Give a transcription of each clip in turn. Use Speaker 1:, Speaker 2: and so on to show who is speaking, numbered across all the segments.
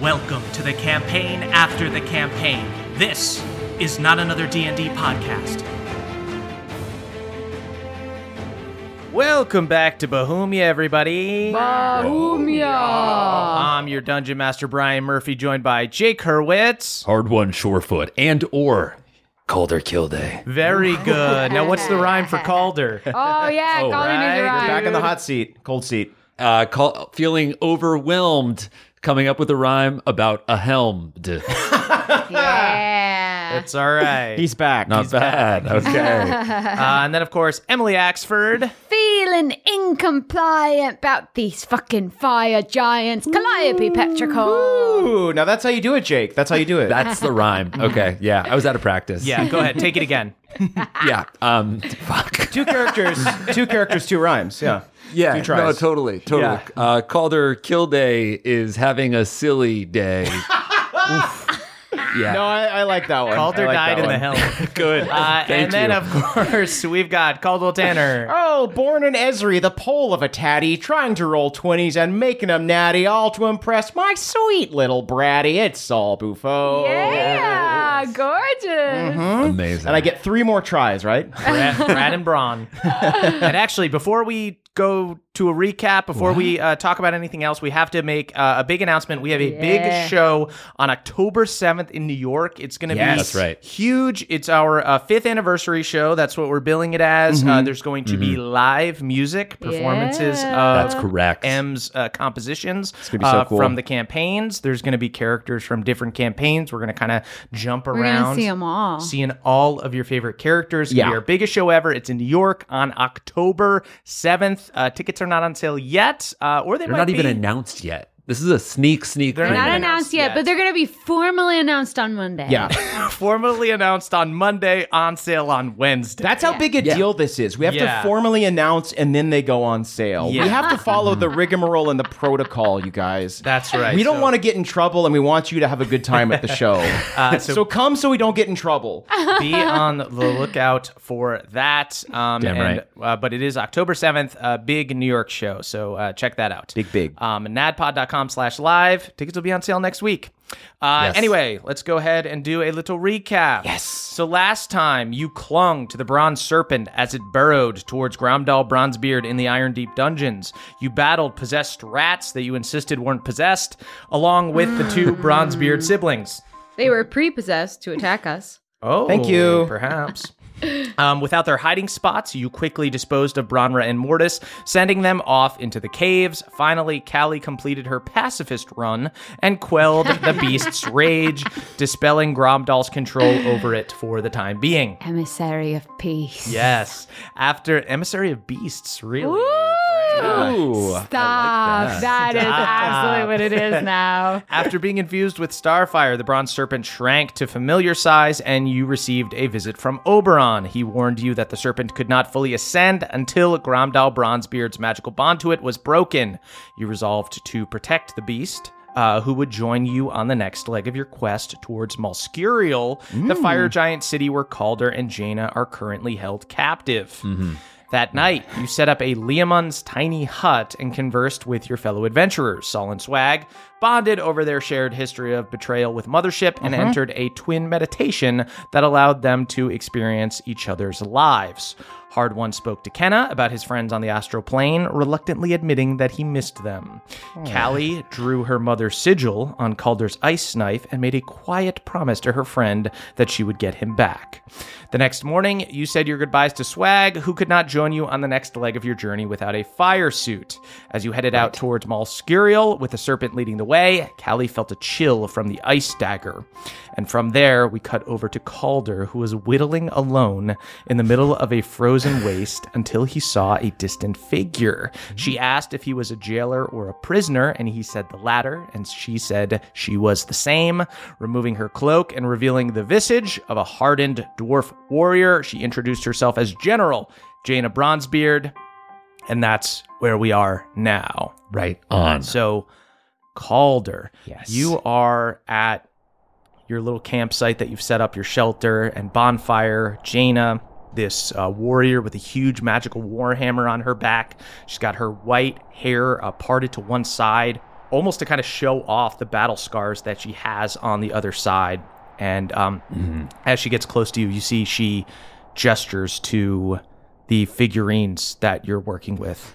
Speaker 1: Welcome to the campaign after the campaign. This is not another D&D podcast.
Speaker 2: Welcome back to Bohemia, everybody.
Speaker 3: Bohemia.
Speaker 2: I'm your dungeon master Brian Murphy, joined by Jake Hurwitz.
Speaker 4: Hard one, Surefoot, and or Calder Kill Day.
Speaker 2: Very good. Uh, Now, what's the rhyme for Calder?
Speaker 3: Oh yeah,
Speaker 4: Oh,
Speaker 3: Colin
Speaker 2: right.
Speaker 3: is
Speaker 2: We're
Speaker 3: right.
Speaker 5: Back in the hot seat, cold seat.
Speaker 4: Uh, call, feeling overwhelmed, coming up with a rhyme about a helm.
Speaker 3: Yeah.
Speaker 2: It's all right.
Speaker 5: He's back.
Speaker 4: Not
Speaker 5: He's
Speaker 4: bad. Okay.
Speaker 2: uh, and then, of course, Emily Axford.
Speaker 3: Feeling incompliant about these fucking fire giants, Calliope Petrichor.
Speaker 5: Ooh, now that's how you do it, Jake. That's how you do it.
Speaker 4: That's the rhyme. Okay. Yeah. I was out of practice.
Speaker 2: Yeah, go ahead. Take it again.
Speaker 4: Yeah. Um, fuck.
Speaker 5: two characters, two characters, two rhymes. Yeah.
Speaker 4: Yeah.
Speaker 5: Two tries.
Speaker 4: No, totally. Totally.
Speaker 5: Yeah.
Speaker 4: Uh, Calder Kill Day is having a silly day. Yeah.
Speaker 5: No, I, I like that one.
Speaker 2: Calder
Speaker 5: I like
Speaker 2: died
Speaker 5: that
Speaker 2: in
Speaker 5: one.
Speaker 2: the helm.
Speaker 4: Good.
Speaker 2: Uh,
Speaker 4: Thank
Speaker 2: and then,
Speaker 4: you.
Speaker 2: of course, we've got Caldwell Tanner.
Speaker 5: Oh, born in Esri, the pole of a tatty, trying to roll 20s and making 'em natty, all to impress my sweet little bratty. It's Saul Buffo.
Speaker 3: Yeah, gorgeous.
Speaker 4: Amazing.
Speaker 5: And I get three more tries, right?
Speaker 2: Brad, Brad and Braun. and actually, before we go to a recap, before we uh, talk about anything else, we have to make uh, a big announcement. We have a
Speaker 3: Yeah.
Speaker 2: big show on October 7th in New York. It's going to
Speaker 5: Yes.
Speaker 2: be
Speaker 5: That's
Speaker 4: right.
Speaker 2: huge. It's our uh, fifth anniversary show. That's what we're billing it as.
Speaker 5: Mm-hmm.
Speaker 2: Uh, there's going to be live music performances
Speaker 3: Yeah.
Speaker 2: of
Speaker 4: That's correct.
Speaker 2: M's uh, compositions
Speaker 5: gonna be so
Speaker 2: uh,
Speaker 5: cool.
Speaker 2: from the campaigns. There's going to be characters from different campaigns. We're going to kind of jump
Speaker 3: We're gonna
Speaker 2: around
Speaker 3: see them all.
Speaker 2: seeing all of your favorite characters. It's gonna
Speaker 5: Yeah.
Speaker 2: be our biggest show ever. It's in New York on October 7th. Uh, tickets are not on sale yet, uh, or they
Speaker 4: They're
Speaker 2: might
Speaker 4: not even
Speaker 2: be.
Speaker 4: announced yet. This is a sneak, sneak.
Speaker 2: They're
Speaker 3: Not
Speaker 2: Not
Speaker 4: preview.
Speaker 3: announced
Speaker 2: announced
Speaker 3: yet,
Speaker 2: yet.
Speaker 3: but they're gonna be formally announced on Monday.
Speaker 5: Yeah.
Speaker 2: formally announced on Monday, on sale on Wednesday.
Speaker 5: That's how big a deal this is. We have
Speaker 2: Yeah.
Speaker 5: to formally announce and then they go on sale.
Speaker 2: Yeah. Mm-hmm.
Speaker 5: We have to follow the rigmarole and the protocol, you guys.
Speaker 2: That's right.
Speaker 5: we don't
Speaker 2: So-
Speaker 5: want to get in trouble and we want you to have a good time at the show. so,
Speaker 2: Uh, so-
Speaker 5: come so we don't get in trouble.
Speaker 2: be on the lookout for that. Um,
Speaker 4: Damn
Speaker 2: and,
Speaker 4: right.
Speaker 2: uh, but it is October 7th, a big New York show. So uh, check that out.
Speaker 5: Big, big.
Speaker 2: Um, nadpod.com slash live. Tickets will be on sale next week. Uh,
Speaker 4: Yes.
Speaker 2: Anyway, let's go ahead and do a little recap. Yes. So last time you clung to the bronze serpent as it burrowed towards Gromdal Bronzebeard in the Iron Deep dungeons. You battled possessed rats that you insisted weren't possessed, along with the two Bronzebeard siblings.
Speaker 3: They were prepossessed to attack us.
Speaker 2: Oh,
Speaker 5: Thank you.
Speaker 2: Perhaps. Um, without their hiding spots, you quickly disposed of Bronra and Mortis, sending them off into the caves. Finally, Callie completed her pacifist run and quelled the beast's rage, dispelling Gromdal's control over it for the time being.
Speaker 3: Emissary of peace.
Speaker 2: Yes. After Emissary of Beasts, really.
Speaker 3: Woo!
Speaker 6: Ooh,
Speaker 7: Stop. that is absolutely what it is now.
Speaker 2: After being infused with starfire, the bronze serpent shrank to familiar size, and you received a visit from Oberon. He warned you that the serpent could not fully ascend until Gromdal Bronzebeard's magical bond to it was broken. You resolved to protect the beast. Uh, who would join you on the next leg of your quest towards Malskurial, the fire giant city where Calder and Jaina are currently held captive? That night, you set up a Liamon's tiny hut and conversed with your fellow adventurers. Sol and Swag bonded over their shared history of betrayal with Mothership and entered a twin meditation that allowed them to experience each other's lives. Hard One spoke to Kenna about his friends on the astral plane, reluctantly admitting that he missed them. Callie drew her mother's sigil on Calder's ice knife and made a quiet promise to her friend that she would get him back. The next morning, you said your goodbyes to Swag, who could not join you on the next leg of your journey without a fire suit. As you headed out towards Malskurial, with the serpent leading the way, Callie felt a chill from the ice dagger. And from there, we cut over to Calder, who was whittling alone in the middle of a frozen waste until he saw a distant figure. She asked if he was a jailer or a prisoner, and he said the latter, and she said she was the same. Removing her cloak and revealing the visage of a hardened dwarf warrior, she introduced herself as General Jaina Bronzebeard, and that's where we are now.
Speaker 6: right on.
Speaker 2: So, Calder,
Speaker 4: Yes.
Speaker 2: you are at your little campsite that you've set up, your shelter and bonfire. Jaina, this uh, warrior with a huge magical warhammer on her back. She's got her white hair uh, parted to one side, almost to kind of show off the battle scars that she has on the other side. And um, as she gets close to you, you see she gestures to the figurines that you're working with.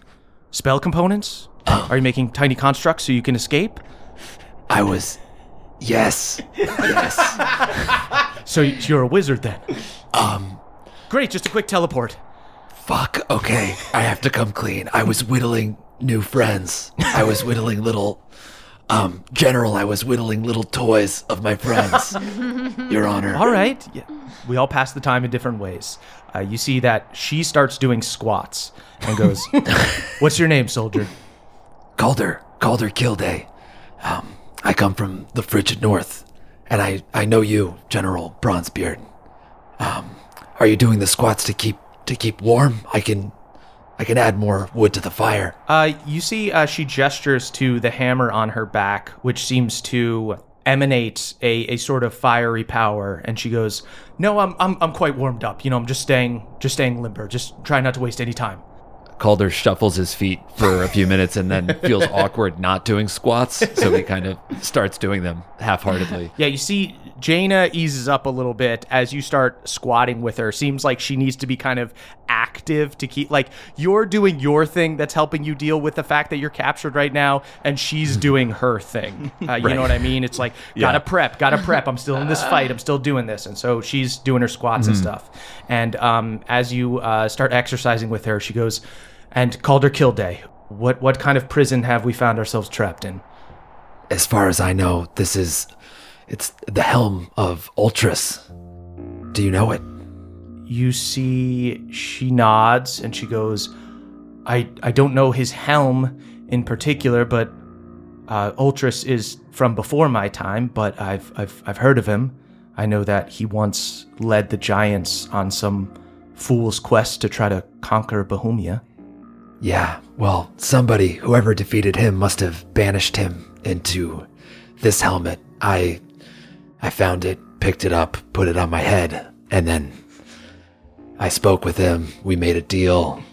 Speaker 2: Spell components? Are you making tiny constructs so you can escape?
Speaker 8: I was. Yes. Yes.
Speaker 2: So you're a wizard then? Um. Great, just a quick teleport.
Speaker 8: Fuck. Okay. I have to come clean. I was whittling new friends. I was whittling little. Um, General, I was whittling little toys of my friends. Your Honor.
Speaker 2: All right. Yeah. We all pass the time in different ways. Uh, you see that she starts doing squats and goes, What's your name, soldier?
Speaker 8: Calder, Calder Kilday. Um, I come from the frigid north, and I, I know you, General Bronzebeard. Um, are you doing the squats to keep to keep warm? I can I can add more wood to the fire.
Speaker 2: Uh, you see, uh, she gestures to the hammer on her back, which seems to emanate a, a sort of fiery power. And she goes, "No, I'm, I'm I'm quite warmed up. You know, I'm just staying just staying limber. Just try not to waste any time."
Speaker 6: Calder shuffles his feet for a few minutes and then feels awkward not doing squats, so he kind of starts doing them half-heartedly.
Speaker 2: Yeah, you see, Jaina eases up a little bit as you start squatting with her. Seems like she needs to be kind of active to keep, like, you're doing your thing that's helping you deal with the fact that you're captured right now, and she's doing her thing. Uh, You know what I mean? It's like, gotta prep, gotta prep. I'm still in this fight, I'm still doing this. And so she's doing her squats and stuff. And um, as you uh, start exercising with her, she goes, and Calder Kilday, what, what kind of prison have we found ourselves trapped in?
Speaker 8: As far as I know, this is it's the helm of Ultras. Do you know it?
Speaker 2: you see she nods and she goes i i don't know his helm in particular but uh ultras is from before my time but i've i've i've heard of him i know that he once led the giants on some fool's quest to try to conquer bohemia
Speaker 8: Yeah, well, somebody, whoever defeated him, must have banished him into this helmet. I, I found it, picked it up, put it on my head, and then I spoke with him. We made a deal.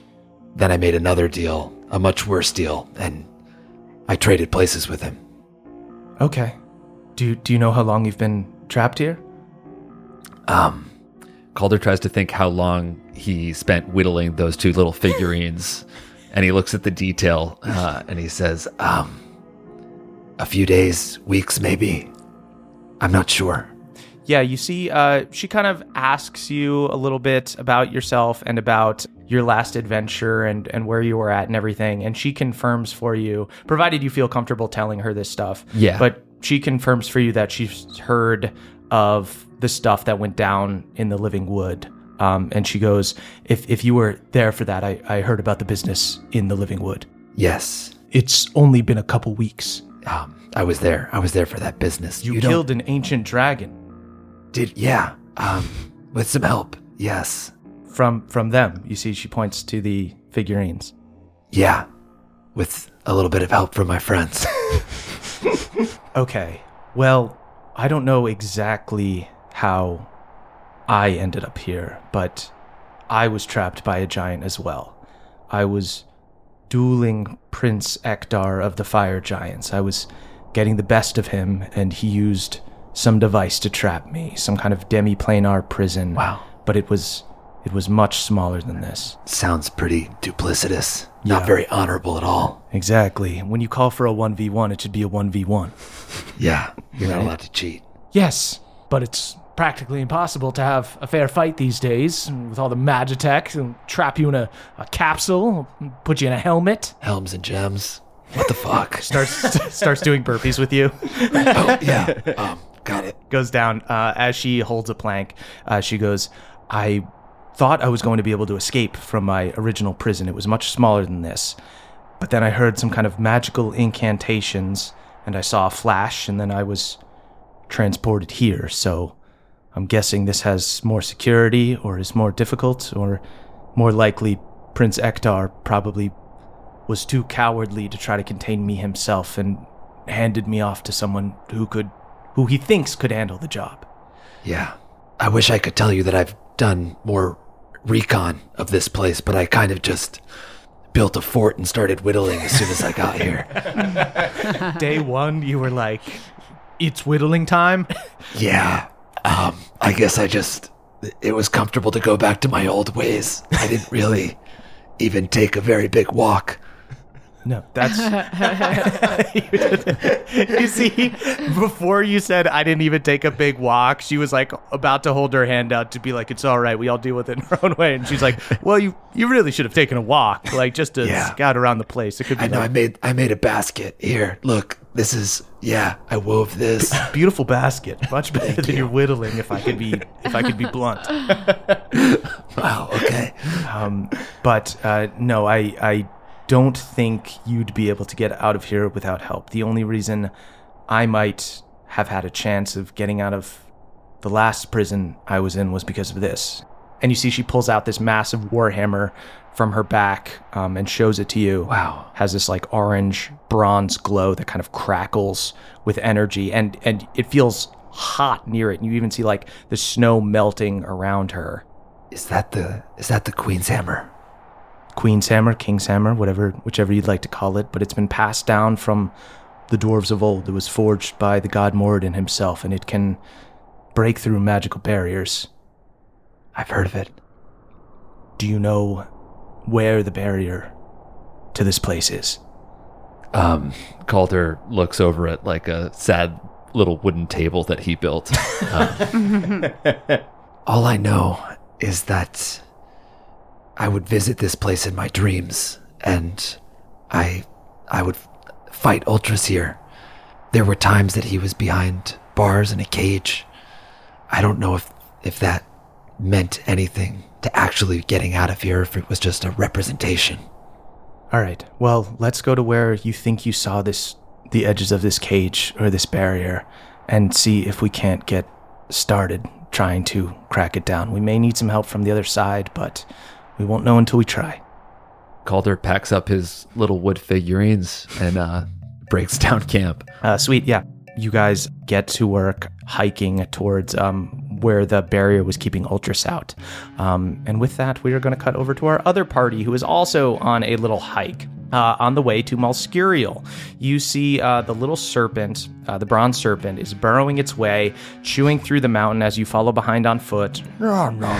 Speaker 8: Then I made another deal, a much worse deal, and I traded places with him.
Speaker 2: okay do do you know how long you've been trapped here
Speaker 8: Um,
Speaker 6: Calder tries to think how long he spent whittling those two little figurines, and he looks at the detail uh, and he says,
Speaker 8: um, a few days, weeks, maybe. I'm not sure.
Speaker 2: Yeah, you see, uh, she kind of asks you a little bit about yourself and about your last adventure and, and where you were at and everything. And she confirms for you, provided you feel comfortable telling her this stuff.
Speaker 6: Yeah.
Speaker 2: But she confirms for you that she's heard of the stuff that went down in the living wood. Um, and she goes, if, if you were there for that, I, I heard about the business in the living wood.
Speaker 8: Yes.
Speaker 1: It's only been a couple weeks.
Speaker 8: Um, I was there. I was there for that business.
Speaker 2: You,
Speaker 8: don't-
Speaker 2: killed an ancient dragon
Speaker 8: Did yeah. Um, with some help. Yes.
Speaker 2: from from them. You see, she points to the figurines.
Speaker 8: Yeah. With a little bit of help from my friends.
Speaker 2: Okay. Well, I don't know exactly how I ended up here, but I was trapped by a giant as well. I was dueling Prince Ektar of the Fire Giants. I was getting the best of him, and he used some device to trap me, some kind of demi-planar prison.
Speaker 8: Wow.
Speaker 2: But it was it was much smaller than this.
Speaker 8: Sounds pretty duplicitous. Not very honorable at all.
Speaker 2: Exactly. When you call for a 1v1, it should be a 1v1.
Speaker 8: Yeah. You're not allowed to cheat.
Speaker 9: Yes, but it's practically impossible to have a fair fight these days with all the magitech. They'll trap you in a, a capsule, put you in a helmet.
Speaker 8: Helms and gems. What the fuck?
Speaker 2: Starts starts doing burpees with you.
Speaker 8: oh yeah. Um, got it.
Speaker 2: goes down uh, as she holds a plank. Uh, she goes, I thought I was going to be able to escape from my original prison. It was much smaller than this. But then I heard some kind of magical incantations and I saw a flash and then I was transported here. So I'm guessing this has more security or is more difficult or more likely Prince Ektar probably was too cowardly to try to contain me himself and handed me off to someone who could who he thinks could handle the job.
Speaker 8: Yeah. I wish I could tell you that I've done more recon of this place, but I kind of just built a fort and started whittling as soon as I got here.
Speaker 2: Day one, you were like, it's whittling time.
Speaker 8: Yeah. Um, I guess I just it was comfortable to go back to my old ways. I didn't really even take a very big walk.
Speaker 2: No, that's. you see, before you said I didn't even take a big walk, she was like about to hold her hand out to be like, it's all right, we all deal with it in our own way. And she's like, well, you, you really should have taken a walk, like just to
Speaker 8: Yeah.
Speaker 2: scout around the place. It could be
Speaker 8: I know I
Speaker 2: like,
Speaker 8: made I made a basket. Here, look. This is yeah, I wove this.
Speaker 2: beautiful basket, much better than your whittling. If I could be, if I could be blunt.
Speaker 8: Wow, okay.
Speaker 2: Um, but uh, no, I, I don't think you'd be able to get out of here without help. The only reason I might have had a chance of getting out of the last prison I was in was because of this. And you see, she pulls out this massive warhammer from her back um, and shows it to you.
Speaker 8: Wow.
Speaker 2: Has this like orange bronze glow that kind of crackles with energy, and and it feels hot near it. And you even see like the snow melting around her.
Speaker 8: Is that the is that the Queen's hammer?
Speaker 2: Queen's Hammer, King's Hammer, whatever, whichever you'd like to call it, but it's been passed down from the dwarves of old. It was forged by the god Moradin himself, and it can break through magical barriers.
Speaker 8: I've heard of it.
Speaker 2: Do you know where the barrier to this place is?
Speaker 6: Um, Calder looks over at like a sad little wooden table that he built. Um,
Speaker 8: All I know is that I would visit this place in my dreams, and I I would fight Ultras here. There were times that he was behind bars in a cage. I don't know if if that meant anything to actually getting out of here, if it was just a representation.
Speaker 2: All right. Well, let's go to where you think you saw this the edges of this cage or this barrier and see if we can't get started trying to crack it down. We may need some help from the other side, but we won't know until we try.
Speaker 6: Calder packs up his little wood figurines and uh, breaks down camp.
Speaker 2: Uh, sweet, yeah. You guys get to work hiking towards um, where the barrier was keeping Ultras out. Um, and with that, we are going to cut over to our other party, who is also on a little hike. Uh, on the way to Malskurial, you see uh, the little serpent, uh, the bronze serpent, is burrowing its way, chewing through the mountain as you follow behind on foot.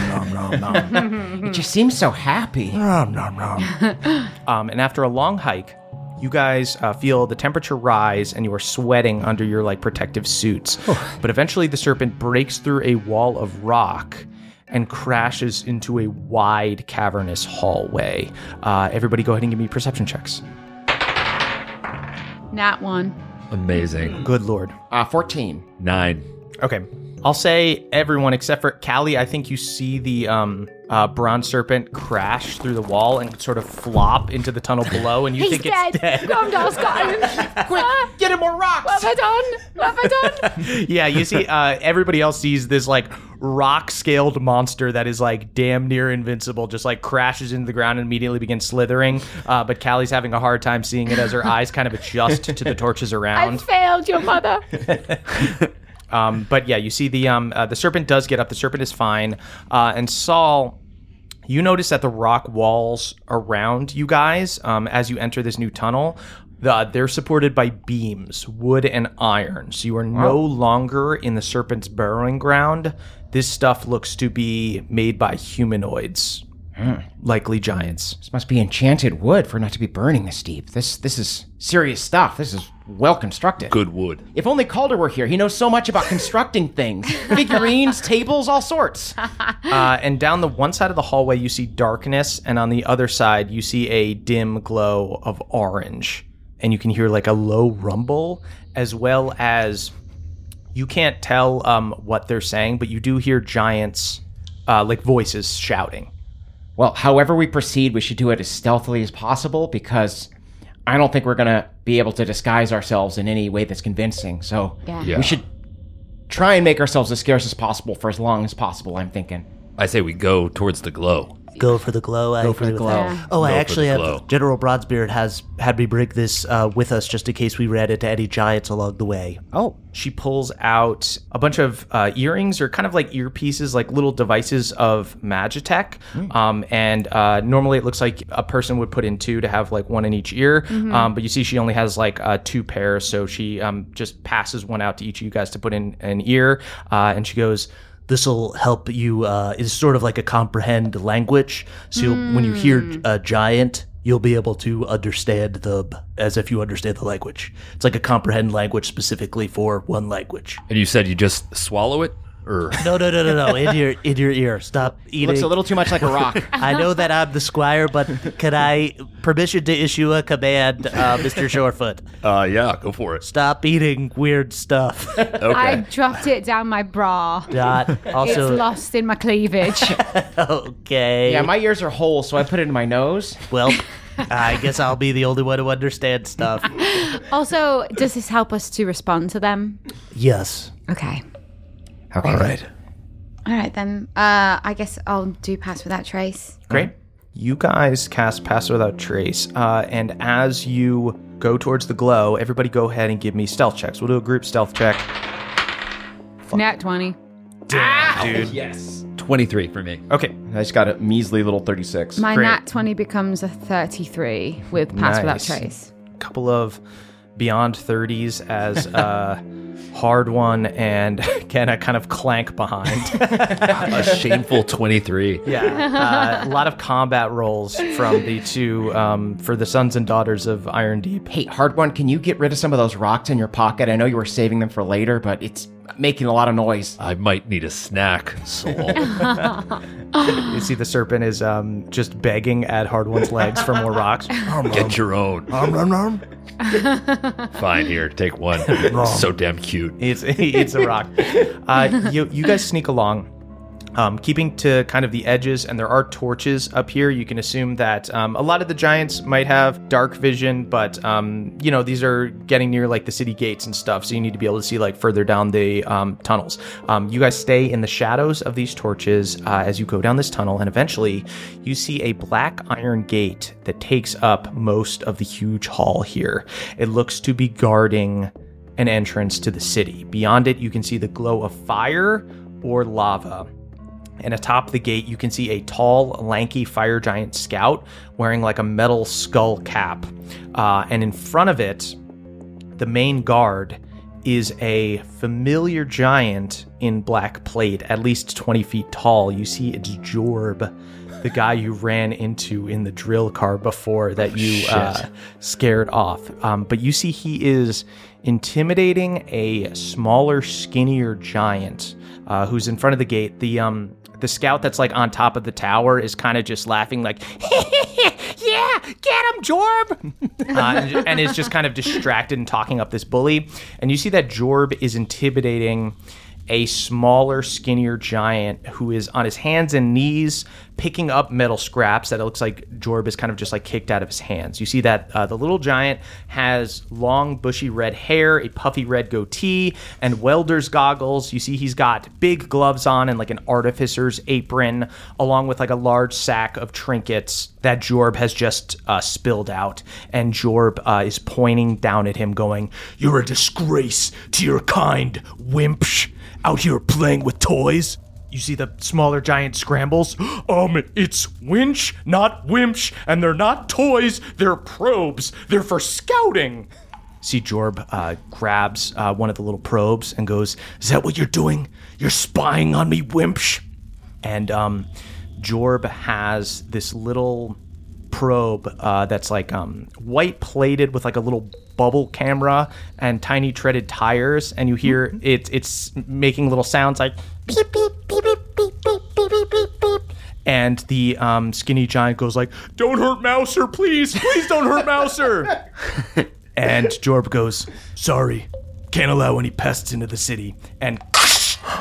Speaker 5: It just seems so happy.
Speaker 2: Um, and after a long hike, you guys uh, feel the temperature rise and you are sweating under your like protective suits. But eventually, the serpent breaks through a wall of rock and crashes into a wide cavernous hallway. Uh, everybody, go ahead and give me perception checks.
Speaker 7: Nat one.
Speaker 6: Amazing.
Speaker 2: Good lord.
Speaker 5: Uh, 14.
Speaker 6: Nine.
Speaker 2: Okay. I'll say everyone except for Callie. I think you see the um, uh, bronze serpent crash through the wall and sort of flop into the tunnel below, and you
Speaker 7: He's
Speaker 2: think
Speaker 7: dead.
Speaker 2: it's dead.
Speaker 7: Gromdal's got him. Quick,
Speaker 2: Get him more
Speaker 7: what
Speaker 2: rocks.
Speaker 7: have I done? What have I done?
Speaker 2: yeah, you see, uh, everybody else sees this like rock scaled monster that is like damn near invincible, just like crashes into the ground and immediately begins slithering. Uh, but Callie's having a hard time seeing it as her eyes kind of adjust to the torches
Speaker 7: I
Speaker 2: around.
Speaker 7: failed your mother.
Speaker 2: Um, but yeah, you see the um, uh, the serpent does get up. The serpent is fine, uh, and Saul. You notice that the rock walls around you guys, um, as you enter this new tunnel, the, they're supported by beams, wood, and iron. So you are no longer in the serpent's burrowing ground. This stuff looks to be made by humanoids, likely giants.
Speaker 5: This must be enchanted wood for not to be burning this deep. This this is serious stuff. This is well constructed.
Speaker 6: Good wood.
Speaker 5: If only Calder were here. He knows so much about constructing things. Figurines, tables, all sorts.
Speaker 2: Uh, and down the one side of the hallway, you see darkness, and on the other side, you see a dim glow of orange. And you can hear like a low rumble, as well as you can't tell um, what they're saying, but you do hear giants, uh, like voices shouting.
Speaker 5: Well, however we proceed, we should do it as stealthily as possible because I don't think we're gonna be able to disguise ourselves in any way that's convincing. So
Speaker 7: Yeah.
Speaker 6: Yeah.
Speaker 5: we should try and make ourselves as scarce as possible for as long as possible. I'm thinking.
Speaker 6: I say we go towards the glow.
Speaker 10: Go for the glow. I Go
Speaker 5: for the glow.
Speaker 7: Yeah.
Speaker 10: Oh, I
Speaker 6: Go for
Speaker 10: actually
Speaker 6: the
Speaker 10: have
Speaker 6: glow.
Speaker 10: General Broadsbeard has had me bring this uh, with us just in case we ran into any giants along the way.
Speaker 5: Oh,
Speaker 2: she pulls out a bunch of uh, earrings or kind of like earpieces, like little devices of Magitech. Um, and uh, normally it looks like a person would put in two to have like one in each ear. Um, but you see, she only has like uh, two pairs. So she um, just passes one out to each of you guys to put in an ear. Uh, and she goes,
Speaker 10: This will help you. Uh, it's sort of like a comprehend language. So you'll, when you hear a giant, you'll be able to understand the as if you understand the language. It's like a comprehend language specifically for one language.
Speaker 6: And you said you just swallow it, or
Speaker 10: No, no, no, no, no. In your in your ear. Stop eating.
Speaker 5: looks a little too much like a rock.
Speaker 10: I know that I'm the squire, but can I permission to issue a command, uh, Mr. Shorefoot?
Speaker 6: uh, yeah, go for it.
Speaker 10: Stop eating weird stuff.
Speaker 6: Okay.
Speaker 7: I dropped it down my bra.
Speaker 10: Dot.
Speaker 7: It's
Speaker 10: Also,
Speaker 7: lost in my cleavage.
Speaker 10: okay.
Speaker 5: yeah, my ears are whole, so I put it in my nose.
Speaker 10: well, I guess I'll be the only one who understands stuff.
Speaker 7: also, does this help us to respond to them?
Speaker 10: Yes.
Speaker 7: Okay.
Speaker 8: All right.
Speaker 7: All right then. Uh, I guess I'll do pass without trace.
Speaker 2: Great. You guys cast Pass Without Trace, uh, and as you go towards the glow, everybody go ahead and give me stealth checks. We'll do a group stealth check.
Speaker 7: Nat twenty.
Speaker 6: Twenty-three for me.
Speaker 2: Okay,
Speaker 11: I just got a measly little 36.
Speaker 7: My
Speaker 2: Great.
Speaker 7: nat twenty becomes a thirty-three with pass without
Speaker 2: Nice.
Speaker 7: trace.
Speaker 2: couple of beyond 30s as uh, hard one and Kenna kind of clank behind.
Speaker 6: A shameful twenty-three.
Speaker 2: yeah, uh, a lot of combat rolls from the two um, for the sons and daughters of Iron Deep.
Speaker 5: Hey, hard one, can you get rid of some of those rocks in your pocket? I know you were saving them for later, but it's making a lot of noise.
Speaker 6: I might need a snack, soul.
Speaker 2: You see, the serpent is um, just begging at Hard One's legs for more rocks.
Speaker 6: Get your own. Fine, here, take one. so damn cute.
Speaker 2: He eats, he eats a rock. Uh, you, you guys sneak along, um, keeping to kind of the edges, and there are torches up here. You can assume that um, a lot of the giants might have dark vision, but um, you know these are getting near like the city gates and stuff, so you need to be able to see like further down the um, tunnels. Um, you guys stay in the shadows of these torches uh, as you go down this tunnel, and eventually you see a black iron gate that takes up most of the huge hall here. It looks to be guarding an entrance to the city. Beyond it, you can see the glow of fire or lava. And atop the gate, you can see a tall, lanky fire giant scout wearing like a metal skull cap. Uh, and in front of it, the main guard is a familiar giant in black plate, at least 20 feet tall. You see it's Jorb, the guy you ran into in the drill car before that you uh, scared off. Um, but you see he is intimidating a smaller, skinnier giant uh, who's in front of the gate. The um, the scout that's like on top of the tower is kind of just laughing, like, "Yeah, get him, Jorb!" uh, and, and is just kind of distracted and talking up this bully. And you see that Jorb is intimidating a smaller, skinnier giant who is on his hands and knees picking up metal scraps that it looks like Jorb is kind of just like kicked out of his hands. You see that uh, the little giant has long, bushy red hair, a puffy red goatee, and welder's goggles. You see he's got big gloves on and like an artificer's apron, along with like a large sack of trinkets that Jorb has just uh, spilled out. And Jorb uh, is pointing down at him, going,
Speaker 6: You're a disgrace to your kind, wimpsh, out here playing with toys.
Speaker 12: You see the smaller giant scrambles. Um, it's winch, not wimpsh, and they're not toys, they're probes. They're for scouting.
Speaker 2: See, Jorb uh, grabs uh, one of the little probes and goes,
Speaker 6: Is that what you're doing? You're spying on me, wimpsh?
Speaker 2: And um, Jorb has this little probe uh, that's like um, white plated with like a little bubble camera and tiny treaded tires, and you hear it, it's making little sounds like beep beep beep beep beep beep beep beep beep beep. And the um, skinny giant goes like,
Speaker 12: Don't hurt Mouser, please. Please don't hurt Mouser.
Speaker 6: And Jorb goes, Sorry, can't allow any pests into the city.
Speaker 2: And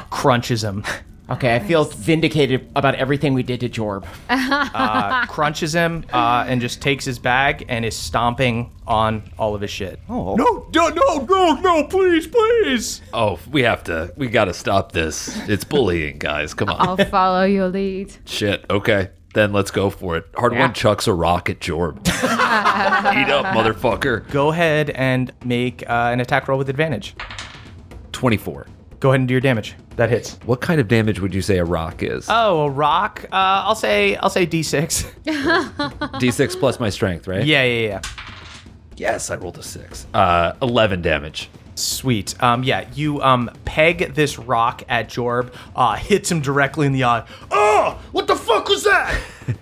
Speaker 2: crunches him.
Speaker 5: Okay, I feel vindicated about everything we did to Jorb.
Speaker 2: uh, crunches him uh, and just takes his bag and is stomping on all of his shit. Oh.
Speaker 12: No, no, no, no, no, please, please.
Speaker 4: Oh, we have to. We got to stop this. It's bullying, guys. Come on.
Speaker 3: I'll follow your lead.
Speaker 4: Shit. Okay. Then let's go for it. Hard one chucks a rock at Jorb. Eat up, motherfucker.
Speaker 2: Go ahead and make uh, an attack roll with advantage.
Speaker 4: 24.
Speaker 2: Go ahead and do your damage. That hits.
Speaker 4: What kind of damage would you say a rock is?
Speaker 2: Oh, a rock. Uh, I'll say I'll say D6.
Speaker 4: D6 plus my strength, right?
Speaker 2: Yeah, yeah, yeah.
Speaker 4: Yes, I rolled a 6. Uh, 11 damage.
Speaker 2: Sweet. Um, yeah, you um, peg this rock at Jorb, uh, hits him directly in the eye.
Speaker 6: Oh, what the fuck was that?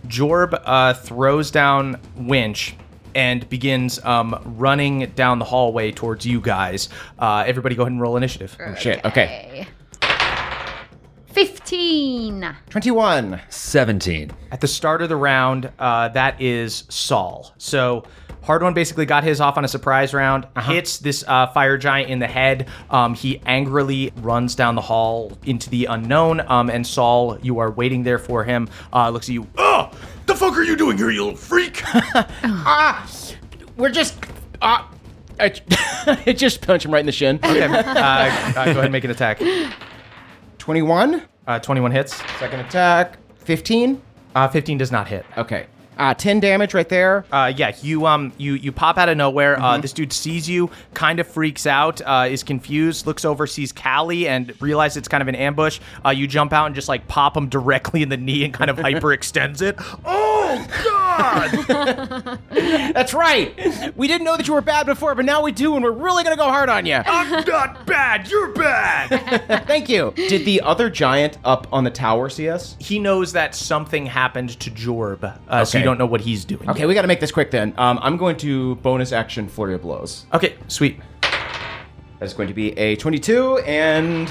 Speaker 2: Jorb uh, throws down Winch and begins um, running down the hallway towards you guys. Uh, everybody, go ahead and roll initiative.
Speaker 5: Oh, shit. Okay.
Speaker 3: 15.
Speaker 5: 21.
Speaker 4: 17.
Speaker 2: At the start of the round, uh, that is Saul. So Hard One basically got his off on a surprise round, hits this uh, fire giant in the head. Um, he angrily runs down the hall into the unknown, um, and Saul, you are waiting there for him, uh, looks at you.
Speaker 6: Oh, the fuck are you doing here, you little freak?
Speaker 5: Ah, we're just. Ah, I, I just punch him right in the shin.
Speaker 2: Okay, uh, uh, go ahead and make an attack.
Speaker 5: 21.
Speaker 2: Uh, 21 hits.
Speaker 5: Second attack. 15.
Speaker 2: Uh, 15 does not hit.
Speaker 5: Okay. Uh, 10 damage right there.
Speaker 2: Uh, yeah, you um, you you pop out of nowhere. Uh, this dude sees you, kind of freaks out, uh, is confused, looks over, sees Callie, and realizes it's kind of an ambush. Uh, you jump out and just like pop him directly in the knee and kind of hyperextends it.
Speaker 6: Oh, God!
Speaker 5: That's right. We didn't know that you were bad before, but now we do, and we're really going to go hard on you.
Speaker 6: I'm not bad, you're bad!
Speaker 5: Thank you. Did the other giant up on the tower see us?
Speaker 2: He knows that something happened to Jorb, uh, so you
Speaker 5: Okay.
Speaker 2: don't know what he's doing.
Speaker 5: Okay, we got to make this quick then. Um, I'm going to bonus action flurry of blows.
Speaker 2: Okay, sweet.
Speaker 5: That is going to be a 22 and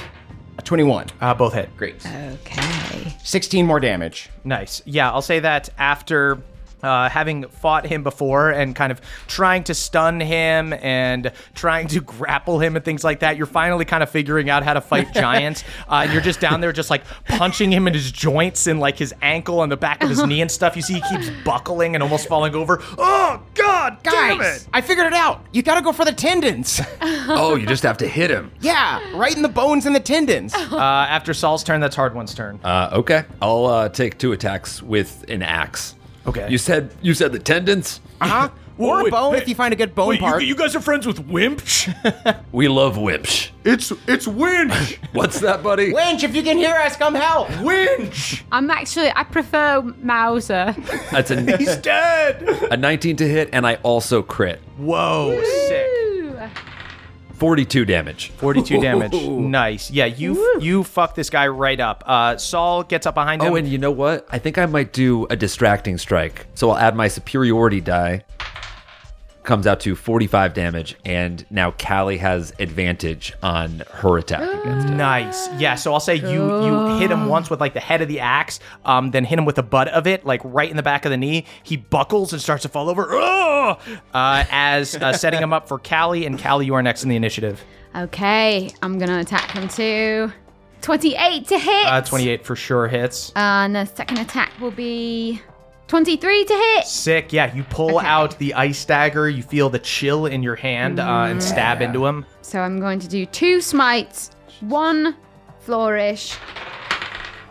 Speaker 5: a 21.
Speaker 2: Uh, both hit.
Speaker 5: Great.
Speaker 3: Okay.
Speaker 5: 16 more damage.
Speaker 2: Nice. Yeah, I'll say that after uh, having fought him before and kind of trying to stun him and trying to grapple him and things like that, you're finally kind of figuring out how to fight giants. Uh, and you're just down there, just like punching him in his joints and like his ankle and the back of his knee and stuff. You see, he keeps buckling and almost falling over.
Speaker 6: Oh, God damn it!
Speaker 5: I figured it out. You got to go for the tendons.
Speaker 4: Oh, you just have to hit him.
Speaker 5: yeah, right in the bones and the tendons.
Speaker 2: Uh, after Saul's turn, that's Hard One's turn.
Speaker 4: Uh, okay. I'll uh, take two attacks with an axe.
Speaker 2: Okay.
Speaker 4: You said you said the tendons?
Speaker 5: Huh?
Speaker 6: Whoa,
Speaker 5: or a
Speaker 6: wait,
Speaker 5: bone
Speaker 6: hey,
Speaker 5: if you find a good bone
Speaker 6: Wait, you,
Speaker 5: part.
Speaker 6: you guys are friends with Wimpsh?
Speaker 4: We love wimps.
Speaker 6: it's it's Winch!
Speaker 4: What's that, buddy?
Speaker 5: Winch, if you can hear us, come help.
Speaker 6: Winch!
Speaker 3: I'm actually, I prefer Mauser.
Speaker 4: That's a,
Speaker 6: He's dead!
Speaker 4: a 19 to hit, and I also crit.
Speaker 2: Whoa, sick.
Speaker 3: Ooh.
Speaker 4: 42 damage.
Speaker 2: 42 damage. Nice. Yeah, you you fuck this guy right up. Uh, Saul gets up behind him.
Speaker 4: Oh, and you know what? I think I might do a distracting strike. So I'll add my superiority die. Comes out to 45 damage, and now Callie has advantage on her attack against it.
Speaker 2: Nice. Yeah. So I'll say you you hit him once with like the head of the axe, um, then hit him with the butt of it, like right in the back of the knee. He buckles and starts to fall over. Ugh! Uh, as uh, setting him up for Callie, and Callie, you are next in the initiative.
Speaker 3: Okay, I'm going to attack him too. 28 to hit.
Speaker 2: Uh, 28 for sure hits.
Speaker 3: And the second attack will be 23 to hit.
Speaker 2: Sick. Yeah, you pull out the ice dagger. You feel the chill in your hand uh, and stab into him.
Speaker 3: So I'm going to do two smites, one flourish.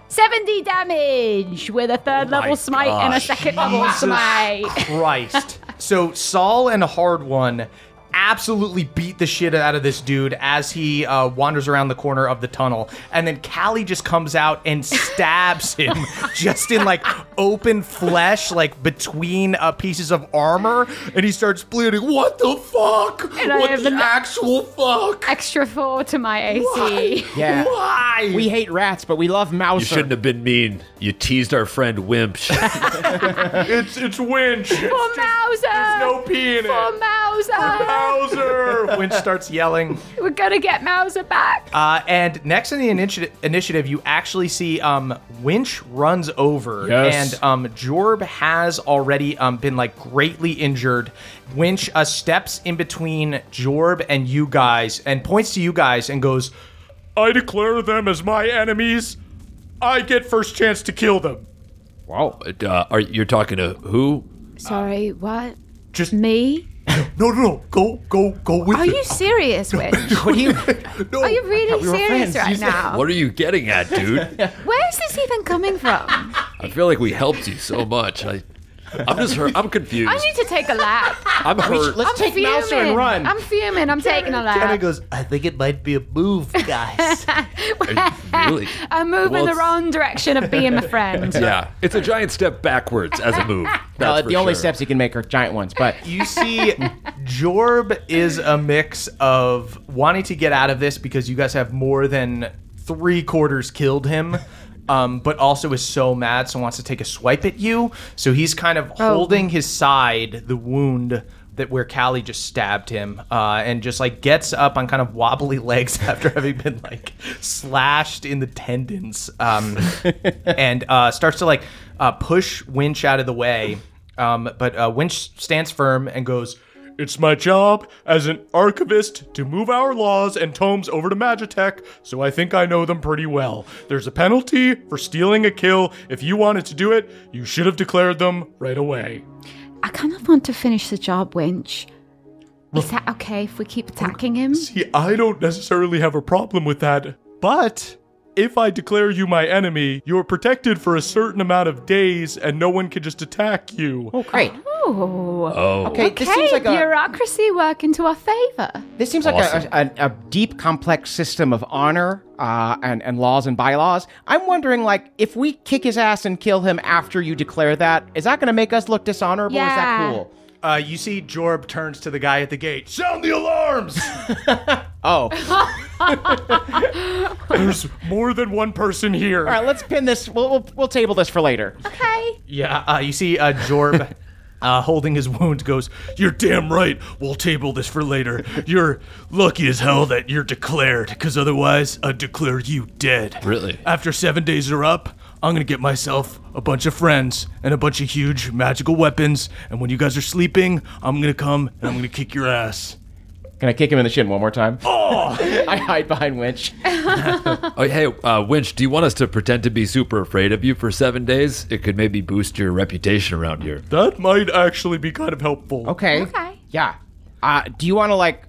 Speaker 3: 70 damage with a third level smite and a
Speaker 2: gosh.
Speaker 3: second level
Speaker 2: Jesus
Speaker 3: smite.
Speaker 2: Christ. so Saul and Hard One absolutely beat the shit out of this dude as he uh, wanders around the corner of the tunnel. And then Callie just comes out and stabs him just in like open flesh, like between uh, pieces of armor. And he starts bleeding. What the fuck?
Speaker 3: And I
Speaker 2: what
Speaker 3: have
Speaker 2: the
Speaker 3: an
Speaker 2: actual fuck?
Speaker 3: Extra four to my AC.
Speaker 6: Yeah.
Speaker 2: Why?
Speaker 5: We hate rats, but we love
Speaker 6: You
Speaker 5: Mouser.
Speaker 6: shouldn't have been mean. You teased our friend Wimp.
Speaker 2: it's it's winch.
Speaker 3: For Mauser! There's
Speaker 2: no pee in it.
Speaker 3: For Mauser!
Speaker 2: Mauser! Winch starts yelling.
Speaker 3: We're gonna get Mauser back.
Speaker 2: Uh, and next in the initi- initiative, you actually see um, Winch runs over,
Speaker 5: Yes.
Speaker 2: and um, Jorb has already um, been like greatly injured. Winch uh, steps in between Jorb and you guys, and points to you guys and goes, "I declare them as my enemies. I get first chance to kill them."
Speaker 6: wow. Uh, are, you're talking to who?
Speaker 3: Sorry, what?
Speaker 2: Just
Speaker 3: me?
Speaker 2: No, no, no. Go, go, go with
Speaker 3: Are you serious, Witch?
Speaker 6: What are you?
Speaker 3: Are you really serious right now?
Speaker 6: What are you getting at, dude?
Speaker 3: Where is this even coming from?
Speaker 6: I feel like we helped you so much. I, I'm just hurt. I'm confused.
Speaker 3: I need to take a lap.
Speaker 6: I'm hurt.
Speaker 3: I'm fuming. I'm fuming. I'm taking
Speaker 10: Jenna
Speaker 3: a lap.
Speaker 10: goes, I think it might be a move, guys.
Speaker 6: really?
Speaker 3: I'm moving
Speaker 6: Well,
Speaker 3: the
Speaker 6: it's-
Speaker 3: wrong direction of being a friend.
Speaker 6: yeah, it's a giant step backwards as a move.
Speaker 5: No,
Speaker 6: That's
Speaker 5: uh, the only
Speaker 6: step.
Speaker 5: steps you can make are giant ones, but
Speaker 2: you see Jorb is a mix of wanting to get out of this because you guys have more than three quarters killed him. Um, but also is so mad, so wants to take a swipe at you. So he's kind of
Speaker 5: Oh.
Speaker 2: holding his side, the wound that where Callie just stabbed him, uh, and just like gets up on kind of wobbly legs after having been like slashed in the tendons, um, and uh, starts to like uh, push Winch out of the way. Um, but uh, Winch stands firm and goes, It's my job as an archivist to move our laws and tomes over to Magitech, so I think I know them pretty well. There's a penalty for stealing a kill. If you wanted to do it, you should have declared them right away.
Speaker 3: I kind of want to finish the job, Winch. Is that okay if we keep attacking him?
Speaker 12: See, I don't necessarily have a problem with that, but if I declare you my enemy, you're protected for a certain amount of days and no one can just attack you.
Speaker 5: Oh, great.
Speaker 3: Oh.
Speaker 12: Oh.
Speaker 5: Okay, this seems like a-
Speaker 3: bureaucracy working to our favor.
Speaker 5: This seems like a, a, a deep, complex system of honor uh, and, and laws and bylaws. I'm wondering, like, if we kick his ass and kill him after you declare that, is that going to make us look dishonorable? Is that
Speaker 2: Yeah.
Speaker 5: cool?
Speaker 2: Uh, you see, Jorb turns to the guy at the gate. Sound the alarms!
Speaker 5: oh.
Speaker 12: There's more than one person here.
Speaker 5: All right, let's pin this. We'll, we'll, we'll table this for later.
Speaker 3: Okay.
Speaker 2: Yeah, uh, you see uh, Jorb uh, holding his wound goes,
Speaker 12: You're damn right. We'll table this for later. You're lucky as hell that you're declared, because otherwise, I'd declare you dead.
Speaker 6: Really?
Speaker 12: After seven days are up, I'm gonna get myself a bunch of friends and a bunch of huge magical weapons, and when you guys are sleeping, I'm gonna come and I'm gonna kick your ass.
Speaker 5: Can I kick him in the shin one more time?
Speaker 12: Oh!
Speaker 5: I hide behind Winch.
Speaker 6: Oh, hey, uh, Winch, do you want us to pretend to be super afraid of you for seven days? It could maybe boost your reputation around here.
Speaker 12: That might actually be kind of helpful.
Speaker 5: Okay. Okay. Yeah. Uh, do you want to like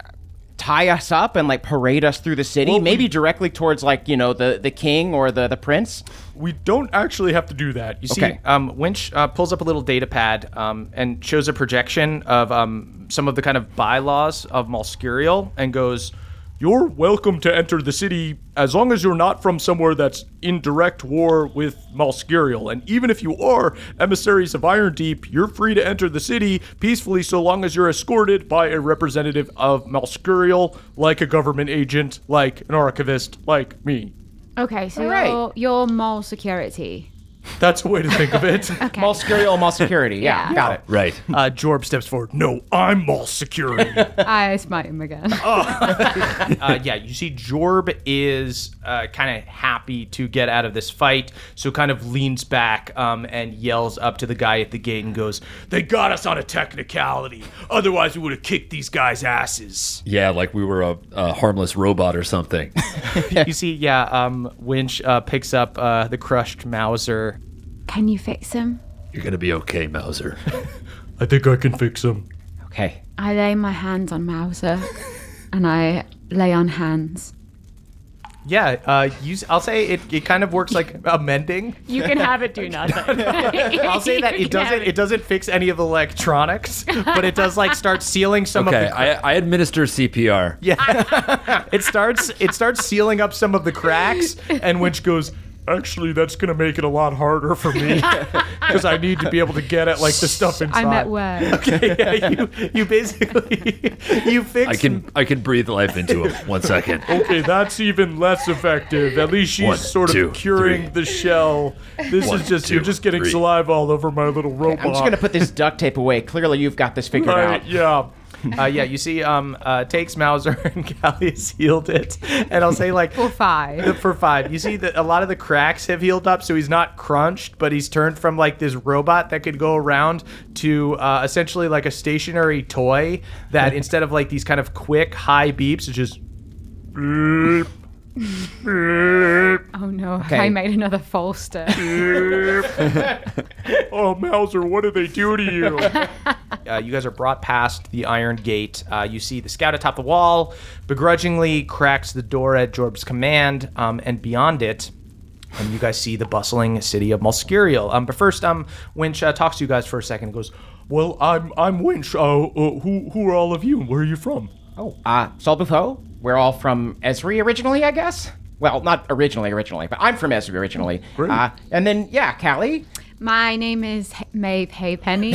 Speaker 5: tie us up and like parade us through the city? Maybe directly towards like you know the the king or the the prince.
Speaker 12: We don't actually have to do that.
Speaker 2: You see, um, Winch uh, pulls up a little data pad um, and shows a projection of um, some of the kind of bylaws of Malskurial and goes,
Speaker 12: You're welcome to enter the city as long as you're not from somewhere that's in direct war with Malskurial. And even if you are emissaries of Iron Deep, you're free to enter the city peacefully so long as you're escorted by a representative of Malskurial, like a government agent, like an archivist, like me.
Speaker 3: Okay, so
Speaker 5: All right.
Speaker 3: you're, you're mole security.
Speaker 12: That's a way to think of it.
Speaker 3: okay.
Speaker 12: Mall security,
Speaker 5: mall security.
Speaker 3: Yeah, Yeah. got it.
Speaker 6: Right.
Speaker 12: Uh, Jorb steps forward. No, I'm mall security.
Speaker 3: I smite him again.
Speaker 2: uh, yeah, you see, Jorb is uh, kind of happy to get out of this fight, so kind of leans back um, and yells up to the guy at the gate and goes,
Speaker 12: they got us on a technicality. Otherwise, we would have kicked these guys' asses.
Speaker 6: Yeah, like we were a, a harmless robot or something.
Speaker 2: you see, yeah, um, Winch uh, picks up uh, the crushed Mauser.
Speaker 3: Can you fix him?
Speaker 6: You're gonna be okay, Mauser.
Speaker 12: I think I can fix him.
Speaker 5: Okay.
Speaker 3: I lay my hands on Mauser, and I lay on hands.
Speaker 2: Yeah, uh, you, s- I'll say it, it kind of works like a mending.
Speaker 7: You can have it do nothing.
Speaker 2: I'll say that
Speaker 7: You
Speaker 2: it
Speaker 7: can have
Speaker 2: doesn't it doesn't fix any of the electronics, but it does like start sealing some of
Speaker 6: okay,
Speaker 2: the
Speaker 6: I, I administer CPR.
Speaker 2: it starts it starts sealing up some of the cracks and Winch goes
Speaker 12: Actually, that's going to make it a lot harder for me because I need to be able to get at like the stuff inside.
Speaker 3: I'm at work.
Speaker 2: okay yeah, you, you basically you fix
Speaker 6: I can I can breathe life into him. One second.
Speaker 12: Okay, that's even less effective. At least she's
Speaker 6: One,
Speaker 12: sort of
Speaker 6: two,
Speaker 12: curing the shell. This
Speaker 5: One,
Speaker 12: is just you you're
Speaker 5: two,
Speaker 12: just getting
Speaker 5: three.
Speaker 12: saliva all over my little robot.
Speaker 5: I'm just gonna put this duct tape away. Clearly, you've got this figured
Speaker 2: Right,
Speaker 5: out.
Speaker 12: Yeah.
Speaker 2: uh, yeah, you see, um, uh, takes Mauser and Callie has healed it, and I'll say like for
Speaker 3: five.
Speaker 2: for five, you see that a lot of the cracks have healed up, so he's not crunched, but he's turned from like this robot that could go around to uh, essentially like a stationary toy that instead of like these kind of quick high beeps, it's just beep, beep.
Speaker 3: Oh no,
Speaker 2: Okay.
Speaker 3: I made another Falster.
Speaker 12: oh, Mauser, what do they do to you?
Speaker 2: Uh, you guys are brought past the iron gate. Uh, you see the scout atop the wall, begrudgingly cracks the door at Jorb's command, um, and beyond it, um, you guys see the bustling city of Mulscurial. Um, but first, um, Winch uh, talks to you guys for a second and goes,
Speaker 12: Well, I'm I'm Winch. Uh, uh, who who are all of you? and Where are you from?
Speaker 5: Oh, uh, Solbufo, we're all from Esri originally, I guess. Well, not originally, originally, but I'm from Esri originally.
Speaker 12: Oh,
Speaker 5: Great. Uh, and then, yeah, Callie.
Speaker 3: My name is H- Maeve Haypenny,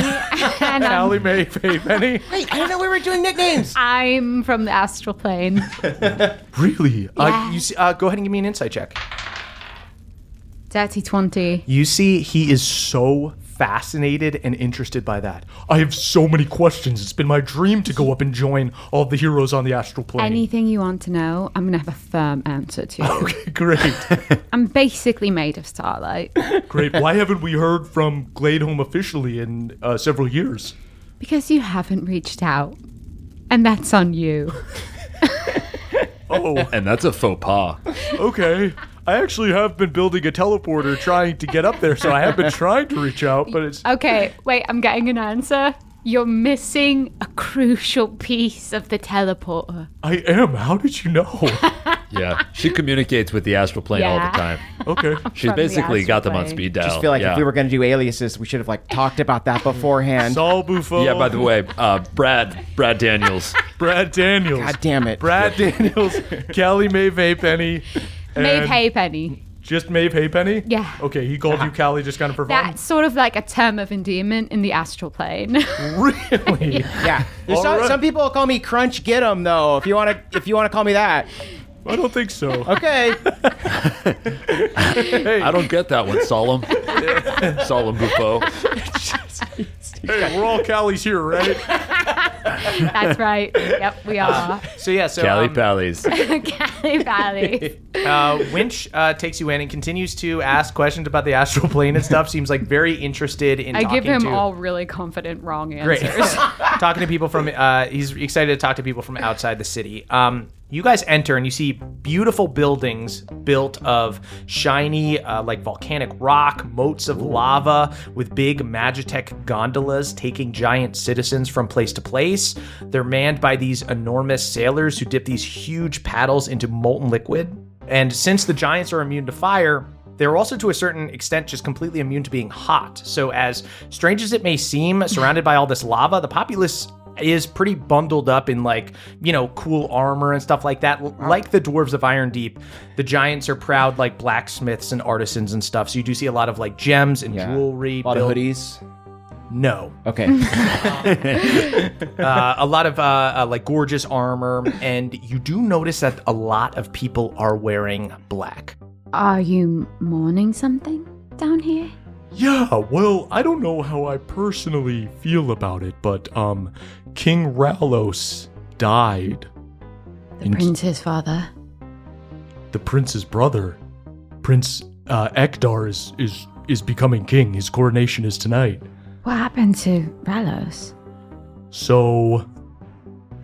Speaker 3: and I'm,
Speaker 12: Callie Mae Faye Penny.
Speaker 5: Hey, I didn't know we were doing nicknames.
Speaker 3: I'm from the astral plane.
Speaker 12: Really?
Speaker 2: uh, you see, uh, "Go ahead and give me an insight check."
Speaker 3: Dirty twenty.
Speaker 2: You see, he is so fascinated and interested by that.
Speaker 12: I have so many questions. It's been my dream to go up and join all the heroes on the astral plane.
Speaker 3: Anything you want to know, I'm gonna have a firm answer to. Okay,
Speaker 12: great.
Speaker 3: I'm basically made of starlight
Speaker 12: Great. Why haven't we heard from Gladeholm officially in uh, several years?
Speaker 3: because you haven't reached out, and that's on you.
Speaker 12: Oh,
Speaker 6: and that's a faux pas.
Speaker 12: Okay. I actually have been building a teleporter trying to get up there, so I have been trying to reach out, but it's
Speaker 3: Okay, wait, I'm getting an answer. You're missing a crucial piece of the teleporter.
Speaker 12: I am. How did you know?
Speaker 6: Yeah, she communicates with the astral plane all
Speaker 3: Yeah.
Speaker 6: the time.
Speaker 12: Okay.
Speaker 6: She's
Speaker 3: From the
Speaker 6: basically
Speaker 3: astral
Speaker 6: got them on
Speaker 3: plane.
Speaker 6: speed
Speaker 5: I
Speaker 6: dial.
Speaker 5: just feel like
Speaker 6: yeah.
Speaker 5: if we were gonna do aliases, we should have like talked about that beforehand.
Speaker 12: Saul Buffo.
Speaker 6: Yeah, by the way, uh, Brad Brad Daniels.
Speaker 12: Brad Daniels.
Speaker 5: God damn it.
Speaker 12: Brad Daniels, Callie Mae Penny.
Speaker 3: Maeve Haypenny.
Speaker 12: Just Maeve Haypenny?
Speaker 3: Yeah.
Speaker 12: Okay, he called you Callie just kind of for fun.
Speaker 3: That's sort of like a term of endearment in the astral plane.
Speaker 12: Really?
Speaker 5: yeah. There's
Speaker 12: All
Speaker 5: some,
Speaker 12: right.
Speaker 5: some people call me Crunch Get 'em though. If you wanna, if you wanna call me that.
Speaker 12: I don't think so.
Speaker 5: Okay.
Speaker 6: I don't get that one, Solemn. Solemn Buffo.
Speaker 12: hey, we're all Callies here, right?
Speaker 3: That's right. Yep, we are.
Speaker 2: So yeah, so
Speaker 6: Callie
Speaker 2: um,
Speaker 6: Pallies.
Speaker 3: Cali Valley.
Speaker 2: uh, Winch uh, takes you in and continues to ask questions about the astral plane and stuff. Seems like very interested in.
Speaker 3: I give
Speaker 2: talking
Speaker 3: him
Speaker 2: to-
Speaker 3: all really confident wrong
Speaker 2: Great.
Speaker 3: answers.
Speaker 2: talking to people from, uh, he's excited to talk to people from outside the city. Um, you guys enter and you see beautiful buildings built of shiny, uh, like volcanic rock, moats of lava, with big Magitech gondolas taking giant citizens from place to place. They're manned by these enormous sailors who dip these huge paddles into molten liquid. And since the giants are immune to fire, they're also to a certain extent just completely immune to being hot. So, as strange as it may seem, surrounded by all this lava, the populace is pretty bundled up in like, you know, cool armor and stuff like that. L- Like the dwarves of Iron Deep, the giants are proud like blacksmiths and artisans and stuff. So, you do see a lot of like gems and jewelry,
Speaker 5: A lot of
Speaker 2: built-
Speaker 5: hoodies.
Speaker 2: No.
Speaker 5: Okay.
Speaker 2: uh, a lot of uh, uh, like gorgeous armor. And you do notice that a lot of people are wearing black.
Speaker 3: Are you mourning something? down here?
Speaker 12: Yeah, well, I don't know how I personally feel about it, but um King Ralos died.
Speaker 3: The prince's father.
Speaker 12: The prince's brother. Prince uh Ekdar is is is becoming king. His coronation is tonight.
Speaker 3: What happened to Ralos?
Speaker 12: So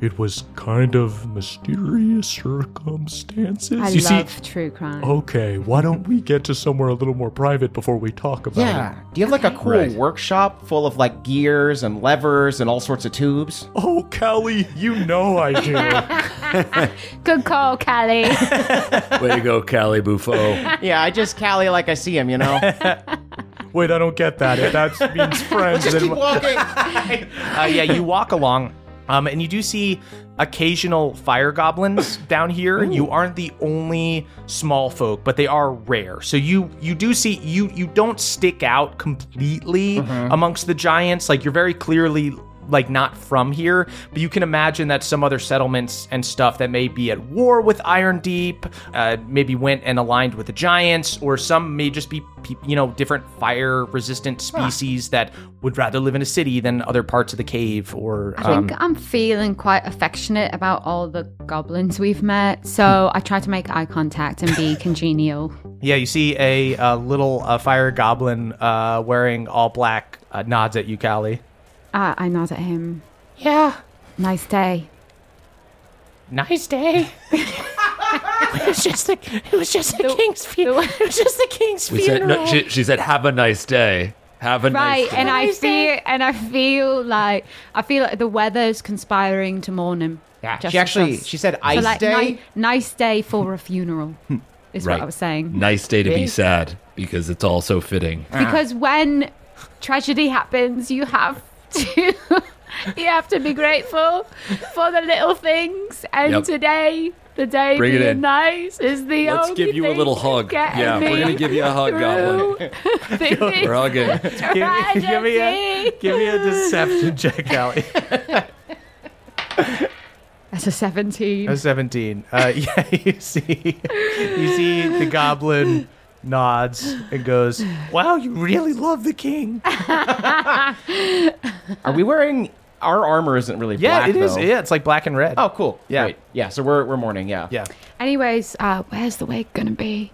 Speaker 12: it was kind of mysterious circumstances.
Speaker 3: I
Speaker 12: you
Speaker 3: love
Speaker 12: see,
Speaker 3: true crime.
Speaker 2: Oh.
Speaker 12: okay, why don't we get to somewhere a little more private before we talk about
Speaker 5: Yeah.
Speaker 12: it?
Speaker 5: Do you have like a cool
Speaker 12: Right.
Speaker 5: workshop full of like gears and levers and all sorts of tubes?
Speaker 12: Oh, Kelly, you know I do.
Speaker 3: Good call, Callie.
Speaker 6: Way to go, Cali Buffo.
Speaker 5: yeah, I just Callie like I see him, you know?
Speaker 12: Wait, I don't get that. If that means friends,
Speaker 5: just
Speaker 12: then
Speaker 5: keep walking.
Speaker 2: uh, yeah, you walk along, um, and you do see occasional fire goblins down here. You aren't the only small folk, but they are rare. So you you do see you you don't stick out completely amongst the giants. Like you're very clearly like not from here, but you can imagine that some other settlements and stuff that may be at war with Iron Deep, uh, maybe went and aligned with the giants, or some may just be pe- you know different fire resistant species that would rather live in a city than other parts of the cave or.
Speaker 3: I think
Speaker 2: um,
Speaker 3: I'm feeling quite affectionate about all the goblins we've met, so I try to make eye contact and be congenial.
Speaker 2: Yeah, you see a, uh little uh, fire goblin uh, wearing all black uh, nods at you, Callie.
Speaker 3: Uh, I nod at him.
Speaker 2: Yeah.
Speaker 3: Nice day.
Speaker 2: Nice day.
Speaker 13: it was just the it was just the, king's funeral. It was just the king's
Speaker 6: We said,
Speaker 13: funeral.
Speaker 6: no, she, she said, have a nice day. Have a
Speaker 3: right,
Speaker 6: nice day.
Speaker 3: and I
Speaker 13: Nice
Speaker 3: feel and I feel like I feel like the weather's conspiring to mourn him.
Speaker 5: Yeah,
Speaker 3: Just
Speaker 5: she actually
Speaker 3: because.
Speaker 5: she said
Speaker 3: So,
Speaker 5: ice
Speaker 3: like,
Speaker 5: day.
Speaker 3: ni- nice day for a funeral. is what
Speaker 6: Right.
Speaker 3: I was
Speaker 4: Mm.
Speaker 3: saying.
Speaker 6: Nice day to
Speaker 3: Yeah.
Speaker 6: be sad because it's all so fitting.
Speaker 3: Because when tragedy happens, you have to you have to be grateful for the little things. And
Speaker 6: Yep.
Speaker 3: today, the day
Speaker 6: Bring it
Speaker 3: being
Speaker 6: in.
Speaker 3: nice is the
Speaker 6: Let's
Speaker 3: only
Speaker 6: give you a
Speaker 3: thing
Speaker 6: little hug.
Speaker 3: that's
Speaker 6: Yeah,
Speaker 3: getting
Speaker 6: we're
Speaker 3: me
Speaker 6: gonna give you a hug, Goblin.
Speaker 3: through this
Speaker 6: We're all good.
Speaker 3: tragedy.
Speaker 2: give me a give me a deception check, Callie.
Speaker 3: That's a seventeen.
Speaker 2: A seventeen. Uh, yeah, you see, you see the goblin nods and goes, "Wow, you really love the king."
Speaker 5: Are we wearing our armor isn't really
Speaker 2: Yeah,
Speaker 5: black.
Speaker 2: it is.
Speaker 5: though.
Speaker 2: Yeah, it's like black and red.
Speaker 5: Oh, cool. Yeah. Yeah, so we're we're mourning, yeah.
Speaker 2: Yeah.
Speaker 3: Anyways, uh, where's the wig gonna be?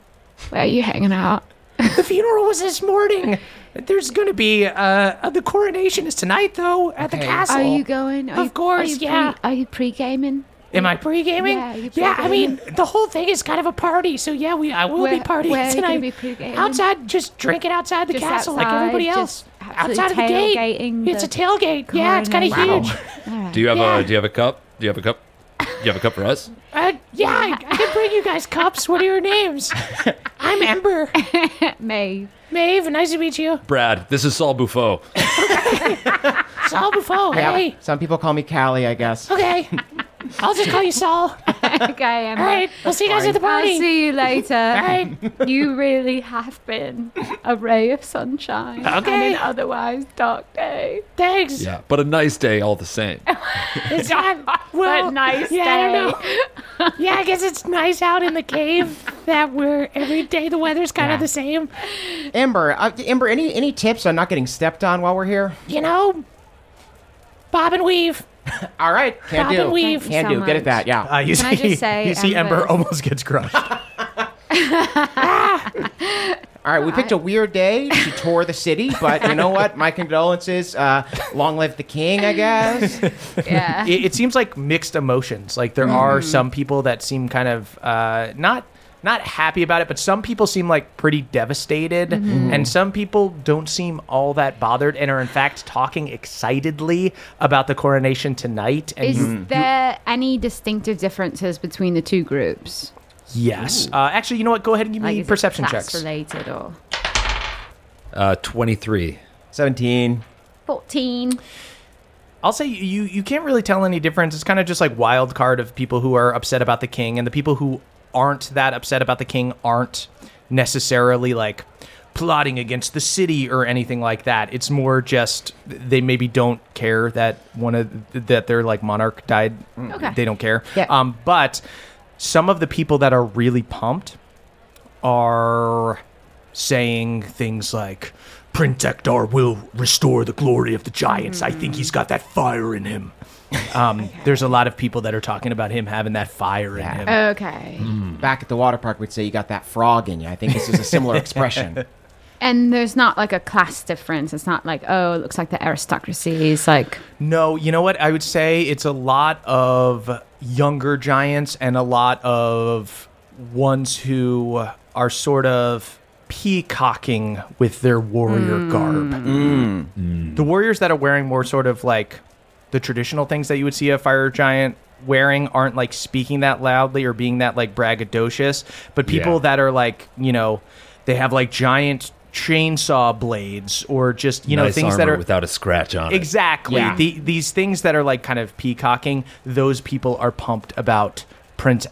Speaker 3: Where are you hanging out?
Speaker 13: the funeral was this morning. There's gonna be uh, uh the coronation is tonight though at the castle.
Speaker 3: Are you going? Are
Speaker 13: of
Speaker 3: you,
Speaker 13: course,
Speaker 3: are you
Speaker 13: yeah.
Speaker 3: Pre, are you pre-gaming?
Speaker 13: Am I pre-gaming?
Speaker 3: Yeah, you
Speaker 13: yeah. I
Speaker 3: pre-gaming.
Speaker 13: mean, the whole thing is kind of a party. So yeah, we I will
Speaker 3: Where-
Speaker 13: be partying
Speaker 3: where are you
Speaker 13: tonight.
Speaker 3: gonna be pre-gaming?
Speaker 13: Outside, just drinking outside the
Speaker 3: Just
Speaker 13: castle like
Speaker 3: outside,
Speaker 13: everybody
Speaker 3: just
Speaker 13: else.
Speaker 3: absolutely
Speaker 13: Outside of the gate.
Speaker 3: tailgating
Speaker 13: It's a
Speaker 3: the
Speaker 13: tailgate. Yeah, it's kind of
Speaker 3: coronation.
Speaker 13: huge.
Speaker 6: Do you have
Speaker 13: Yeah.
Speaker 6: a do you have a cup? Do you have a cup? Do you have a cup for us?
Speaker 13: Uh, yeah, I, I can bring you guys cups. What are your names? I'm Ember.
Speaker 3: Maeve.
Speaker 13: Maeve, nice to meet you.
Speaker 6: Brad, this is Saul Buffo.
Speaker 13: Saul Buffo,
Speaker 5: Yeah.
Speaker 13: hey.
Speaker 5: Some people call me Callie, I guess.
Speaker 13: Okay. I'll just call you Saul.
Speaker 3: okay, Emma.
Speaker 13: All right, I'll see you guys at the party.
Speaker 3: I'll see you later.
Speaker 13: All
Speaker 3: You really have been a ray of sunshine on
Speaker 13: Okay.
Speaker 3: an otherwise dark day.
Speaker 13: Thanks.
Speaker 6: Yeah, but a nice day all the same.
Speaker 13: It's not, well,
Speaker 3: nice
Speaker 13: yeah, I
Speaker 3: day.
Speaker 13: don't know. Yeah, I guess it's nice out in the cave that we're every day the weather's kind of the same.
Speaker 5: Ember, uh, Ember, any any tips on not getting stepped on while we're here?
Speaker 13: You know, bob and weave.
Speaker 5: All right, can
Speaker 13: Bob
Speaker 5: do.
Speaker 13: and weave.
Speaker 5: Can
Speaker 13: Thank you
Speaker 5: do.
Speaker 13: so
Speaker 5: Get
Speaker 13: much.
Speaker 5: at that. Yeah.
Speaker 2: Uh, you
Speaker 13: Can
Speaker 2: see,
Speaker 13: I just say
Speaker 2: you see, Ember,
Speaker 13: Ember-
Speaker 2: almost gets crushed.
Speaker 5: All right, we picked a weird day to tour the city, but you know what? My condolences. Uh, long live the king, I guess.
Speaker 3: Yeah.
Speaker 2: it, it seems like mixed emotions. Like there are
Speaker 5: Mhm.
Speaker 2: some people that seem kind of uh, not not happy about it, but some people seem like pretty devastated,
Speaker 10: Mhm.
Speaker 2: and some people don't seem all that bothered, and are in fact talking excitedly about the coronation tonight. And
Speaker 3: Is
Speaker 2: you-
Speaker 3: there any distinctive differences between the two groups?
Speaker 2: yes, uh, actually, you know what? Go ahead and give me
Speaker 3: Like, is it
Speaker 2: perception
Speaker 3: class
Speaker 2: checks.
Speaker 3: related or
Speaker 6: Uh, 23.
Speaker 5: 17.
Speaker 3: fourteen?
Speaker 2: I'll say you you can't really tell any difference. It's kind of just like wild card of people who are upset about the king, and the people who aren't that upset about the king aren't necessarily like plotting against the city or anything like that. It's more just they maybe don't care that one of that their like monarch died.
Speaker 3: Okay.
Speaker 2: They don't care. Yeah. Um, but some of the people that are really pumped are
Speaker 9: saying things like, Printector will restore the glory of the Giants. I think he's got that fire in him. Um, there's a lot of people that are talking about him having that fire in him.
Speaker 3: Okay.
Speaker 5: Back at the water park, we'd say you got that frog in you. I think this is a similar expression.
Speaker 3: And there's not like a class difference. It's not like, oh, it looks like the aristocracy is like.
Speaker 2: No, you know what? I would say it's a lot of younger giants and a lot of ones who are sort of peacocking with their warrior garb.
Speaker 1: Mm.
Speaker 6: Hmm.
Speaker 2: The warriors that are wearing more sort of like the traditional things that you would see a fire giant wearing aren't like speaking that loudly or being that like braggadocious, but people
Speaker 1: Yeah.
Speaker 2: that are like, you know, they have like giant chainsaw blades or just, you know,
Speaker 6: Nice
Speaker 2: things that
Speaker 6: armor
Speaker 2: are
Speaker 6: without a scratch on it.
Speaker 2: Exactly.
Speaker 6: Yeah.
Speaker 2: The, these things that are like kind of peacocking, those people are pumped about Prince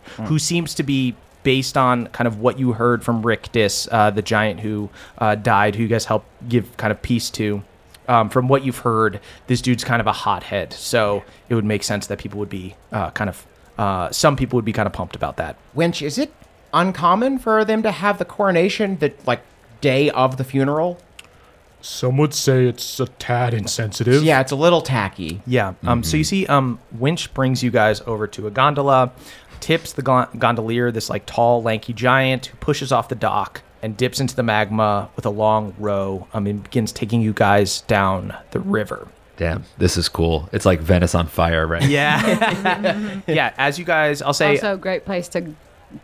Speaker 1: Mm.
Speaker 6: Hmm.
Speaker 2: who seems to be based on kind of what you heard from Rick Dis, uh, the giant who uh, died, who you guys helped give kind of peace to. Um, from what you've heard, this dude's kind of a hothead. So it would make sense that people would be uh, kind of, uh, some people would be kind of pumped about that.
Speaker 5: Winch, is it uncommon for them to have the coronation the like day of the funeral?
Speaker 9: Some would say it's a tad insensitive.
Speaker 5: Yeah, it's a little tacky.
Speaker 2: Yeah. Um, So you see, um, Winch brings you guys over to a gondola, tips the gon- gondolier, this like tall, lanky giant who pushes off the dock and dips into the magma with a long row um, and begins taking you guys down the river.
Speaker 6: Damn, this is cool. It's like Venice on fire, right?
Speaker 2: Yeah. yeah. As you guys, I'll say.
Speaker 3: also a great place to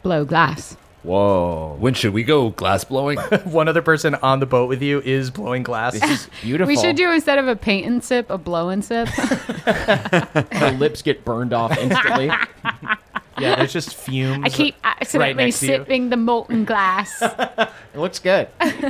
Speaker 3: blow glass.
Speaker 6: Whoa. When should we go glass blowing?
Speaker 2: One other person on the boat with you is blowing glass. This is
Speaker 5: beautiful.
Speaker 3: We should do instead of a paint and sip, a blow and sip.
Speaker 5: Her lips get burned off instantly.
Speaker 2: yeah, there's just fumes.
Speaker 3: I keep accidentally
Speaker 5: next to you.
Speaker 3: sipping the molten glass.
Speaker 5: It looks good.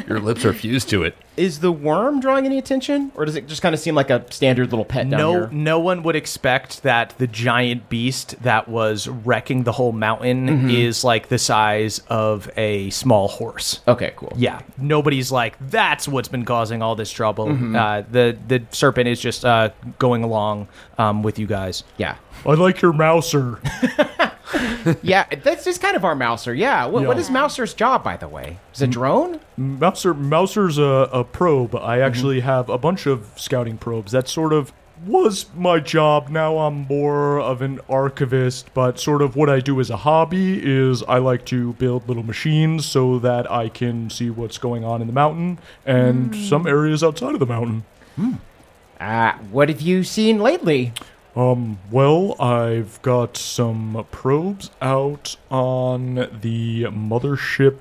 Speaker 6: Your lips are fused to it.
Speaker 5: Is the worm drawing any attention, or does it just kind of seem like a standard little pet down
Speaker 2: no,
Speaker 5: here?
Speaker 2: no one would expect that the giant beast that was wrecking the whole mountain
Speaker 5: Mhm.
Speaker 2: is like the size of a small horse.
Speaker 5: Okay, cool.
Speaker 2: Yeah, nobody's like that's what's been causing all this trouble.
Speaker 5: Mhm.
Speaker 2: Uh, the the serpent is just uh, going along um, with you guys.
Speaker 5: Yeah,
Speaker 9: I like your mouser.
Speaker 5: yeah, that's just kind of our Mouser. Yeah. What, what
Speaker 9: Yeah.
Speaker 5: is Mouser's job, by the way? Is
Speaker 3: Mm.
Speaker 5: it drone?
Speaker 12: Mouser, Mouser's a, a probe. I actually have a bunch of scouting probes. That sort of was my job. Now I'm more of an archivist, but sort of what I do as a hobby is I like to build little machines so that I can see what's going on in the mountain and some areas outside of the mountain.
Speaker 5: Uh, what have you seen lately?
Speaker 12: Um, well, I've got some probes out on the mothership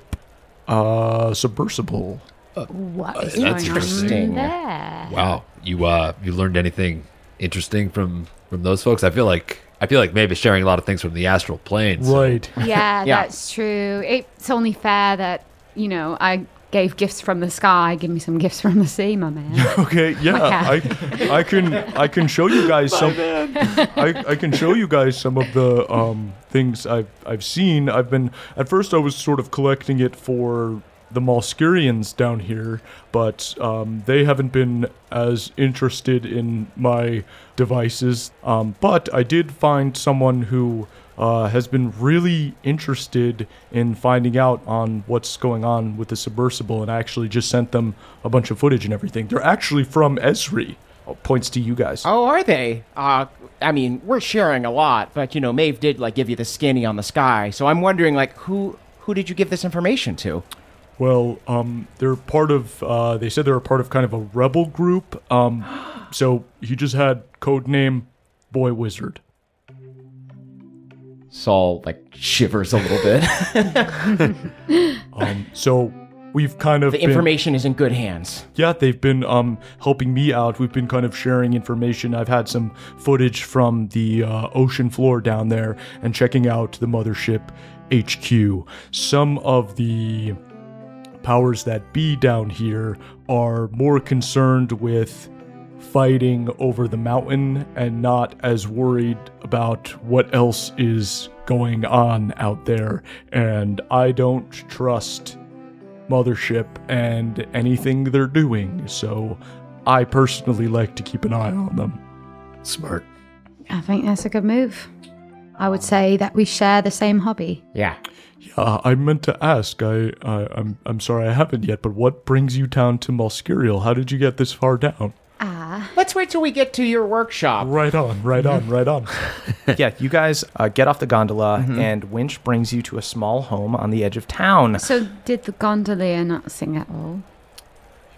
Speaker 12: uh, submersible.
Speaker 3: what is
Speaker 6: that's
Speaker 3: going
Speaker 6: interesting.
Speaker 3: on there?
Speaker 6: Wow. You uh you learned anything interesting from from those folks? I feel like I feel like maybe sharing a lot of things from the astral planes.
Speaker 12: Right.
Speaker 3: Yeah, that's true. It's only fair that, you know, I gave gifts from the sky. Give me some gifts from the sea, my man.
Speaker 12: Okay, yeah, I, I can I can show you guys some I, I can show you guys some of the um, things I've I've seen. I've been at first I was sort of collecting it for the Malskirians down here, but um, they haven't been as interested in my devices. Um, but I did find someone who uh, has been really interested in finding out on what's going on with the submersible, and I actually just sent them a bunch of footage and everything. They're actually from Esri. Oh, Points to you guys.
Speaker 5: Oh, are they? Uh, I mean, we're sharing a lot, but you know, Maeve did like give you the skinny on the sky, so I'm wondering like who who did you give this information to?
Speaker 12: Well, um, they're part of. Uh, they said they're a part of kind of a rebel group. Um, so he just had code name Boy Wizard.
Speaker 5: Saul like shivers a little bit.
Speaker 12: um, so we've kind of
Speaker 5: The
Speaker 12: been-
Speaker 5: information is in good hands.
Speaker 12: Yeah, they've been um, helping me out. We've been kind of sharing information. I've had some footage from the uh, ocean floor down there and checking out the mothership HQ. Some of the powers that be down here are more concerned with fighting over the mountain and not as worried about what else is going on out there. And I don't trust Mothership and anything they're doing, so I personally like to keep an eye on them.
Speaker 6: Smart.
Speaker 3: I think that's a good move. I would say that we share the same hobby.
Speaker 5: Yeah.
Speaker 12: Yeah, Uh, I meant to ask. I, I I'm I'm sorry I haven't yet. But what brings you down to Malskirial? How did you get this far down?
Speaker 3: Ah.
Speaker 5: Let's wait till we get to your workshop.
Speaker 12: Right on, right on, right on.
Speaker 2: yeah, you guys uh, get off the gondola,
Speaker 12: Mm-hmm.
Speaker 2: and Winch brings you to a small home on the edge of town.
Speaker 3: So did the gondolier not sing at all?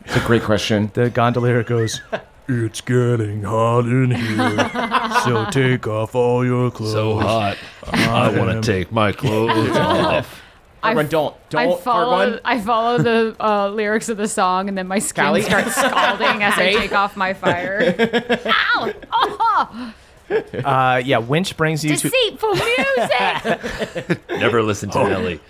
Speaker 2: It's a great question. The gondolier goes,
Speaker 12: It's getting hot in here, so take off all your clothes.
Speaker 6: So hot. I wanna
Speaker 12: am-
Speaker 6: take my clothes off.
Speaker 5: Everyone, don't,
Speaker 3: I
Speaker 5: don't,
Speaker 3: follow.
Speaker 5: everyone.
Speaker 3: I follow the uh, lyrics of the song, and then my skin
Speaker 5: Callie?
Speaker 3: starts scalding as I
Speaker 5: Right?
Speaker 3: take off my fire. Ow! Oh!
Speaker 2: uh, "Yeah, Winch brings you to."
Speaker 3: Deceitful music.
Speaker 6: Never listen
Speaker 2: Oh.
Speaker 6: to Nelly.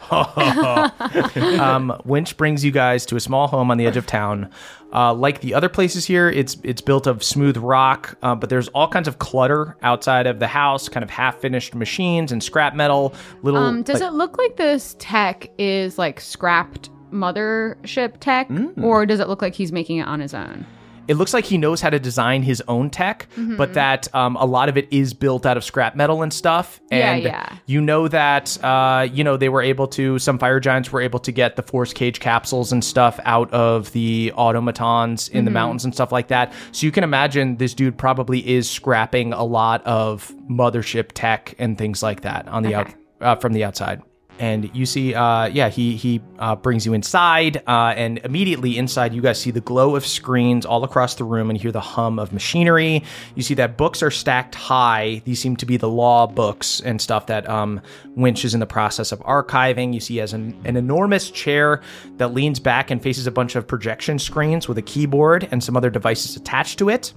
Speaker 2: um, Winch brings you guys to a small home on the edge of town. Uh, like the other places here, it's it's built of smooth rock, uh, but there's all kinds of clutter outside of the house, kind of half-finished machines and scrap metal. Little.
Speaker 3: um, does
Speaker 2: like-
Speaker 3: it look like this tech is like scrapped mothership tech, or does it look like he's making it on his own?
Speaker 2: It looks like he knows how to design his own tech,
Speaker 3: Mhm.
Speaker 2: but that um, a lot of it is built out of scrap metal and stuff.
Speaker 3: Yeah,
Speaker 2: And
Speaker 3: yeah.
Speaker 2: you know that uh, you know they were able to some fire giants were able to get the force cage capsules and stuff out of the automatons in the
Speaker 3: Mm-hmm.
Speaker 14: Mhm.
Speaker 2: mountains and stuff like that. So you can imagine this dude probably is scrapping a lot of mothership tech and things like that on the out uh, from the outside. And you see, uh, yeah, he he uh, brings you inside, uh, and immediately inside, you guys see the glow of screens all across the room, and hear the hum of machinery. You see that books are stacked high. These seem to be the law books and stuff that um, Winch is in the process of archiving. You see, he has an, an enormous chair that leans back and faces a bunch of projection screens with a keyboard and some other devices attached to it.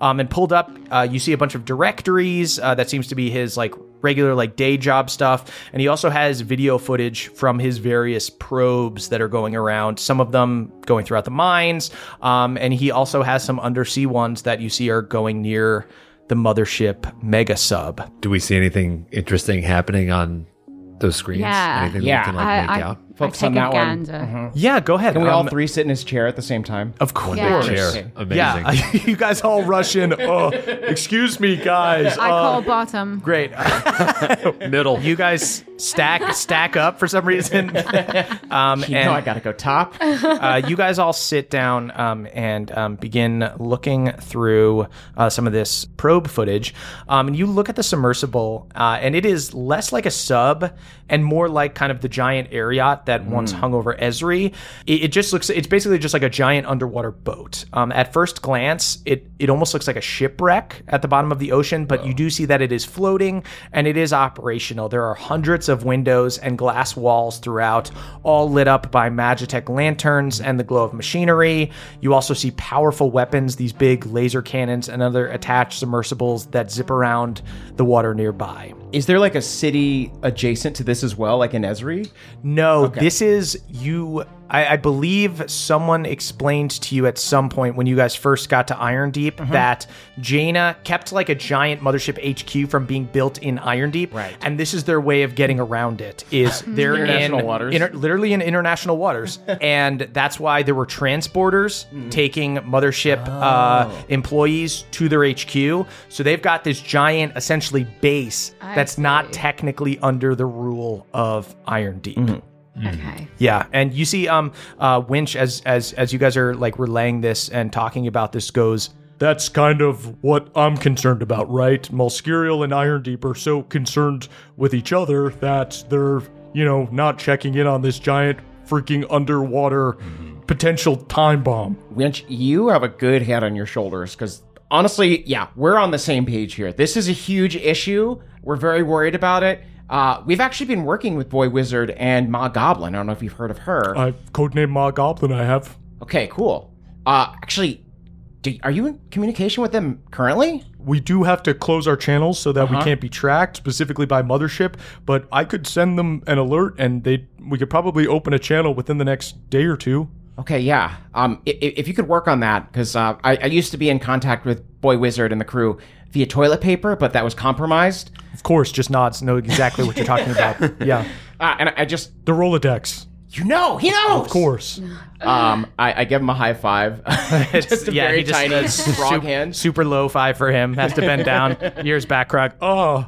Speaker 2: Um, and pulled up, uh, you see a bunch of directories. Uh, that seems to be his like regular like day job stuff and he also has video footage from his various probes that are going around some of them going throughout the mines um, and he also has some undersea ones that you see are going near the mothership mega sub
Speaker 6: Do we see anything interesting happening on those screens?
Speaker 3: Yeah.
Speaker 6: Anything
Speaker 3: Yeah.
Speaker 6: we can like
Speaker 3: I-
Speaker 6: make
Speaker 3: I-
Speaker 6: out?
Speaker 5: Focus
Speaker 3: I
Speaker 5: on
Speaker 3: take a
Speaker 5: that one.
Speaker 3: gander. Mhm.
Speaker 2: Yeah, go ahead.
Speaker 5: Can we
Speaker 2: Um,
Speaker 5: all three sit in his chair at the same time?
Speaker 2: Of
Speaker 3: course. Yeah.
Speaker 6: chair. Amazing.
Speaker 12: Yeah, you guys all rush in. Oh, excuse me, guys. Uh,
Speaker 3: I call bottom.
Speaker 2: Great.
Speaker 6: Middle.
Speaker 2: You guys stack stack up for some reason. Um,
Speaker 5: You know I gotta
Speaker 2: go top. uh, you guys all sit down um, and um, begin looking through uh, some of this probe footage. Um, and you look at the submersible, uh, and it is less like a sub and more like kind of the giant air yacht that once hung over Esri. It, it just looks. It's basically just like a giant underwater boat. Um, at first glance, it it almost looks like a shipwreck at the bottom of the ocean, but you do see that it is floating and it is operational. There are hundreds of windows and glass walls throughout, all lit up by Magitech lanterns and the glow of machinery. You also see powerful weapons, these big laser cannons and other attached submersibles that zip around the water nearby.
Speaker 5: Is there like a city adjacent to this as well, like in Esri?
Speaker 2: No, this is you. I, I believe someone explained to you at some point when you guys first got to Iron Deep that Jaina kept like a giant mothership HQ from being built in Iron Deep, right? And this is their way of getting around it. Is they're
Speaker 5: International
Speaker 2: in
Speaker 5: waters.
Speaker 2: inter- literally in international waters, and that's why there were transporters taking mothership uh, employees to their HQ. So they've got this giant, essentially base
Speaker 3: I
Speaker 2: that's not technically under the rule of Iron Deep.
Speaker 3: Okay.
Speaker 2: Yeah, and you see, um, uh, Winch as as as you guys are like relaying this and talking about this goes.
Speaker 12: That's kind of what I'm concerned about, right? Malskirial and Iron Deep are so concerned with each other that they're, you know, not checking in on this giant freaking underwater
Speaker 2: Mm-hmm.
Speaker 12: potential time bomb.
Speaker 5: Winch, you have a good head on your shoulders because honestly, yeah, we're on the same page here. This is a huge issue. We're very worried about it. Uh, we've actually been working with Boy Wizard and Ma Goblin. I don't know if you've heard of her.
Speaker 2: Uh,
Speaker 12: I codename Ma Goblin. I have.
Speaker 5: okay, cool. Uh, actually, do, are you in communication with them currently?
Speaker 12: We do have to close our channels so that we
Speaker 5: Uh-huh.
Speaker 12: can't be tracked, specifically by Mothership. But I could send them an alert, and they we could probably open a channel within the next day or two.
Speaker 5: Okay, yeah. Um, if, if you could work on that, because uh, I, I used to be in contact with Boy Wizard and the crew via toilet paper, but that was compromised.
Speaker 2: Of course, just nods, know exactly what you're talking about. Yeah.
Speaker 5: Uh, and I just
Speaker 12: the Rolodex.
Speaker 5: You know, he knows.
Speaker 12: Of course.
Speaker 5: Um, I, I give him a high five. just a
Speaker 2: yeah,
Speaker 5: very
Speaker 2: he just
Speaker 5: tiny
Speaker 2: does
Speaker 5: frog
Speaker 2: sup-
Speaker 5: hand.
Speaker 2: Super low five for him. Has to bend down. Years back, Krug. Oh.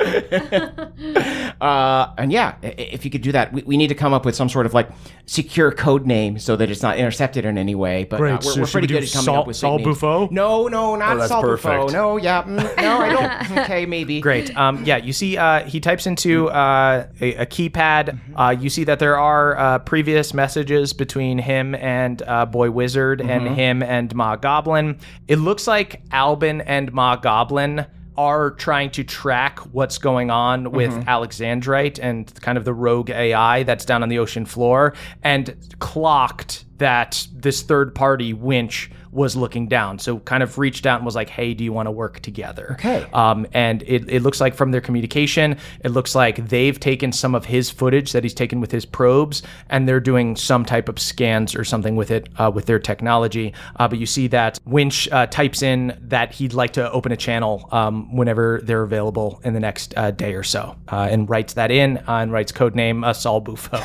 Speaker 5: Uh, and yeah, i- i- if you could do that, we, we need to come up with some sort of like secure code name so that it's not intercepted in any way. But uh,
Speaker 12: Great,
Speaker 5: we're,
Speaker 12: so
Speaker 5: we're
Speaker 12: should
Speaker 5: pretty
Speaker 12: we do
Speaker 5: good at coming
Speaker 12: Saul-
Speaker 5: up with
Speaker 12: Saul
Speaker 5: Buffo. No, no,
Speaker 12: Oh,
Speaker 5: not
Speaker 12: that's
Speaker 5: Saul
Speaker 12: perfect.
Speaker 5: Buffo. No, yeah, mm, no, I don't. okay, maybe.
Speaker 2: Great. Um, yeah, you see, uh, he types into uh, a, a keypad. Uh, you see that there are uh, previous messages between him and uh, Boy Wizard
Speaker 10: Mhm.
Speaker 2: and him and Ma Goblin. It looks like Albin and Ma Goblin are trying to track what's going on with
Speaker 10: Mhm.
Speaker 2: Alexandrite and kind of the rogue AI that's down on the ocean floor and clocked that this third party winch was looking down. So kind of reached out and was like, hey, do you want to work together?
Speaker 5: Okay.
Speaker 2: Um, and it, it looks like from their communication, it looks like they've taken some of his footage that he's taken with his probes, and they're doing some type of scans or something with it uh, with their technology. Uh, but you see that Winch uh, types in that he'd like to open a channel um, whenever they're available in the next uh, day or so, uh, and writes that in uh, and writes code name uh, Saul Buffo.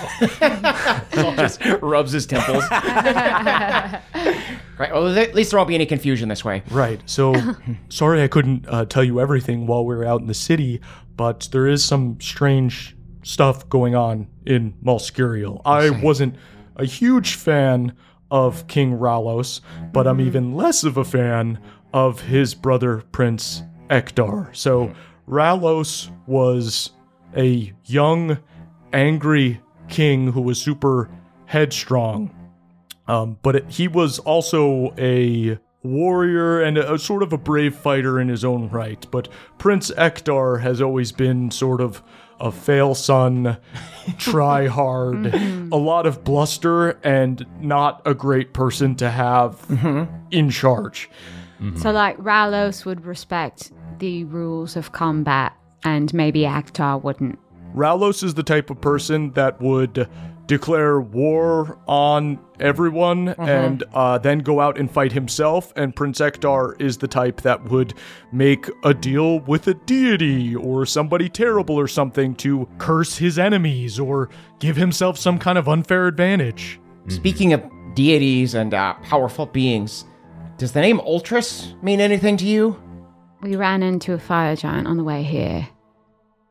Speaker 5: just rubs his temples. right. Well, at least there won't be any confusion this way.
Speaker 12: Right. So, sorry I couldn't uh, tell you everything while we were out in the city, but there is some strange stuff going on in Malskurial. I wasn't a huge fan of King Ralos, but I'm even less of a fan of his brother, Prince Ekdar. So, Ralos was a young, angry king who was super headstrong. Um, but it, he was also a warrior and a, a sort of a brave fighter in his own right. But Prince Ektar has always been sort of a fail son, try hard,
Speaker 14: Mhm.
Speaker 12: a lot of bluster, and not a great person to have in charge.
Speaker 3: So, like, Ralos would respect the rules of combat, and maybe Akhtar wouldn't.
Speaker 12: Ralos is the type of person that would declare war on everyone and uh, then go out and fight himself. And Prince Ektar is the type that would make a deal with a deity or somebody terrible or something to curse his enemies or give himself some kind of unfair advantage.
Speaker 5: Speaking of deities and uh, powerful beings, does the name Ultras mean anything to you?
Speaker 3: We ran into a fire giant on the way here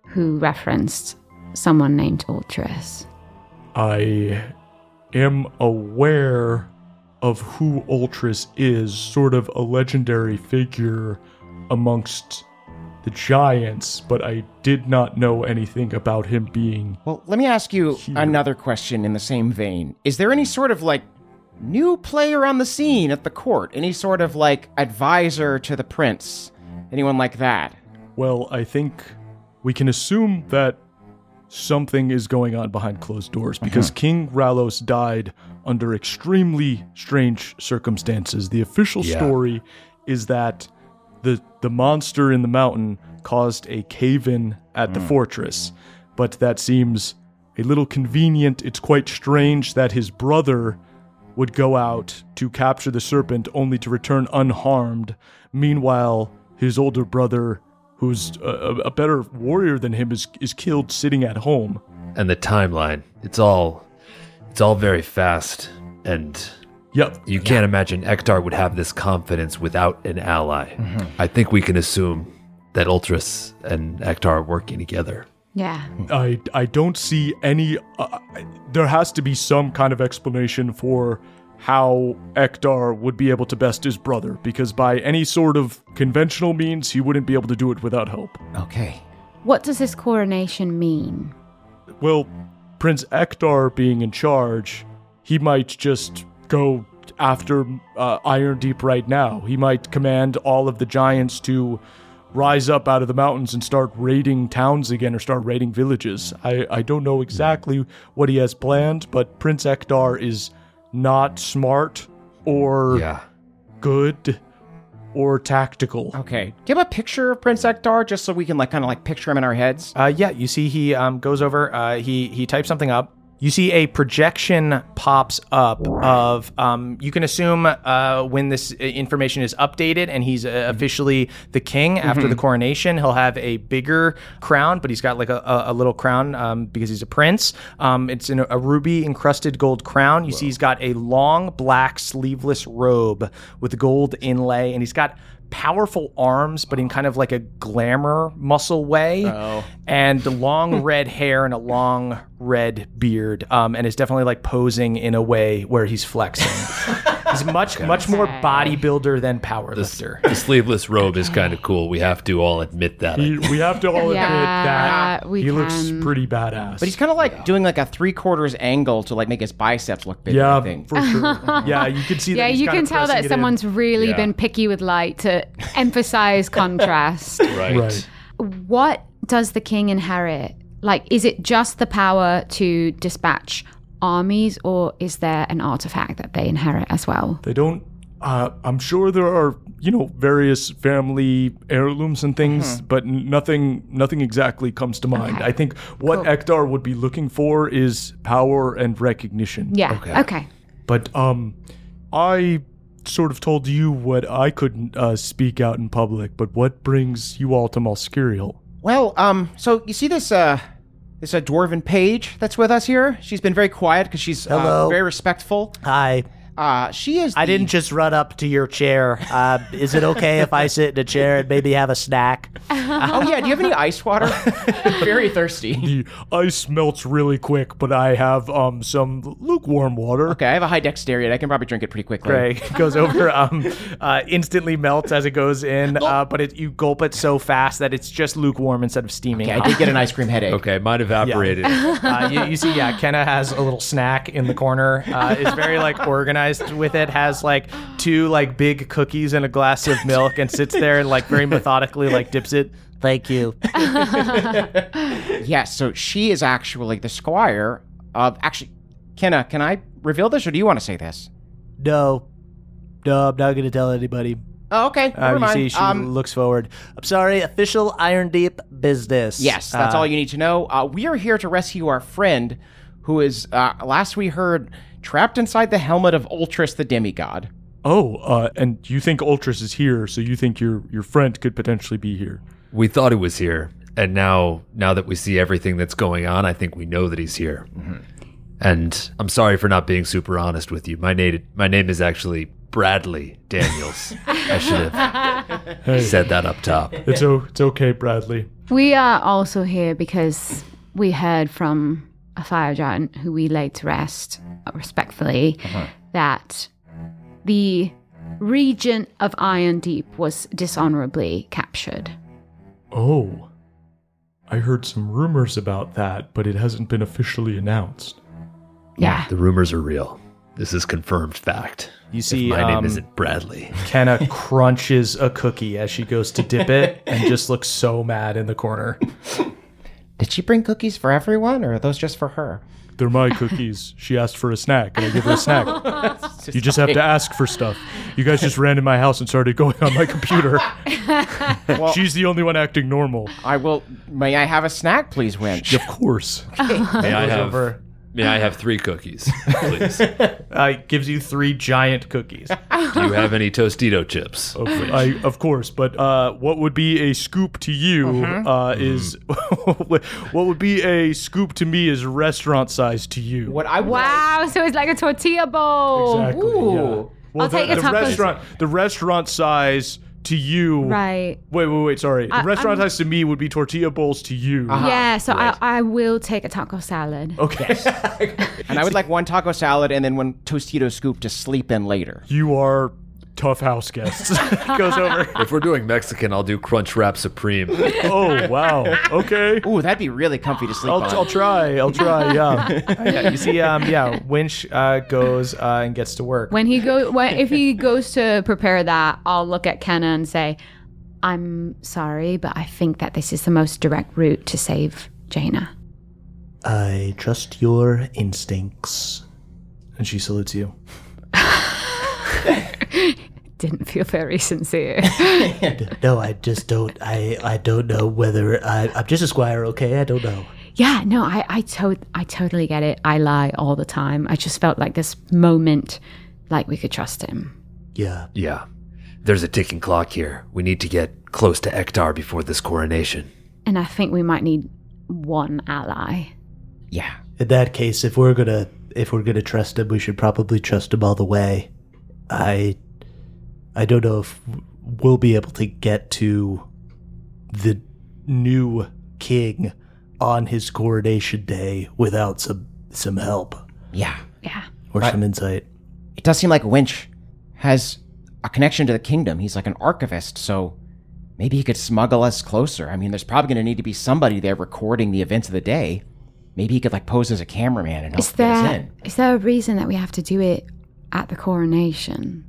Speaker 3: who referenced someone named Ultras.
Speaker 12: I am aware of who Ultras is, sort of a legendary figure amongst the giants, but I did not know anything about him being.
Speaker 5: Well, let me ask you another question in the same vein. Is there any sort of like new player on the scene at the court? Any sort of like advisor to the prince? Anyone like that?
Speaker 12: Well, I think we can assume that something is going on behind closed doors because
Speaker 14: Mhm.
Speaker 12: King Ralos died under extremely strange circumstances. The official
Speaker 14: Yeah.
Speaker 12: story is that the the monster in the mountain caused a cave-in at the
Speaker 14: Mm.
Speaker 12: fortress, but that seems a little convenient. It's quite strange that his brother would go out to capture the serpent only to return unharmed. Meanwhile, his older brother, who's a, a- a better warrior than him, is, is killed sitting at home.
Speaker 8: and the timeline. It's all it's all very fast and
Speaker 12: yep.
Speaker 8: You can't imagine Ektar would have this confidence without an ally. I think we can assume that Ultras and Ektar are working together.
Speaker 3: Yeah.
Speaker 12: I, I don't see any. Uh, I- there has to be some kind of explanation for how Ektar would be able to best his brother, because by any sort of conventional means, he wouldn't be able to do it without help.
Speaker 5: Okay.
Speaker 3: What does this coronation mean?
Speaker 12: Well, Prince Ektar being in charge, he might just go after uh, Iron Deep right now. He might command all of the giants to rise up out of the mountains and start raiding towns again or start raiding villages. I, I don't know exactly what he has planned, but Prince Ektar is not smart or good or tactical.
Speaker 5: Okay. Do you have a picture of Prince Ektar just so we can like kind of like picture him in our heads?
Speaker 2: Uh, yeah, you see, he um, goes over. Uh, he he types something up. You see a projection pops up of um, you can assume uh, when this uh, information is updated and he's uh, officially the king after
Speaker 10: Mhm.
Speaker 2: the coronation. He'll have a bigger crown, but he's got like a, a, a little crown um, because he's a prince. Um, it's in a, a ruby encrusted gold crown. You see, he's got a long black sleeveless robe with gold inlay, and he's got powerful arms, but in kind of like a glamour muscle way,
Speaker 12: Oh.
Speaker 2: and the long red hair and a long red beard, um, and is definitely like posing in a way where he's flexing. he's much much more bodybuilder than power lifter.
Speaker 6: The sleeveless robe is kind of cool. We have to all admit that.
Speaker 12: We, we have to all
Speaker 3: Yeah,
Speaker 12: admit that
Speaker 3: we
Speaker 12: he looks
Speaker 3: can.
Speaker 12: pretty badass.
Speaker 5: But he's kind of like doing like a three quarters angle to like make his biceps look bigger.
Speaker 12: Yeah,
Speaker 5: I think.
Speaker 12: for sure. Yeah, you can see
Speaker 3: yeah, you can tell that someone's really
Speaker 5: Yeah.
Speaker 3: been picky with light to emphasize contrast.
Speaker 6: Right.
Speaker 12: Right.
Speaker 3: What does the king inherit? Like, is it just the power to dispatch armies, or is there an artifact that they inherit as well?
Speaker 12: They don't. Uh, I'm sure there are, you know, various family heirlooms and things, but n- nothing, nothing exactly comes to mind. I think what Ektar would be looking for is power and recognition.
Speaker 3: Yeah. Okay.
Speaker 12: But um, I sort of told you what I couldn't uh, speak out in public. But what brings you all to Malskiriel?
Speaker 5: Well, um, so you see this uh, this uh, dwarven page that's with us here. She's been very quiet because she's uh,
Speaker 10: Hello.
Speaker 5: very respectful.
Speaker 10: Hi.
Speaker 5: Uh, she is.
Speaker 10: I
Speaker 5: the-
Speaker 10: didn't just run up to your chair. Uh, is it okay if I sit in a chair and maybe have a snack?
Speaker 5: oh yeah, do you have any ice water? very thirsty.
Speaker 12: The ice melts really quick, but I have um some lukewarm water.
Speaker 5: Okay, I have a high dexterity. I can probably drink it pretty quickly.
Speaker 2: Right, It goes over, um, uh, instantly melts as it goes in, uh, but it, you gulp it so fast that it's just lukewarm instead of steaming.
Speaker 5: Okay, I did get an ice cream headache.
Speaker 6: Okay, mine evaporated.
Speaker 2: uh, you, you see, yeah, Kenna has a little snack in the corner. Uh, is very like organized with it. Has like two like big cookies and a glass of milk, and sits there and like very methodically like dips it.
Speaker 10: Thank you.
Speaker 5: Yes, so she is actually the squire of actually. Kenna, can I reveal this, or do you want to say this?
Speaker 10: No, no, I'm not going to tell anybody.
Speaker 5: Oh, okay.
Speaker 10: Uh,
Speaker 5: Never
Speaker 10: you
Speaker 5: mind.
Speaker 10: see, she
Speaker 5: Um,
Speaker 10: looks forward. I'm sorry, official Iron Deep business.
Speaker 5: Yes, that's
Speaker 10: Uh,
Speaker 5: all you need to know. Uh, we are here to rescue our friend, who is uh, last we heard trapped inside the helmet of Ultras, the demigod.
Speaker 12: Oh, uh, and you think Ultras is here, so you think your your friend could potentially be here.
Speaker 6: We thought he was here, and now now that we see everything that's going on, I think we know that he's here. And I'm sorry for not being super honest with you. My name my name is actually Bradley Daniels. I should have said that up top.
Speaker 12: It's o- it's okay, Bradley.
Speaker 3: We are also here because we heard from a fire giant who we laid to rest uh, respectfully
Speaker 12: Uh-huh.
Speaker 3: that the regent of Iron Deep was dishonorably captured.
Speaker 12: Oh, I heard some rumors about that, but it hasn't been officially announced.
Speaker 3: Yeah.
Speaker 6: The rumors are real. This is confirmed fact.
Speaker 2: You see,
Speaker 6: my name
Speaker 2: um,
Speaker 6: isn't Bradley.
Speaker 2: Kenna crunches a cookie as she goes to dip it, and just looks so mad in the corner.
Speaker 5: Did she bring cookies for everyone, or are those just for her?
Speaker 12: They're my cookies. She asked for a snack, and I give her a snack. You just have to ask for stuff. You guys just ran in my house and started going on my computer.
Speaker 5: Well,
Speaker 12: She's the only one acting normal.
Speaker 5: I will. May I have a snack, please, Winch?
Speaker 12: Of course.
Speaker 6: May I
Speaker 2: Goes
Speaker 6: have
Speaker 2: over.
Speaker 6: may I have three cookies, please?
Speaker 2: Uh, gives you three giant cookies.
Speaker 6: Do you have any Tostito chips?
Speaker 12: Of, I, of course, but uh, what would be a scoop to you
Speaker 2: Mm-hmm.
Speaker 12: uh, is what would be a scoop to me is restaurant size to you.
Speaker 5: What I
Speaker 3: Wow, so it's like a tortilla bowl.
Speaker 12: Exactly. yeah. Well,
Speaker 3: I'll
Speaker 12: the,
Speaker 3: take a
Speaker 12: the
Speaker 3: taco.
Speaker 12: restaurant, the restaurant size to you.
Speaker 3: Right.
Speaker 12: Wait, wait, wait. Sorry.
Speaker 3: I-
Speaker 12: the restaurant
Speaker 3: I'm-
Speaker 12: size to me would be tortilla bowls to you.
Speaker 3: yeah, so I, I will take a taco salad.
Speaker 12: Okay.
Speaker 5: And I would like one taco salad and then one Tostito scoop to sleep in later.
Speaker 12: You are tough house guests. Goes over.
Speaker 6: If we're doing Mexican, I'll do Crunch Wrap Supreme.
Speaker 12: Oh wow. Okay.
Speaker 5: Ooh, that'd be really comfy to sleep
Speaker 12: I'll,
Speaker 5: on.
Speaker 12: I'll try. I'll try. Yeah.
Speaker 2: yeah, you see, um, yeah, Winch uh, goes uh, and gets to work.
Speaker 3: When he go, when, if he goes to prepare that, I'll look at Kenna and say, "I'm sorry, but I think that this is the most direct route to save Jaina."
Speaker 10: I trust your instincts.
Speaker 2: And she salutes you.
Speaker 3: Didn't feel very sincere.
Speaker 10: No, I just don't. I I don't know whether I, I'm just a squire. Okay, I don't know.
Speaker 3: yeah, no, I I, to- I totally get it. I lie all the time. I just felt like this moment, like we could trust him.
Speaker 10: Yeah.
Speaker 6: Yeah. There's a ticking clock here. We need to get close to Ektar before this coronation.
Speaker 3: And I think we might need one ally.
Speaker 5: Yeah.
Speaker 10: In that case, if we're gonna if we're gonna trust him, we should probably trust him all the way. I I don't know if we'll be able to get to the new king on his coronation day without some some help
Speaker 5: Yeah.
Speaker 3: Yeah.
Speaker 10: or
Speaker 5: Right.
Speaker 10: some insight.
Speaker 5: It does seem like Winch has a connection to the kingdom. He's like an archivist, so maybe he could smuggle us closer. I mean, there's probably going to need to be somebody there recording the events of the day. Maybe he could like pose as a cameraman and help
Speaker 3: Is
Speaker 5: get us
Speaker 3: there
Speaker 5: in.
Speaker 3: is there a reason that we have to do it at the coronation?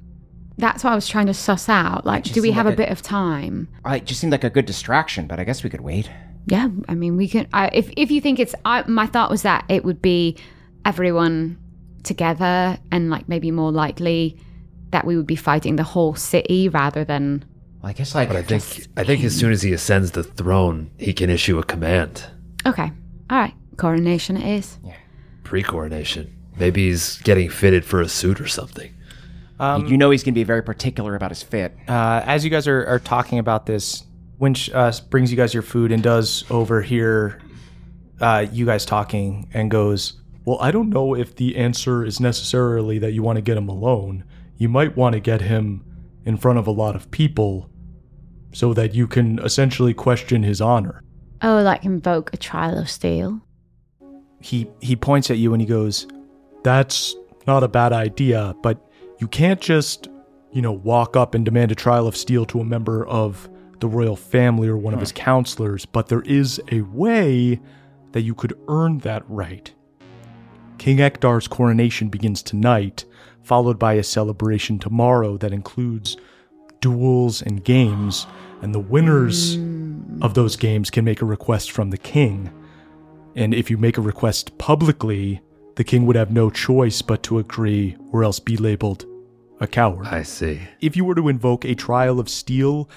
Speaker 3: That's what I was trying to suss out. Like,
Speaker 5: just
Speaker 3: do we
Speaker 5: seemed
Speaker 3: have
Speaker 5: like
Speaker 3: a
Speaker 5: a-
Speaker 3: bit of time?
Speaker 5: Uh, it just seemed like a good distraction, but I guess we could wait.
Speaker 3: Yeah, I mean, we can. I, if if you think it's, I, my thought was that it would be everyone together, and like maybe more likely that we would be fighting the whole city rather than.
Speaker 5: I guess like
Speaker 8: But I think I think as soon as he ascends the throne, he can issue a command.
Speaker 3: Okay, all right, coronation it is.
Speaker 8: Pre-coronation. Maybe he's getting fitted for a suit or something. um
Speaker 5: you know he's going to be very particular about his fit.
Speaker 2: Uh, as you guys are, are talking about this, Winch uh, brings you guys your food and does overhear uh, you guys talking and goes,
Speaker 12: Well, I don't know if the answer is necessarily that you want to get him alone. You might want to get him in front of a lot of people so that you can essentially question his honor.
Speaker 3: Oh, like invoke a trial of steel.
Speaker 12: He he points at you and he goes, "That's not a bad idea, but you can't just, you know, walk up and demand a trial of steel to a member of the royal family or one of his counselors, but there is a way that you could earn that right." King Ektar's coronation begins tonight, followed by a celebration tomorrow that includes duels and games, and the winners of those games can make a request from the king. And if you make a request publicly, the king would have no choice but to agree or else be labeled a coward.
Speaker 8: I see.
Speaker 12: If you were to invoke a trial of steel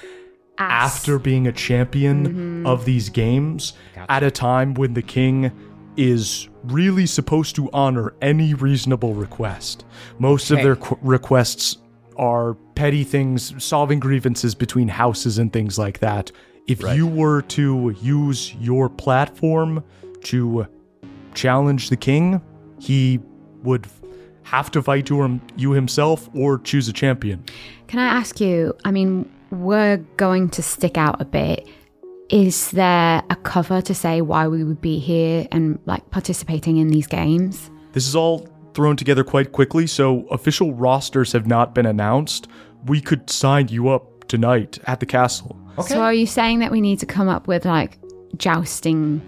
Speaker 12: after being a champion of these games at a time when the king is really supposed to honor any reasonable request, most of their qu- requests are petty things, solving grievances between houses and things like that. If you were to use your platform to challenge the king, he would f- have to fight you, him, you himself or choose a champion.
Speaker 3: Can I ask you? I mean, we're going to stick out a bit. Is there a cover to say why we would be here and like participating in these games?
Speaker 12: This is all thrown together quite quickly, so official rosters have not been announced. We could sign you up tonight at the castle.
Speaker 3: So are you saying that we need to come up with like jousting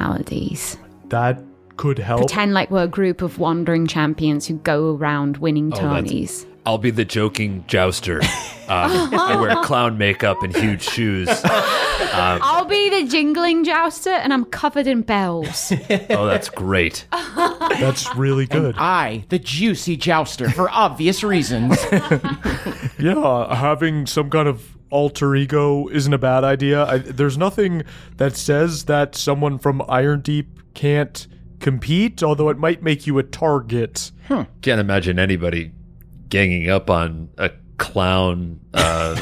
Speaker 3: personalities?
Speaker 12: That could
Speaker 2: Oh.
Speaker 12: help.
Speaker 3: Pretend like we're a group of wandering champions who go around winning
Speaker 8: Oh, that's-
Speaker 3: tourneys.
Speaker 8: I'll be the joking jouster. Um, I wear clown makeup and huge shoes. Um,
Speaker 3: I'll be the jingling jouster and I'm covered in bells.
Speaker 8: oh, that's great.
Speaker 12: That's really good.
Speaker 5: I, the juicy jouster, for obvious reasons.
Speaker 12: yeah, having some kind of alter ego isn't a bad idea. I, there's nothing that says that someone from Iron Deep can't compete, although it might make you a target.
Speaker 6: Can't imagine anybody ganging up on a clown uh,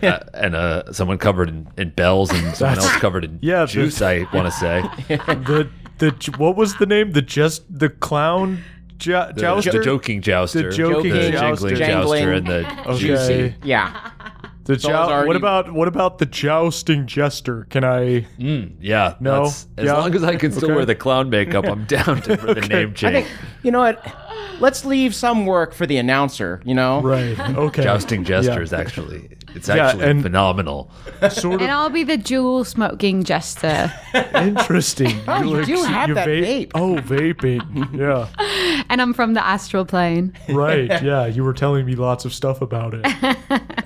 Speaker 6: uh, and uh, someone covered in, in bells and someone
Speaker 12: That's-
Speaker 6: else covered in
Speaker 12: Yeah, the-
Speaker 6: juice. I want to say
Speaker 12: the the j- what was the name? The just the clown jo-
Speaker 6: the,
Speaker 12: jouster,
Speaker 6: the joking jouster,
Speaker 12: Oh, the joking
Speaker 6: the
Speaker 12: jouster,
Speaker 6: jingling jouster, and the
Speaker 12: Okay.
Speaker 6: juicy.
Speaker 5: Yeah.
Speaker 12: The
Speaker 6: all
Speaker 12: jou-
Speaker 6: already-
Speaker 12: What about what about the jousting jester? Can I?
Speaker 6: Yeah,
Speaker 12: No?
Speaker 6: that's- As
Speaker 12: Yeah.
Speaker 6: long as I can still
Speaker 12: Okay.
Speaker 6: wear the clown makeup, I'm down to, for the name
Speaker 5: I
Speaker 6: change.
Speaker 5: think, you know what? Let's leave some work for the announcer, you know?
Speaker 12: Right. Okay.
Speaker 6: Jousting gestures, actually, it's
Speaker 12: Yeah,
Speaker 6: actually
Speaker 12: and-
Speaker 6: phenomenal.
Speaker 12: sort of
Speaker 3: and I'll be the jewel smoking jester.
Speaker 12: interesting.
Speaker 3: Oh, you do have that
Speaker 12: vape. Oh, vaping. Yeah.
Speaker 3: and I'm from the astral plane.
Speaker 2: Oh.
Speaker 12: Right. Yeah. You were telling me lots of stuff about it.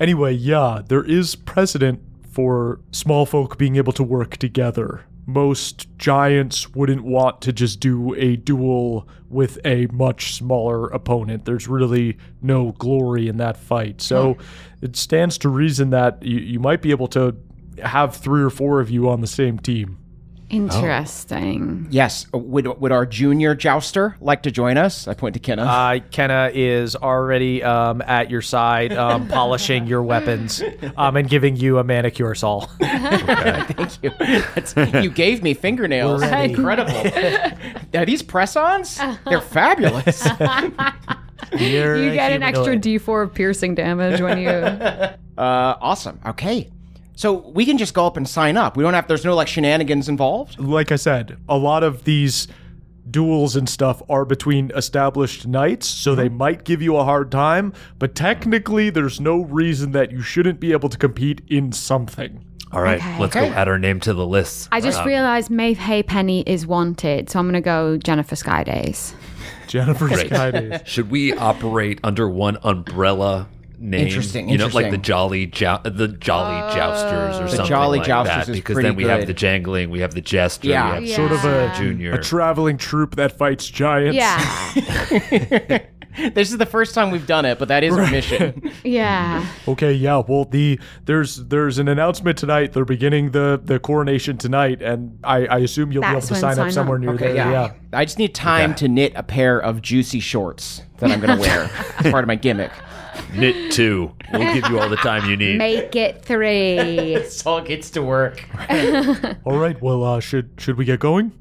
Speaker 12: anyway, yeah, there is precedent for small folk being able to work together. Most giants wouldn't want to just do a duel with a much smaller opponent. There's really no glory in that fight. So it stands to reason that you, you might be able to have three or four of you on the same team.
Speaker 3: Interesting.
Speaker 5: Yes. Would would our junior jouster like to join us? I point to Kenna.
Speaker 2: Uh, Kenna is already um, at your side, um, polishing your weapons um, and giving you a manicure, Saul.
Speaker 5: Thank you. That's- you gave me fingernails.
Speaker 2: We're ready.
Speaker 5: Uh, Incredible. Are these press-ons? They're fabulous.
Speaker 3: you
Speaker 5: You're a
Speaker 3: get an extra
Speaker 5: humanoid.
Speaker 3: D4 of piercing damage when you.
Speaker 5: Uh, awesome. Okay. So we can just go up and sign up. We don't have. There's no like shenanigans involved.
Speaker 12: Like I said, a lot of these duels and stuff are between established knights, so
Speaker 2: Mm-hmm.
Speaker 12: they might give you a hard time, but technically, there's no reason that you shouldn't be able to compete in something.
Speaker 6: All right,
Speaker 3: Okay.
Speaker 6: let's
Speaker 3: Okay.
Speaker 6: go add our name to the list.
Speaker 3: I just
Speaker 6: Um,
Speaker 3: realized Maeve Haypenny is wanted, so I'm going to go Jennifer Skydays.
Speaker 12: Jennifer
Speaker 6: Great.
Speaker 12: Skydays.
Speaker 6: Should we operate under one umbrella name?
Speaker 5: Interesting,
Speaker 6: You know, like the
Speaker 5: interesting.
Speaker 6: Jolly Jou- the Jolly Jousters or
Speaker 5: The
Speaker 6: something
Speaker 5: Jolly
Speaker 6: like
Speaker 5: Jousters
Speaker 6: that,
Speaker 5: is
Speaker 6: because
Speaker 5: pretty
Speaker 6: then we have
Speaker 5: good.
Speaker 6: the Jangling, we have the Jester,
Speaker 5: Yeah.
Speaker 6: we have
Speaker 12: Sort of a
Speaker 6: Junior.
Speaker 12: a traveling troupe that fights giants.
Speaker 3: Yeah.
Speaker 5: This is the first time we've done it, but that is a mission.
Speaker 3: Yeah.
Speaker 12: Okay, yeah. Well, the there's there's an announcement tonight. They're beginning the the coronation tonight, and I, I assume you'll
Speaker 5: That's
Speaker 12: be
Speaker 5: when
Speaker 12: able to sign
Speaker 5: sign
Speaker 12: up
Speaker 5: up.
Speaker 12: somewhere near
Speaker 5: Okay,
Speaker 12: there.
Speaker 5: yeah.
Speaker 12: Yeah.
Speaker 5: I just need time to knit a pair of juicy shorts that I'm gonna wear. It's part of my gimmick.
Speaker 6: Knit two. We'll give you all the time you need.
Speaker 3: Make it three.
Speaker 5: Saul gets to work.
Speaker 12: All right. Well, uh, should should we get going?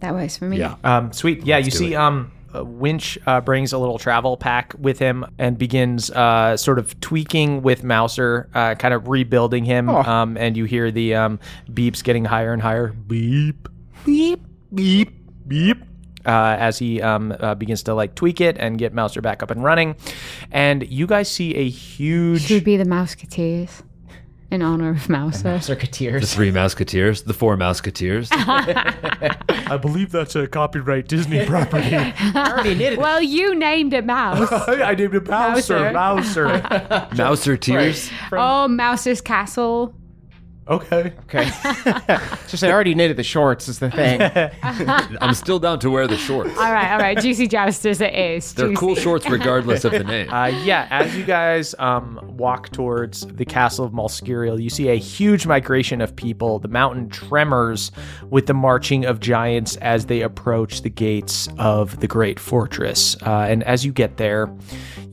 Speaker 3: That works for me.
Speaker 2: Um, sweet. Yeah,
Speaker 3: Let's
Speaker 2: you
Speaker 3: do
Speaker 2: see, um, uh, Winch uh, brings a little travel pack with him and begins uh, sort of tweaking with Mouser, uh, kind of rebuilding him.
Speaker 3: Oh.
Speaker 2: Um, and you hear the um, beeps getting higher and higher. Beep, beep, beep, beep. Uh, as he um, uh, begins to like tweak it and get Mouser back up and running, and you guys see a huge.
Speaker 3: Should be the Mouseketeers in honor of Mouser.
Speaker 6: The three Mouseketeers, the four Mouseketeers.
Speaker 12: I believe that's a copyright Disney property.
Speaker 3: well, you named it Mouse.
Speaker 12: I named it Mouser. Mouser.
Speaker 6: Mouseketeers.
Speaker 3: oh, Mouser's Castle.
Speaker 12: Okay.
Speaker 5: Okay. just I already knitted the shorts is the thing.
Speaker 6: I'm still down to wear the shorts.
Speaker 3: All right, all right. Juicy Jousters it is.
Speaker 6: They're cool
Speaker 3: Juicy.
Speaker 6: shorts regardless of the name.
Speaker 2: Uh, yeah, as you guys um, walk towards the castle of Malskiriel, you see a huge migration of people. The mountain tremors with the marching of giants as they approach the gates of the great fortress. Uh, and as you get there,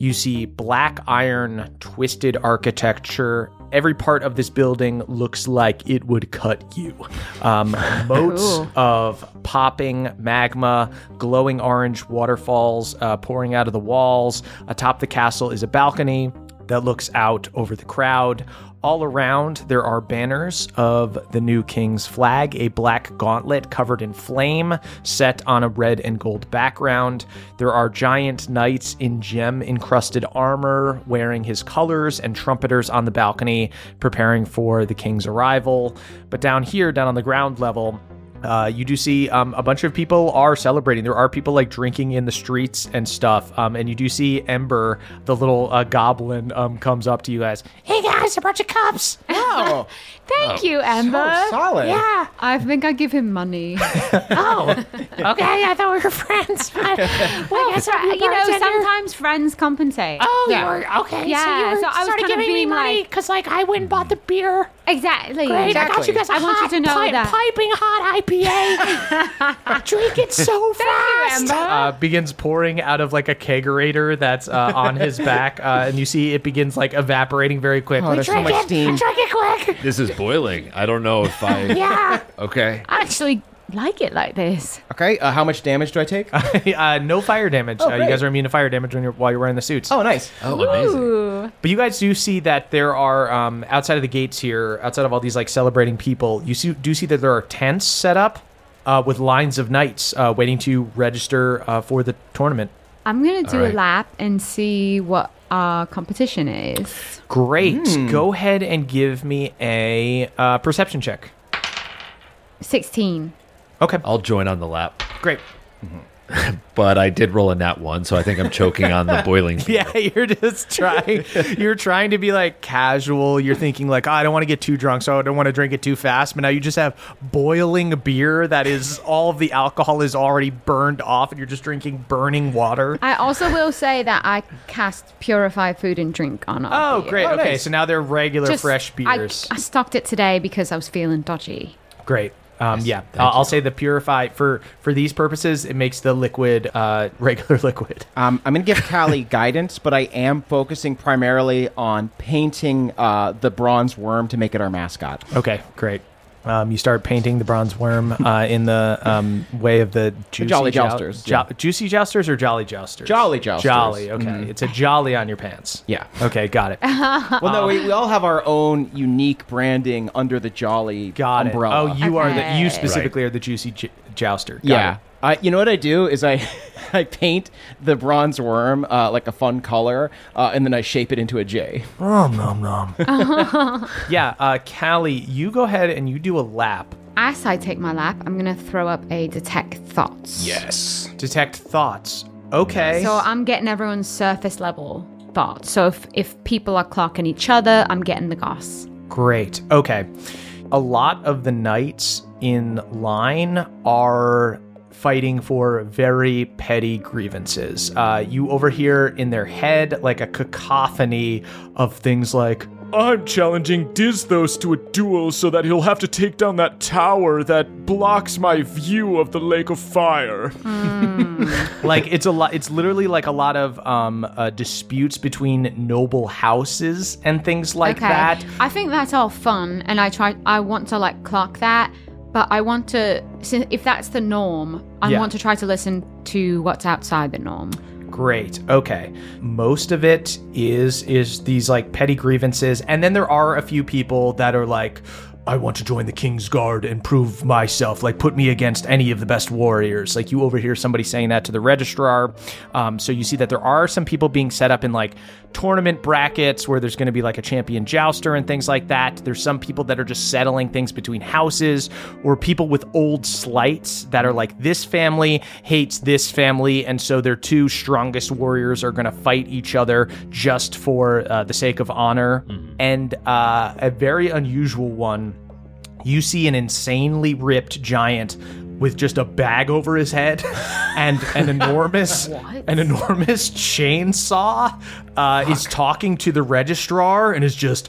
Speaker 2: you see black iron, twisted architecture. Every part of this building looks like it would cut you. Um, moats
Speaker 10: Cool.
Speaker 2: of popping magma, glowing orange waterfalls uh, pouring out of the walls. Atop the castle is a balcony that looks out over the crowd. All around, there are banners of the new king's flag, a black gauntlet covered in flame, set on a red and gold background. There are giant knights in gem encrusted armor wearing his colors and trumpeters on the balcony, preparing for the king's arrival. But down here, down on the ground level, uh, you do see um, a bunch of people are celebrating. There are people like drinking in the streets and stuff. Um, and you do see Ember, the little uh, goblin, um, comes up to you guys.
Speaker 13: Hey guys, a bunch of cups.
Speaker 5: Oh.
Speaker 3: Thank
Speaker 2: Oh.
Speaker 3: you, Ember.
Speaker 2: So solid.
Speaker 3: Yeah. I think I give him money. oh.
Speaker 13: Okay, I thought we were friends. I,
Speaker 3: Well,
Speaker 13: I guess
Speaker 3: fri-
Speaker 13: I'm your
Speaker 3: uh, you know,
Speaker 13: bartender.
Speaker 3: sometimes friends compensate.
Speaker 13: Oh, you were- okay, so
Speaker 3: Yeah,
Speaker 13: you were
Speaker 3: I was
Speaker 13: sorta
Speaker 3: kind of
Speaker 13: giving me
Speaker 3: being
Speaker 13: money
Speaker 3: like, because like I went and bought the beer. Exactly.
Speaker 13: Great, I got you guys a
Speaker 3: I want
Speaker 13: hot,
Speaker 3: you to know
Speaker 13: pi-
Speaker 3: that.
Speaker 13: piping hot IPA. Drink it so fast.
Speaker 2: Uh, begins pouring out of like a kegerator that's uh, on his back, uh, and you see it begins like evaporating very
Speaker 5: Oh,
Speaker 2: quickly.
Speaker 6: there's so Drink much it. steam.
Speaker 13: Drink it quick.
Speaker 6: This is boiling. I don't know if I.
Speaker 3: Yeah.
Speaker 6: Okay.
Speaker 3: I actually like it like this.
Speaker 5: Okay, uh, how much damage do I take?
Speaker 2: uh, no fire damage.
Speaker 5: Oh,
Speaker 2: uh, you
Speaker 5: great.
Speaker 2: guys are immune to fire damage when you're, while you're wearing the suits.
Speaker 5: Oh, nice.
Speaker 3: Ooh.
Speaker 2: But you guys do see that there are um, outside of the gates here, outside of all these like celebrating people, you see, do see that there are tents set up uh, with lines of knights uh, waiting to register uh, for the tournament.
Speaker 3: I'm going to
Speaker 2: All
Speaker 3: do
Speaker 2: right.
Speaker 3: a lap and see what our competition is.
Speaker 2: Great.
Speaker 3: Hmm.
Speaker 2: Go ahead and give me a uh, perception check.
Speaker 3: 16.
Speaker 2: Okay.
Speaker 6: I'll join on the lap.
Speaker 2: Great.
Speaker 6: But I did roll a nat one, so I think I'm choking on the boiling.
Speaker 2: Yeah, you're just trying. You're trying to be like casual. You're thinking like, oh, I don't want to get too drunk, so I don't want to drink it too fast. But now you just have boiling beer that is all of the alcohol is already burned off, and you're just drinking burning water.
Speaker 3: I also will say that I cast Purify Food and Drink on our
Speaker 2: Oh,
Speaker 3: beer.
Speaker 2: great. okay, so now they're regular
Speaker 3: Just-
Speaker 2: fresh
Speaker 3: I-
Speaker 2: beers.
Speaker 3: I, stocked it today because I was feeling dodgy.
Speaker 2: great. Um, yeah, I'll, I'll say the purify for for these purposes. It makes the liquid uh, regular liquid.
Speaker 5: Um, I'm going to give Callie guidance, but I am focusing primarily on painting uh, the bronze worm to make it our mascot.
Speaker 2: Okay, great. Um, you start painting the bronze worm uh, in the um, way of the juicy
Speaker 5: jolly
Speaker 2: jou-
Speaker 5: jousters,
Speaker 2: jou- juicy jousters or jolly jousters?
Speaker 5: Jolly jousters.
Speaker 2: Jolly. Okay,
Speaker 5: Mhm.
Speaker 2: it's a jolly on your pants.
Speaker 5: Yeah.
Speaker 2: Okay, got it.
Speaker 5: well, no, we, we all have our own unique branding under the Jolly
Speaker 2: Got it.
Speaker 5: umbrella.
Speaker 2: Oh, you are the you specifically are the juicy j- jouster. Got
Speaker 5: yeah.
Speaker 2: it.
Speaker 5: I, you know what I do is I, I paint the bronze worm uh, like a fun color, uh, and then I shape it into a J.
Speaker 10: Nom nom nom.
Speaker 2: yeah, uh, Callie, you go ahead and you do a lap.
Speaker 3: As I take my lap, I'm going to throw up a detect thoughts.
Speaker 2: Yes. Detect thoughts. Okay.
Speaker 3: So I'm getting everyone's surface level thoughts. So if, if people are clocking each other, I'm getting the goss.
Speaker 2: Great. Okay. A lot of the knights in line are fighting for very petty grievances. Uh, you overhear in their head like a cacophony of things like,
Speaker 12: I'm challenging Disthos to a duel so that he'll have to take down that tower that blocks my view of the Lake of Fire.
Speaker 2: like it's a lot it's literally like a lot of um uh, disputes between noble houses and things like that
Speaker 3: I think that's all fun, and I try. I want to like clock that, but I want to. si- If that's the norm, I
Speaker 2: Yeah.
Speaker 3: want to try to listen to what's outside the norm.
Speaker 2: Great. Okay. Most of it is is these like petty grievances and then there are a few people that are like
Speaker 10: I want to join the King's Guard and prove myself. Like, put me against any of the best warriors.
Speaker 2: like you overhear somebody saying that to the registrar. Um, so you see that there are some people being set up in like tournament brackets where there's going to be like a champion jouster and things like that. There's some people that are just settling things between houses or people with old slights that are like this family hates this family. And so their two strongest warriors are going to fight each other just for uh, the sake of honor. And uh, a very unusual one you see an insanely ripped giant with just a bag over his head and an enormous an enormous chainsaw uh, is talking to the registrar and is just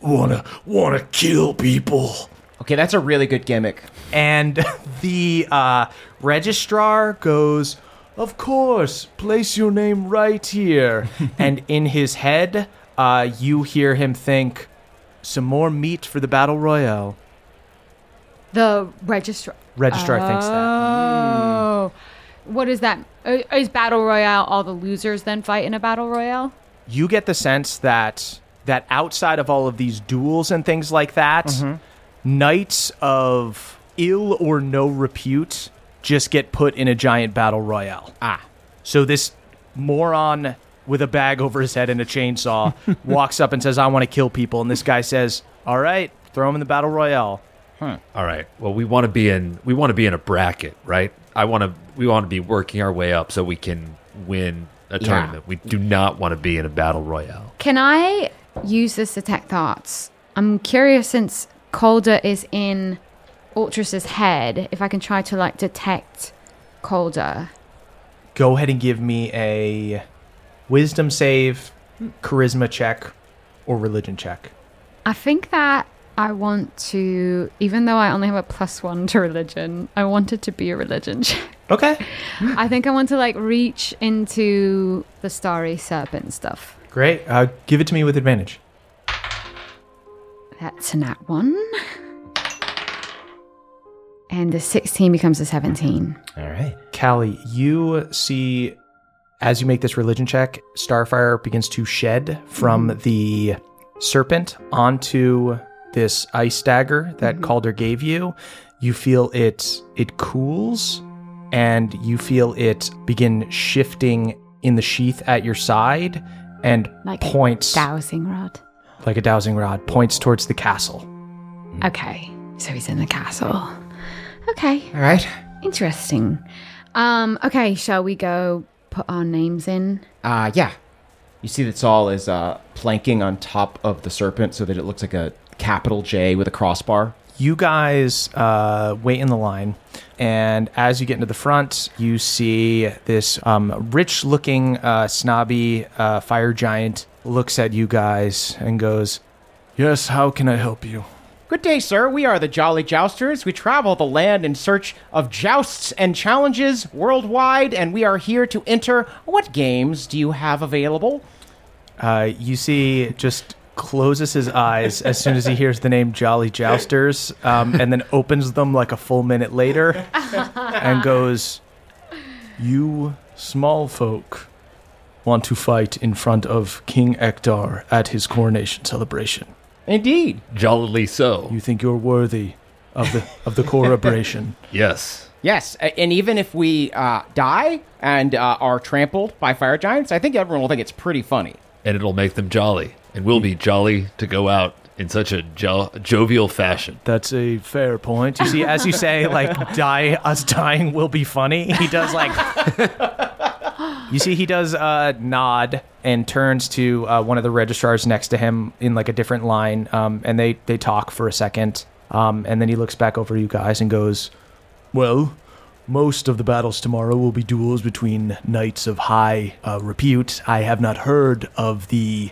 Speaker 2: wanna wanna kill people
Speaker 5: okay that's a really good gimmick
Speaker 2: and the uh, registrar goes of course place your name right here and in his head uh, you hear him think some more meat for the battle royale
Speaker 3: The registrar.
Speaker 2: Registrar thinks that.
Speaker 3: Oh. What is that? Uh, Is battle royale all the losers then fight in a battle royale?
Speaker 2: you get the sense that that outside of all of these duels and things like that,
Speaker 3: Mhm.
Speaker 2: knights of ill or no repute just get put in a giant battle royale. Ah. So this moron with a bag over his head and a chainsaw walks up and says, I want to kill people. And this guy says, All right, throw him in the battle royale.
Speaker 6: All right. Well, we want to be in we want to be in a bracket, right? I want to we want to be working our way up so we can win a
Speaker 3: Yeah.
Speaker 6: tournament. We do not want to be in a battle royale.
Speaker 3: Can I use this detect thoughts? I'm curious since Calder is in Ultras's head, if I can try to like detect Calder.
Speaker 2: Go ahead and give me a wisdom save, charisma check, or religion check.
Speaker 3: I think that I want to, even though I only have a plus one to religion, I want it to be a religion check.
Speaker 2: Okay.
Speaker 3: I think I want to like reach into the starry serpent stuff.
Speaker 2: Great. Uh, give it to me with advantage.
Speaker 3: That's a nat one. And the 16 becomes a 17.
Speaker 2: All right. Callie, you see as you make this religion check, Starfire begins to shed from
Speaker 3: Mm-hmm.
Speaker 2: the serpent onto this ice dagger
Speaker 3: Mm-hmm.
Speaker 2: that Calder gave you. You feel it it cools and you feel it begin shifting in the sheath at your side and
Speaker 3: Like a
Speaker 2: points
Speaker 3: Dowsing rod.
Speaker 2: like a dowsing rod points towards the castle.
Speaker 3: Mm. Okay. So he's in the castle. Okay.
Speaker 2: All right.
Speaker 3: Interesting. Um, okay, shall we go put our names in?
Speaker 5: Uh, yeah. You see that Saul is uh, planking on top of the serpent so that it looks like a capital J with a crossbar.
Speaker 2: You guys uh, wait in the line, and as you get into the front, you see this um, rich looking, uh, snobby uh, fire giant looks at you guys and goes, Yes, how can I help you?
Speaker 5: Good day, sir. We are the Jolly Jousters. We travel the land in search of jousts and challenges worldwide, and we are here to enter. What games do you have available?
Speaker 2: Uh, you see just closes his eyes as soon as he hears the name Jolly Jousters, um, and then opens them like a full minute later, and goes, "You small folk want to fight in front of King Ektar at his coronation celebration."
Speaker 5: Indeed,
Speaker 4: jollily so.
Speaker 2: You think you're worthy of the of the corroboration?
Speaker 4: yes.
Speaker 5: Yes, a- and even if we uh, die and uh, are trampled by fire giants, I think everyone will think it's pretty funny.
Speaker 4: and it'll make them jolly. And we'll be jolly to go out in such a jo- jovial fashion.
Speaker 2: That's a fair point. You see, as you say, like die us dying will be funny. He does like You see, he does uh, nod and turns to uh, one of the registrars next to him in like a different line, um, and they they talk for a second, um, and then he looks back over you guys and goes,
Speaker 12: Well, most of the battles tomorrow will be duels between knights of high uh, repute. I have not heard of the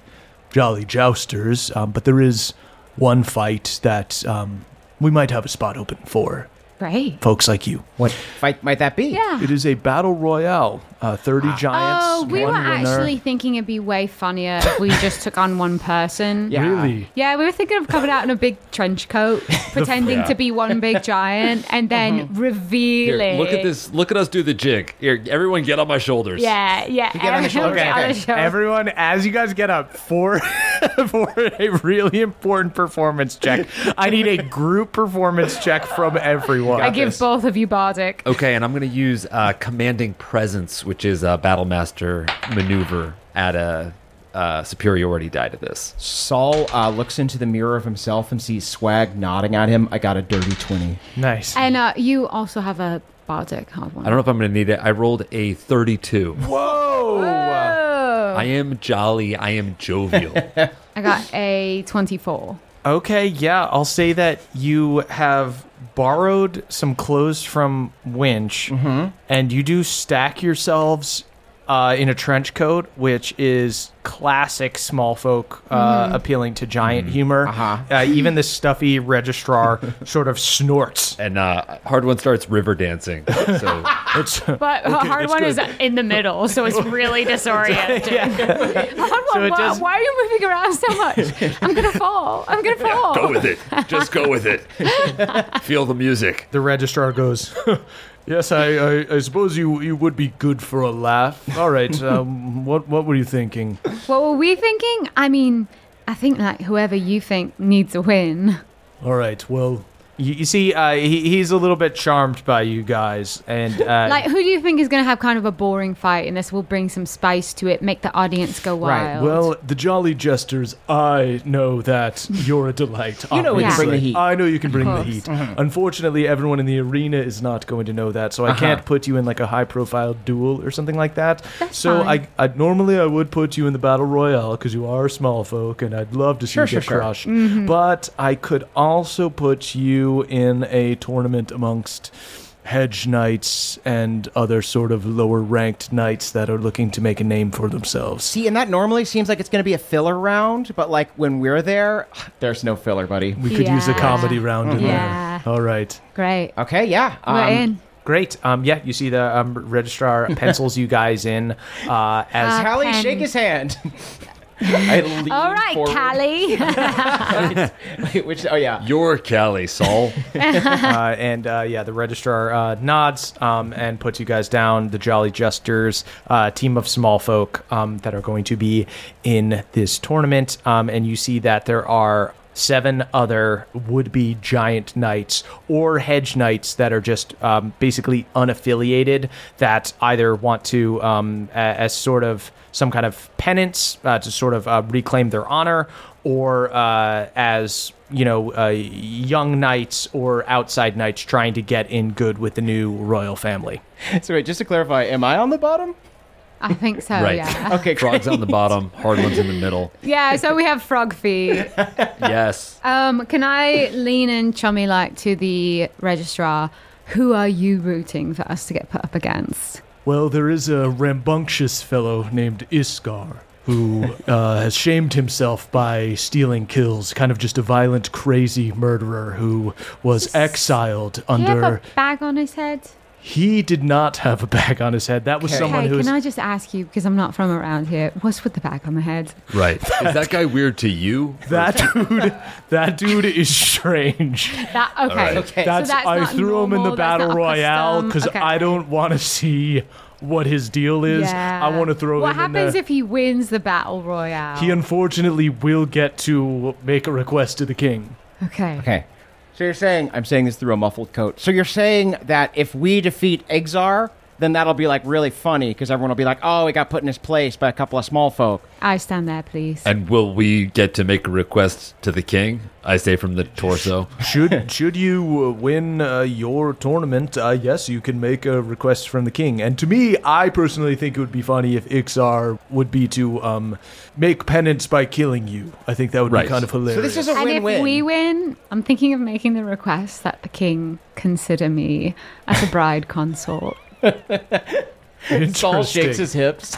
Speaker 12: Jolly Jousters, um, but there is one fight that um, we might have a spot open for
Speaker 3: Right.
Speaker 12: folks like you.
Speaker 5: What fight might that be?
Speaker 3: Yeah.
Speaker 12: It is a battle royale. Uh, 30
Speaker 2: Ah.
Speaker 12: giants.
Speaker 3: Oh, we
Speaker 12: one
Speaker 3: were
Speaker 12: winner.
Speaker 3: actually thinking it'd be way funnier if we just took on one person.
Speaker 12: Yeah. Really?
Speaker 3: Yeah, we were thinking of coming out in a big trench coat, pretending
Speaker 4: Yeah.
Speaker 3: to be one big giant, and
Speaker 4: Here,
Speaker 3: then revealing.
Speaker 4: look at this. Look at us do the jig. Here, everyone get on my shoulders.
Speaker 3: Yeah, yeah. everyone get on the shoulder.
Speaker 2: Everyone, as you guys get up for for a really important performance check, I need a group performance check from everyone.
Speaker 3: I give both of you bardic.
Speaker 6: Oh.
Speaker 4: Okay, and I'm going to use uh, commanding presence, which is a battle master maneuver at a uh, superiority die to this.
Speaker 5: Saul uh, looks into the mirror of himself and sees Swag nodding at him. I got a dirty 20.
Speaker 2: Nice.
Speaker 3: And uh, you also have a bardic hard
Speaker 4: I
Speaker 3: one.
Speaker 4: don't know if I'm going to need it. I rolled a 32.
Speaker 2: Whoa!
Speaker 4: I am jolly. I am jovial.
Speaker 3: I got a 24.
Speaker 2: Okay, yeah, I'll say that you have borrowed some clothes from Winch, and you do stack yourselves uh, in a trench coat, which is classic small folk uh,
Speaker 12: Mhm.
Speaker 2: appealing to giant humor. Uh, even the stuffy registrar sort of snorts.
Speaker 4: And uh, hard one starts river dancing. So
Speaker 2: it's
Speaker 3: But a hard one is in the middle, so it's really disorienting. Hard
Speaker 4: So
Speaker 3: one,
Speaker 4: it
Speaker 3: why,
Speaker 4: just-
Speaker 3: why are you moving around so much? I'm gonna fall. I'm gonna fall.
Speaker 4: Go with it. Just go with it. Feel the music.
Speaker 2: The registrar goes,
Speaker 12: Yes, I, I, I suppose you, you would be good for a laugh. All right, um, what, what were you thinking?
Speaker 3: What were we thinking? I mean, I think like whoever you think needs a win.
Speaker 2: All right, well. You, you see, uh, he, he's a little bit charmed by you guys, and uh,
Speaker 3: like, who do you think is going to have kind of a boring fight, and this will bring some spice to it, make the audience go wild?
Speaker 12: Well, the Jolly Jesters, I know that you're a delight.
Speaker 3: You know we can bring the
Speaker 12: obviously.
Speaker 3: heat.
Speaker 12: I know you can
Speaker 3: Of
Speaker 12: bring the
Speaker 3: course.
Speaker 12: heat.
Speaker 3: Mhm.
Speaker 12: Unfortunately, everyone in the arena is not going to know that, so I
Speaker 2: Uh-huh.
Speaker 12: can't put you in like a high-profile duel or something like that. so
Speaker 2: fine.
Speaker 12: I, I normally I would put you in the battle royale because you are small folk, and I'd love to see
Speaker 2: Sure,
Speaker 12: you
Speaker 2: sure,
Speaker 12: get
Speaker 2: sure.
Speaker 12: crushed.
Speaker 3: Mm-hmm.
Speaker 2: Mhm.
Speaker 12: But I could also put you in a tournament amongst. Hedge knights and other sort of lower ranked knights that are looking to make a name for themselves.
Speaker 5: See, and that normally seems like it's going to be a filler round, but like when we're there, there's no filler, buddy.
Speaker 12: We could use a
Speaker 5: Yeah.
Speaker 12: comedy round in
Speaker 5: Yeah.
Speaker 12: there. All right.
Speaker 3: Great.
Speaker 5: Okay, yeah.
Speaker 2: Um, Great. Um, yeah, you see the um, registrar pencils you guys in uh, as
Speaker 5: Uh, Callie, pen. shake his hand. I lean
Speaker 3: All right,
Speaker 5: forward.
Speaker 3: Callie.
Speaker 5: Which, oh, yeah.
Speaker 4: You're Callie, Saul.
Speaker 2: uh, and uh, yeah, the registrar uh, nods um, and puts you guys down. The Jolly Jesters, uh, team of small folk um, that are going to be in this tournament, um, and you see that there are seven other would-be giant knights or hedge knights that are just um, basically unaffiliated that either want to um, a- as sort of some kind of penance uh, to sort of uh, reclaim their honor or uh, as you know, uh, young knights or outside knights trying to get in good with the new royal family.
Speaker 5: So, wait, just to clarify, am I on the bottom?
Speaker 3: I think
Speaker 2: Oh,
Speaker 3: so. Yeah.
Speaker 5: Okay,
Speaker 4: Frogs on the bottom, hard ones in the middle.
Speaker 3: Yeah. So we have frog feet.
Speaker 4: Yes.
Speaker 3: Um, can I lean in chummy like to the registrar? Who are you rooting for us to get put up against?
Speaker 12: Well, there is a rambunctious fellow named Iskar who uh, has shamed himself by stealing kills, kind of just a violent, crazy murderer who was exiled
Speaker 3: Did he have
Speaker 12: under.
Speaker 3: a bag on his head?
Speaker 2: He did not have a bag on his head. That was someone
Speaker 3: okay,
Speaker 2: who was.
Speaker 3: can I just ask you because I'm not from around here? What's with the bag on the head?
Speaker 6: Right. Is that guy weird to you?
Speaker 2: That dude, that dude is strange.
Speaker 3: That okay. Eh, So
Speaker 2: That's,
Speaker 3: that's
Speaker 2: I
Speaker 3: not
Speaker 2: threw him in
Speaker 3: normal,
Speaker 2: the
Speaker 3: that's not
Speaker 2: battle
Speaker 3: a
Speaker 2: royale
Speaker 3: custom.
Speaker 2: because
Speaker 3: Okay.
Speaker 2: I don't want to see what his deal is.
Speaker 3: Yeah.
Speaker 2: I want to throw him
Speaker 3: What
Speaker 2: in
Speaker 3: happens
Speaker 2: there.
Speaker 3: if he wins the battle royale?
Speaker 2: he unfortunately will get to make a request to the king.
Speaker 3: okay.
Speaker 5: Okay. So you're saying I'm saying this through a muffled coat. So you're saying that if we defeat Exar, then that'll be like really funny because everyone will be like, "Oh, he got put in his place by a couple of small folk."
Speaker 3: I stand there, please.
Speaker 6: And will we get to make a request to the king? I say from the torso.
Speaker 2: Should
Speaker 10: should you uh, win uh, your tournament, uh, yes, you can make a request from the king.
Speaker 2: And to me, I personally think it would be funny if Ixar would be to um, make penance by killing you. I think that would
Speaker 6: Right.
Speaker 2: be kind of hilarious.
Speaker 3: and if we win, I'm thinking of making the request that the king consider me as a bride consort.
Speaker 5: Saul shakes his hips.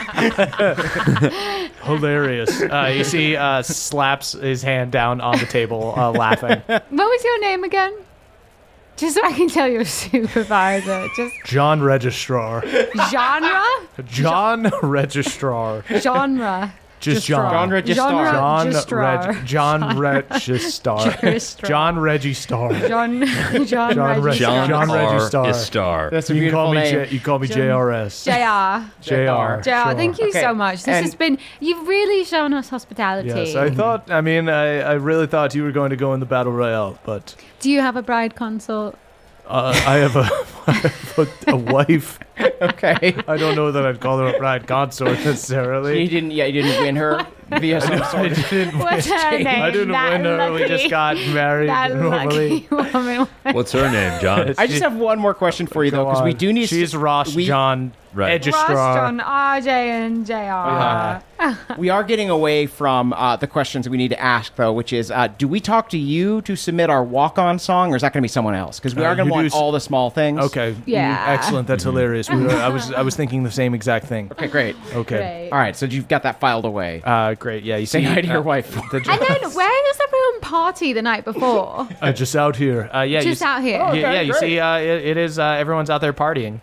Speaker 2: Hilarious. Uh, you see, uh, slaps his hand down on the table, uh, laughing.
Speaker 3: what was your name again? Just so I can tell your supervisor. Just
Speaker 2: John Registrar.
Speaker 3: genre?
Speaker 2: John Registrar.
Speaker 3: Genre.
Speaker 2: Just John.
Speaker 5: John Registrar.
Speaker 2: John
Speaker 3: Registrar.
Speaker 2: Reg- John Registrar.
Speaker 3: Registrar.
Speaker 2: John Registrar.
Speaker 3: John. John.
Speaker 2: John Reg-
Speaker 6: John
Speaker 2: John
Speaker 6: R.
Speaker 2: Registrar.
Speaker 6: Istar.
Speaker 5: That's a
Speaker 2: you can call me
Speaker 5: beautiful
Speaker 2: J-
Speaker 5: name.
Speaker 2: you call me
Speaker 5: John-
Speaker 2: JRS.
Speaker 3: JR.
Speaker 2: JR.
Speaker 3: JR, thank you
Speaker 5: Okay,
Speaker 3: so much. This has
Speaker 5: and-
Speaker 3: been, you've really shown us hospitality.
Speaker 2: Yes, I thought. I mean, I, I really thought you were going to go in the battle royale, but
Speaker 3: Do you have a bride consort?
Speaker 2: uh, I have a, I have a, a wife.
Speaker 5: Okay.
Speaker 2: I don't know that I'd call her a bride consort necessarily.
Speaker 5: You didn't. Yeah, you didn't win her via some sort of.
Speaker 3: What's her name?
Speaker 2: I didn't
Speaker 3: That
Speaker 2: win her. We
Speaker 3: lucky-
Speaker 2: just got married
Speaker 3: that
Speaker 2: normally.
Speaker 3: lucky woman.
Speaker 6: What's her name, John?
Speaker 5: I just have one more question for you though, because we
Speaker 2: on.
Speaker 5: do need.
Speaker 2: She's Ross
Speaker 5: we-
Speaker 2: John
Speaker 6: Right.
Speaker 2: Registrar.
Speaker 3: Ross, John, RJ, and JR.
Speaker 5: Uh, we are getting away from uh, the questions we need to ask, though, which is, uh, do we talk to you to submit our walk-on song, or is that going to be someone else? Because we
Speaker 2: Uh,
Speaker 5: are going
Speaker 2: you
Speaker 5: to
Speaker 2: do
Speaker 5: want
Speaker 2: s-
Speaker 5: all the small things.
Speaker 2: Okay. mm,
Speaker 3: Yeah.
Speaker 2: Excellent. That's hilarious. We were, I was I was thinking the same exact thing.
Speaker 5: Okay, great.
Speaker 2: Okay.
Speaker 5: All right, so you've got that filed away.
Speaker 2: Uh, great. Yeah. You
Speaker 5: Say
Speaker 2: see,
Speaker 5: hi to
Speaker 2: uh,
Speaker 5: your wife.
Speaker 2: The
Speaker 3: And then where does everyone party the night before?
Speaker 2: Uh, just out here. Uh, yeah, you
Speaker 3: Just
Speaker 2: s-
Speaker 3: out here. Oh, okay,
Speaker 2: yeah, yeah, you
Speaker 3: great.
Speaker 2: see, uh, it, it is uh, everyone's out there partying.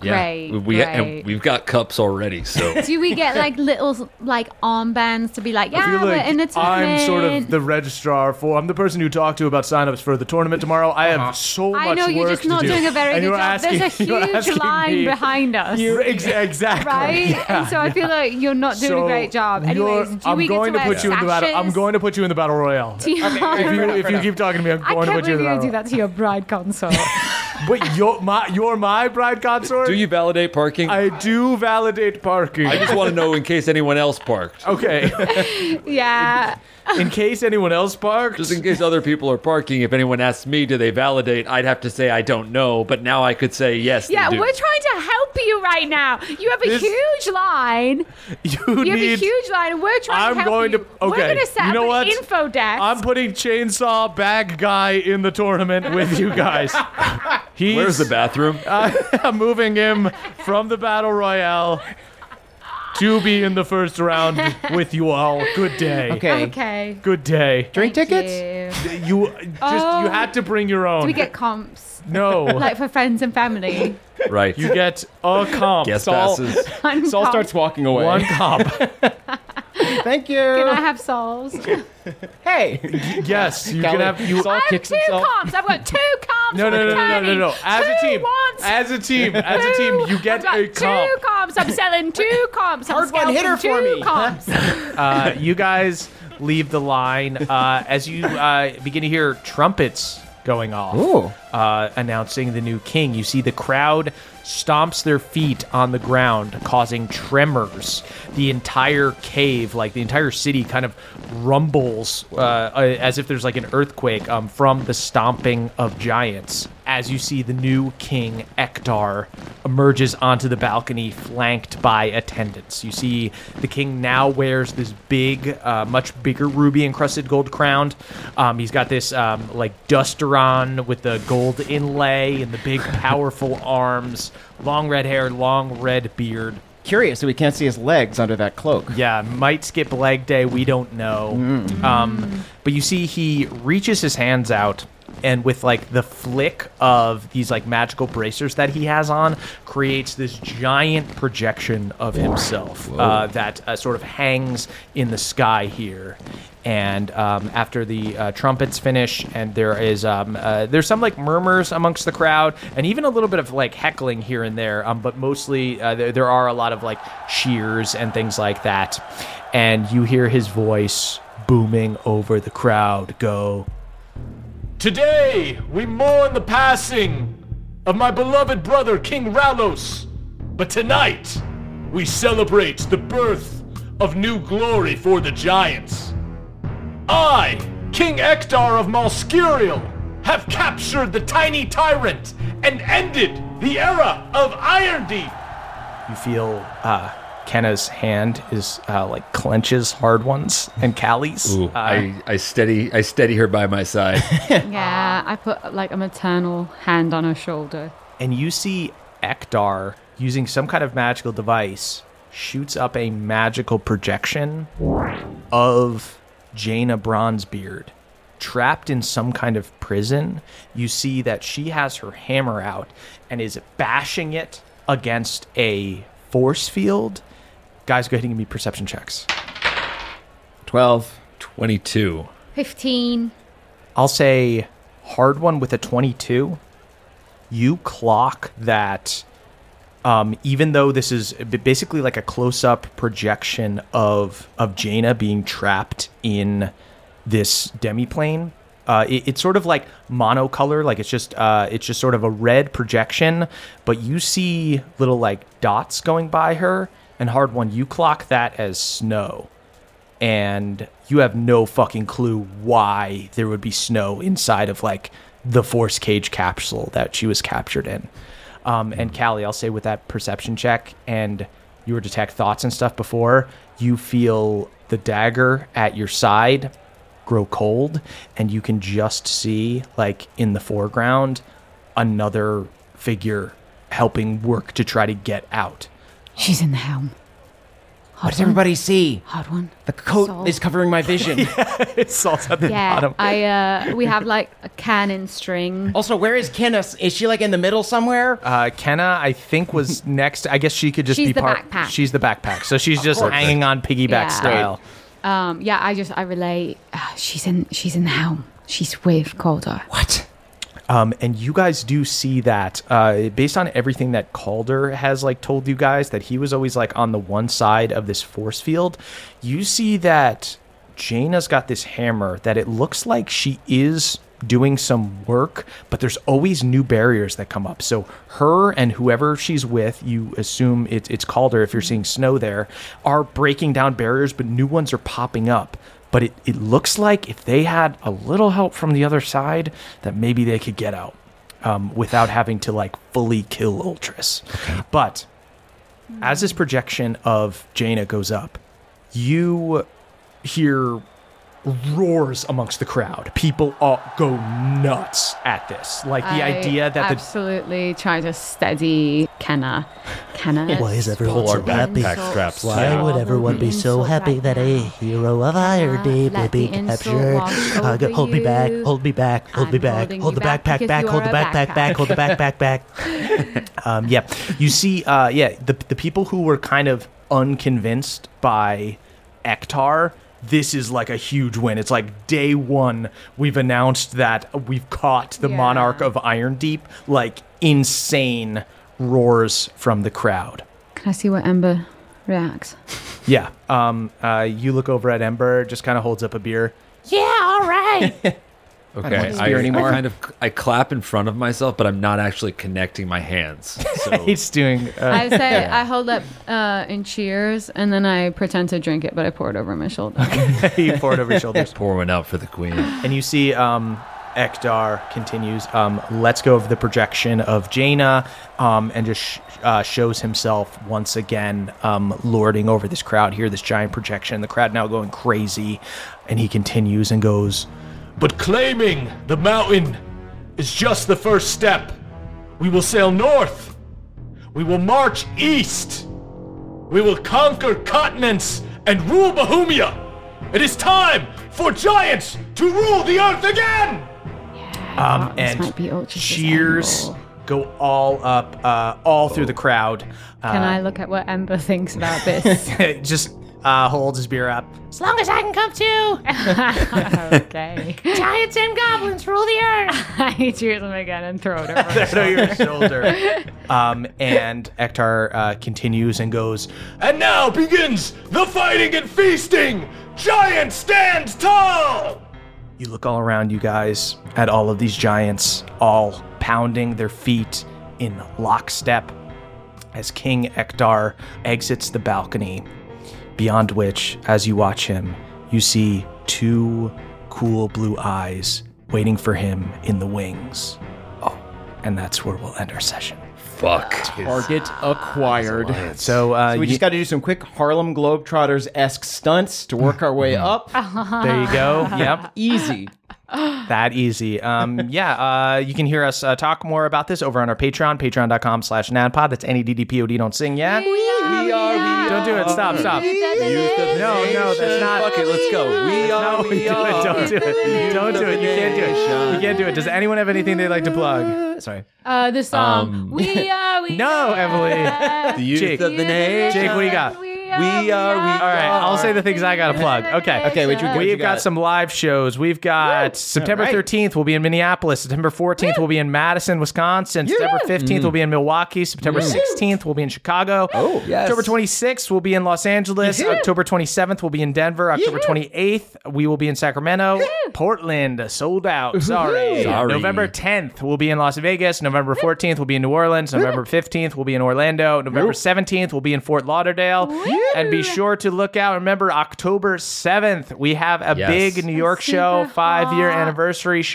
Speaker 3: Great,
Speaker 6: We, we-
Speaker 3: great.
Speaker 6: And we've got cups already, so.
Speaker 3: Do we get like little like armbands to be like, yeah, we're in a
Speaker 2: I'm
Speaker 3: tournament.
Speaker 2: sort of the registrar for. I'm the person you talk to about signups for the tournament tomorrow. I have so much
Speaker 3: Uh-huh. I know you're
Speaker 2: work
Speaker 3: just
Speaker 2: to
Speaker 3: not
Speaker 2: do.
Speaker 3: doing a very
Speaker 2: And
Speaker 3: good
Speaker 2: you
Speaker 3: job.
Speaker 2: were
Speaker 3: There's a
Speaker 2: asking- you were
Speaker 3: huge
Speaker 2: asking
Speaker 3: line
Speaker 2: me-
Speaker 3: behind us.
Speaker 2: You- ex- exactly.
Speaker 3: Right,
Speaker 2: Yeah,
Speaker 3: and so I feel
Speaker 2: yeah.
Speaker 3: like you're not doing
Speaker 2: So
Speaker 3: a great job. Anyways,
Speaker 2: you're-
Speaker 3: do
Speaker 2: I'm
Speaker 3: we
Speaker 2: going
Speaker 3: get to,
Speaker 2: put
Speaker 3: wear
Speaker 2: you in the battle. I'm
Speaker 3: sashes?
Speaker 2: going to put you in the battle royale.
Speaker 3: Do you-
Speaker 2: if you, if you keep talking to me, I'm
Speaker 3: I
Speaker 2: going to
Speaker 3: can't
Speaker 2: put you in
Speaker 3: believe
Speaker 2: the battle.
Speaker 3: you do that to your bride consort.
Speaker 2: royale. But you're my, you're my bride consort.
Speaker 6: Do you validate parking? I,
Speaker 2: I do validate parking.
Speaker 6: just want to know in case anyone else parked.
Speaker 2: okay.
Speaker 3: yeah.
Speaker 2: in case anyone else parks.
Speaker 6: Just in case other people are parking, if anyone asks me, do they validate? I'd have to say I don't know, but now I could say yes. they
Speaker 3: Yeah,
Speaker 6: do.
Speaker 3: we're trying to help you right now. You have a
Speaker 2: This-
Speaker 3: huge line.
Speaker 2: You,
Speaker 3: You have
Speaker 2: need.
Speaker 3: a huge line, and we're trying
Speaker 2: I'm
Speaker 3: to help
Speaker 2: going
Speaker 3: you.
Speaker 2: to.
Speaker 3: We're
Speaker 2: Okay.
Speaker 3: going to set
Speaker 2: you know
Speaker 3: up
Speaker 2: what?
Speaker 3: an info desk.
Speaker 2: I'm putting chainsaw bag guy in the tournament with you guys. He's,
Speaker 6: Where's the bathroom?
Speaker 2: Uh, I'm moving him from the battle royale to be in the first round with you all. Good day.
Speaker 5: Okay.
Speaker 3: okay.
Speaker 2: Good day.
Speaker 5: Drink tickets?
Speaker 3: Yeah.
Speaker 2: You just you
Speaker 3: Oh.
Speaker 2: had to bring your own.
Speaker 3: Do we get comps?
Speaker 2: no.
Speaker 3: Like for friends and family.
Speaker 6: Right.
Speaker 2: you get a comp.
Speaker 6: Guest
Speaker 5: Saul-
Speaker 6: passes.
Speaker 3: One
Speaker 5: Saul
Speaker 3: comp.
Speaker 5: starts walking away.
Speaker 2: One comp.
Speaker 5: Thank you.
Speaker 3: Can I have souls?
Speaker 5: hey.
Speaker 2: Yes, you can
Speaker 5: Golly.
Speaker 2: have you
Speaker 5: Saul
Speaker 3: I have
Speaker 5: kicks
Speaker 3: two
Speaker 5: himself.
Speaker 3: comps. I've got two comps.
Speaker 2: No, no,
Speaker 3: for
Speaker 2: no, no, no, no,
Speaker 3: returning.
Speaker 2: no. As a
Speaker 3: Who
Speaker 2: team,
Speaker 3: wants
Speaker 2: as a team, as a team, you get a
Speaker 3: I've got
Speaker 2: comp.
Speaker 3: Two comps. I'm selling two comps. I'm
Speaker 5: Hard one
Speaker 3: scalping
Speaker 5: hitter for
Speaker 3: two
Speaker 5: me.
Speaker 3: Comps.
Speaker 2: Uh, you guys leave the line uh, as you uh, begin to hear trumpets going off,
Speaker 5: Ooh.
Speaker 2: Uh, announcing the new king. You see the crowd stomps their feet on the ground, causing tremors. The entire cave, like the entire city, kind of rumbles uh, uh, as if there's like an earthquake um, from the stomping of giants. As you see, the new king Ektar emerges onto the balcony, flanked by attendants. You see, the king now wears this big, uh, much bigger ruby encrusted gold crown. Um, he's got this um, like duster on with the gold inlay and the big, powerful arms, long red hair, long red beard.
Speaker 5: Curious that we can't see his legs under that cloak.
Speaker 2: Yeah, might skip leg day. We don't know. Um, but you see, he reaches his hands out and with like the flick of these like magical bracers that he has on, creates this giant projection of himself uh, that uh, sort of hangs in the sky here. And um, after the uh, trumpets finish, and there is um, uh, there's some like murmurs amongst the crowd, and even a little bit of like heckling here and there, um, but mostly uh, there, there are a lot of like cheers and things like that. And you hear his voice booming over the crowd go,
Speaker 14: Today, we mourn the passing of my beloved brother, King Ralos. But tonight, we celebrate the birth of new glory for the Giants. I, King Ektar of Malskuriel, have captured the tiny tyrant and ended the era of Iron Deep.
Speaker 2: You feel uh, Kenna's hand is uh, like clenches hard ones and Callie's.
Speaker 6: Ooh,
Speaker 2: uh,
Speaker 6: I, I steady I steady her by my side.
Speaker 3: yeah, I put like a maternal hand on her shoulder.
Speaker 2: and you see Ektar using some kind of magical device shoots up a magical projection of Jaina Bronzebeard trapped in some kind of prison. You see that she has her hammer out and is bashing it against a force field. Guys, go ahead and give me perception checks.
Speaker 6: 12 22
Speaker 3: 15.
Speaker 2: I'll say hard one with a 22. You clock that um, even though this is b- basically like a close-up projection of of Jaina being trapped in this demiplane, uh, it, it's sort of like monocolor, like it's just uh, it's just sort of a red projection, but you see little like dots going by her. And hard one, you clock that as snow and you have no fucking clue why there would be snow inside of like the force cage capsule that she was captured in. Um, and Callie, I'll say with that perception check and you were detect thoughts and stuff before, you feel the dagger at your side grow cold, and you can just see like in the foreground another figure helping work to try to get out.
Speaker 3: She's in the helm.
Speaker 5: What does everybody see?
Speaker 3: Hard one.
Speaker 5: The coat
Speaker 3: Salt.
Speaker 5: is covering my vision.
Speaker 2: it's salt at
Speaker 3: Yeah, I uh, we have like a cannon string.
Speaker 5: Also, where is Kenna? Is she like in the middle somewhere?
Speaker 2: Uh, Kenna, I think, was next. I guess she could just
Speaker 3: She's
Speaker 2: be
Speaker 3: the
Speaker 2: part.
Speaker 3: backpack.
Speaker 2: She's the backpack, so she's just
Speaker 3: course.
Speaker 2: hanging on piggyback
Speaker 3: Yeah.
Speaker 2: style.
Speaker 3: Um, yeah, I just I relay. Uh, she's in she's in the helm. She's with Calder.
Speaker 5: What?
Speaker 2: Um, and you guys do see that uh, based on everything that Calder has like told you guys that he was always like on the one side of this force field. You see that Jaina's got this hammer that it looks like she is doing some work, but there's always new barriers that come up. So her and whoever she's with, you assume it, it's Calder if you're seeing snow there, are breaking down barriers, but new ones are popping up but it, it looks like if they had a little help from the other side that maybe they could get out um, without having to like fully kill ultras but as this projection of jaina goes up you hear roars amongst the crowd people all go nuts at this like the
Speaker 3: I
Speaker 2: idea that the
Speaker 3: absolutely try to steady Kenna. Kenna.
Speaker 10: Why is everyone
Speaker 3: Pull
Speaker 10: so
Speaker 3: our
Speaker 10: happy?
Speaker 3: backpack Insult. straps
Speaker 10: Why
Speaker 3: down.
Speaker 10: would everyone be so happy that a hero of Iron Deep
Speaker 3: let
Speaker 10: would be
Speaker 3: the insult
Speaker 10: captured?
Speaker 3: wash
Speaker 10: Uh, go-
Speaker 3: over
Speaker 10: hold me back!
Speaker 3: you.
Speaker 10: Hold me back! Hold me back!
Speaker 3: holding
Speaker 10: Hold
Speaker 3: you
Speaker 10: the
Speaker 3: back
Speaker 10: backpack
Speaker 3: because
Speaker 10: back!
Speaker 3: you
Speaker 10: Hold
Speaker 3: are
Speaker 10: the
Speaker 3: a
Speaker 10: backpack
Speaker 3: backpack.
Speaker 10: back! Hold the backpack back!
Speaker 2: um, yeah, you see, uh, yeah, the the people who were kind of unconvinced by Ektar, this is like a huge win. It's like day one, we've announced that we've caught the
Speaker 10: Yeah.
Speaker 2: monarch of Iron Deep. Like insane roars from the crowd.
Speaker 3: Can I see what Ember reacts?
Speaker 2: Yeah, um, uh, you look over at Ember, just kind of holds up a beer.
Speaker 13: Yeah, all right.
Speaker 6: Okay,
Speaker 2: I don't want this
Speaker 6: I,
Speaker 2: beer
Speaker 6: I
Speaker 2: anymore.
Speaker 6: kind of I clap in front of myself, but I'm not actually connecting my hands.
Speaker 4: Oh.
Speaker 6: So
Speaker 2: He's doing. Uh,
Speaker 3: I say I hold up uh, in cheers, and then I pretend to drink it, but I pour it over my shoulder.
Speaker 2: you pour it over your shoulders.
Speaker 6: Pour one out for the queen.
Speaker 2: And you see um, Ekdar continues, um, lets go of the projection of Jaina um, and just sh- uh, shows himself once again, um, lording over this crowd here, this giant projection. The crowd now going crazy. And he continues and goes,
Speaker 14: But claiming the mountain is just the first step. We will sail north. We will march east. We will conquer continents and rule Bohemia. It is time for giants to rule the earth again!
Speaker 2: Um, and
Speaker 3: Ah, might be Ultras's
Speaker 2: cheers go all up, uh, all through the crowd.
Speaker 3: Can I
Speaker 2: Um,
Speaker 3: look at what Ember thinks about this?
Speaker 2: I? just uh, holds his beer up.
Speaker 13: As long as I can come too.
Speaker 3: okay.
Speaker 13: Giants and goblins rule the earth.
Speaker 3: I cheers him again and throw it over.
Speaker 2: Throw your shoulder. Um, and Ektar uh, continues and goes,
Speaker 14: And now begins the fighting and feasting! Giant stands tall!
Speaker 2: You look all around you guys at all of these giants, all pounding their feet in lockstep as King Ektar exits the balcony, beyond which, as you watch him, you see two cool blue eyes waiting for him in the wings. Oh, and that's where we'll end our session.
Speaker 6: Fuck.
Speaker 5: Target acquired.
Speaker 2: So, uh,
Speaker 5: So we
Speaker 2: you-
Speaker 5: just got to do some quick Harlem Globetrotters esque stunts to work our
Speaker 2: Mm-hmm.
Speaker 5: way up.
Speaker 2: there you go. Yep.
Speaker 5: Easy.
Speaker 2: that easy um yeah uh you can hear us uh, talk more about this over on our patreon patreon.com slash nadpod that's n-e-d-d-p-o-d don't sing yet
Speaker 3: we are.
Speaker 2: don't do it stop stop no no that's not
Speaker 6: Fuck it, let's go. We are.
Speaker 2: no,
Speaker 6: we
Speaker 2: do
Speaker 6: are.
Speaker 2: it, don't do it don't do it you can't do it you can't do it does anyone have anything they'd like to plug sorry
Speaker 3: Uh, the song.
Speaker 2: Um,
Speaker 3: we are. We
Speaker 2: no emily
Speaker 6: The youth
Speaker 2: jake
Speaker 6: of the nation.
Speaker 2: jake what do you got
Speaker 6: We are. We
Speaker 2: all right, I'll say the things I got to plug. Okay.
Speaker 5: Okay, what you- what you
Speaker 2: we've got,
Speaker 5: got?
Speaker 2: some live shows. We've got September
Speaker 5: All right.
Speaker 2: 13th, we'll be in Minneapolis. September 14th, we'll be in Madison, Wisconsin. September 15th, we'll be in Milwaukee. September 16th, we'll be in Chicago. Oh,
Speaker 6: yes.
Speaker 2: October 26th, we'll be in Los Angeles. October 27th, we'll be in Denver. October 28th, we will be in Sacramento. Portland, sold out. Sorry.
Speaker 6: Sorry.
Speaker 2: November 10th, we'll be in Las Vegas. November 14th, we'll be in New Orleans. November 15th, we'll be in Orlando. November 17th, we'll be in Fort Lauderdale. And be sure to look out. Remember, October 7th, we have a
Speaker 6: Yes.
Speaker 2: big New York show, five year anniversary show.